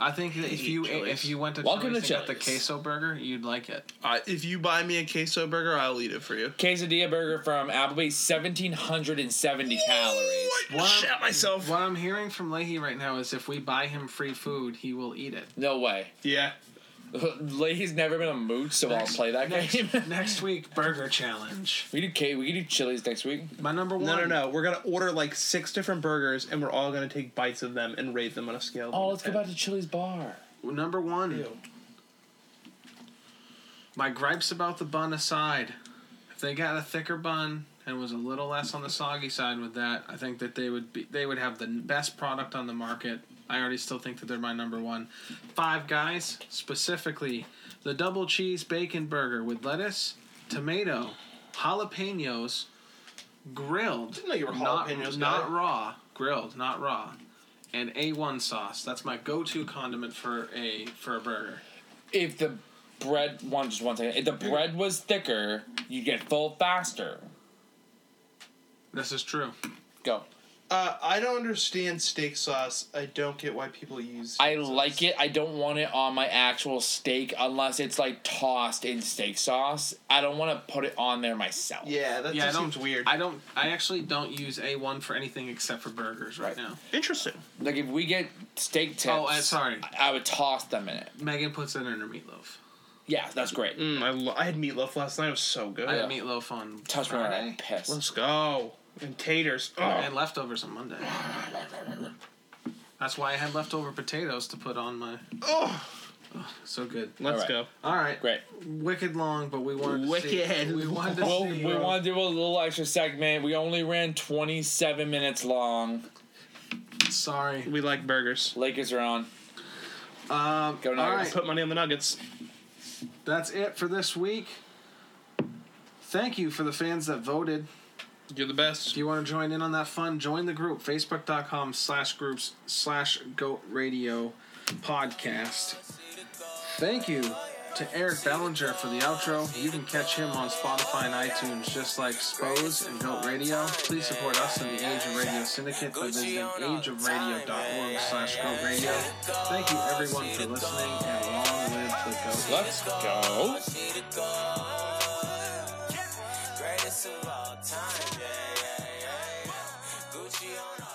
Speaker 2: I think that if
Speaker 5: Hate
Speaker 2: you
Speaker 5: Chili's.
Speaker 2: if you went to
Speaker 3: Welcome
Speaker 2: Chili's
Speaker 3: to
Speaker 2: and got the
Speaker 3: Chili's.
Speaker 2: queso burger, you'd like it.
Speaker 5: Uh, if you buy me a queso burger, I'll eat it for you.
Speaker 3: Quesadilla burger from Applebee's, seventeen hundred and seventy calories.
Speaker 2: What?
Speaker 5: Shat myself.
Speaker 2: What I'm hearing from Leahy right now is if we buy him free food, he will eat it.
Speaker 3: No way.
Speaker 5: Yeah.
Speaker 3: Leahy's never been a mood, so I'll play that
Speaker 2: next,
Speaker 3: game.
Speaker 2: next week, burger challenge.
Speaker 3: we do K. We can do Chili's next week.
Speaker 2: My number one.
Speaker 5: No, no, no. We're gonna order like six different burgers, and we're all gonna take bites of them and rate them on a scale. of
Speaker 3: Oh,
Speaker 5: one
Speaker 3: let's
Speaker 5: to
Speaker 3: go
Speaker 5: 10.
Speaker 3: back to Chili's bar.
Speaker 2: Number one.
Speaker 5: Ew.
Speaker 2: My gripes about the bun aside, if they got a thicker bun and was a little less on the soggy side with that, I think that they would be they would have the best product on the market. I already still think that they're my number one. Five Guys, specifically the double cheese bacon burger with lettuce, tomato, jalapenos, grilled.
Speaker 5: know you were a
Speaker 2: not-
Speaker 5: jalapenos
Speaker 2: Not,
Speaker 5: guy.
Speaker 2: raw, grilled, not raw, and A1 sauce. That's my go-to condiment for a for a burger.
Speaker 3: If the bread one just one second, if the bread was thicker, you'd get full faster.
Speaker 2: This is true.
Speaker 3: Go.
Speaker 5: Uh, I don't understand steak sauce. I don't get why people use.
Speaker 3: I like it. I don't want it on my actual steak unless it's like tossed in steak sauce. I don't want to put it on there myself.
Speaker 5: Yeah, that
Speaker 2: Yeah, I
Speaker 5: just
Speaker 2: don't.
Speaker 5: seems weird.
Speaker 2: I don't. I actually don't use A one for anything except for burgers right,
Speaker 3: Right.
Speaker 2: now.
Speaker 5: Interesting.
Speaker 3: Like if we get steak tips.
Speaker 2: Oh, I'm sorry.
Speaker 3: I, I would toss them in it.
Speaker 2: Megan puts it in her meatloaf.
Speaker 3: Yeah, that's great.
Speaker 5: Mm, I, lo- I had meatloaf last night. It was so good.
Speaker 2: I had
Speaker 3: Yeah.
Speaker 2: meatloaf on
Speaker 3: Touch me on
Speaker 2: Friday
Speaker 3: that piss.
Speaker 5: Let's go. And taters.
Speaker 2: and
Speaker 5: Oh.
Speaker 2: leftovers on Monday. That's why I had leftover potatoes to put on my.
Speaker 5: oh.
Speaker 2: So good.
Speaker 5: Let's
Speaker 3: Alright.
Speaker 5: go.
Speaker 2: All right.
Speaker 3: Great.
Speaker 2: Wicked long, but we wanted to see.
Speaker 5: Wicked
Speaker 2: We wanted to
Speaker 3: Well,
Speaker 2: see.
Speaker 3: we want to do a little extra segment. We only ran 27 minutes long.
Speaker 2: Sorry.
Speaker 5: We like burgers.
Speaker 3: Lakers are on.
Speaker 2: Um,
Speaker 3: Go
Speaker 2: all
Speaker 3: Nuggets.
Speaker 2: right.
Speaker 5: Put money on the nuggets.
Speaker 2: That's it for this week. Thank you for the fans that voted.
Speaker 5: You're the best.
Speaker 2: If you want to join in on that fun, join the group, facebook.com slash groups slash goat radio podcast. Thank you to Eric Bellinger for the outro. You can catch him on Spotify and iTunes just like Spose and Goat Radio. Please support us in the Age of Radio Syndicate by visiting ageofradio.org slash goat radio. Thank you everyone for listening and long live the goat.
Speaker 3: Let's go.
Speaker 6: Greatest of all time, yeah, yeah, yeah, yeah. Gucci on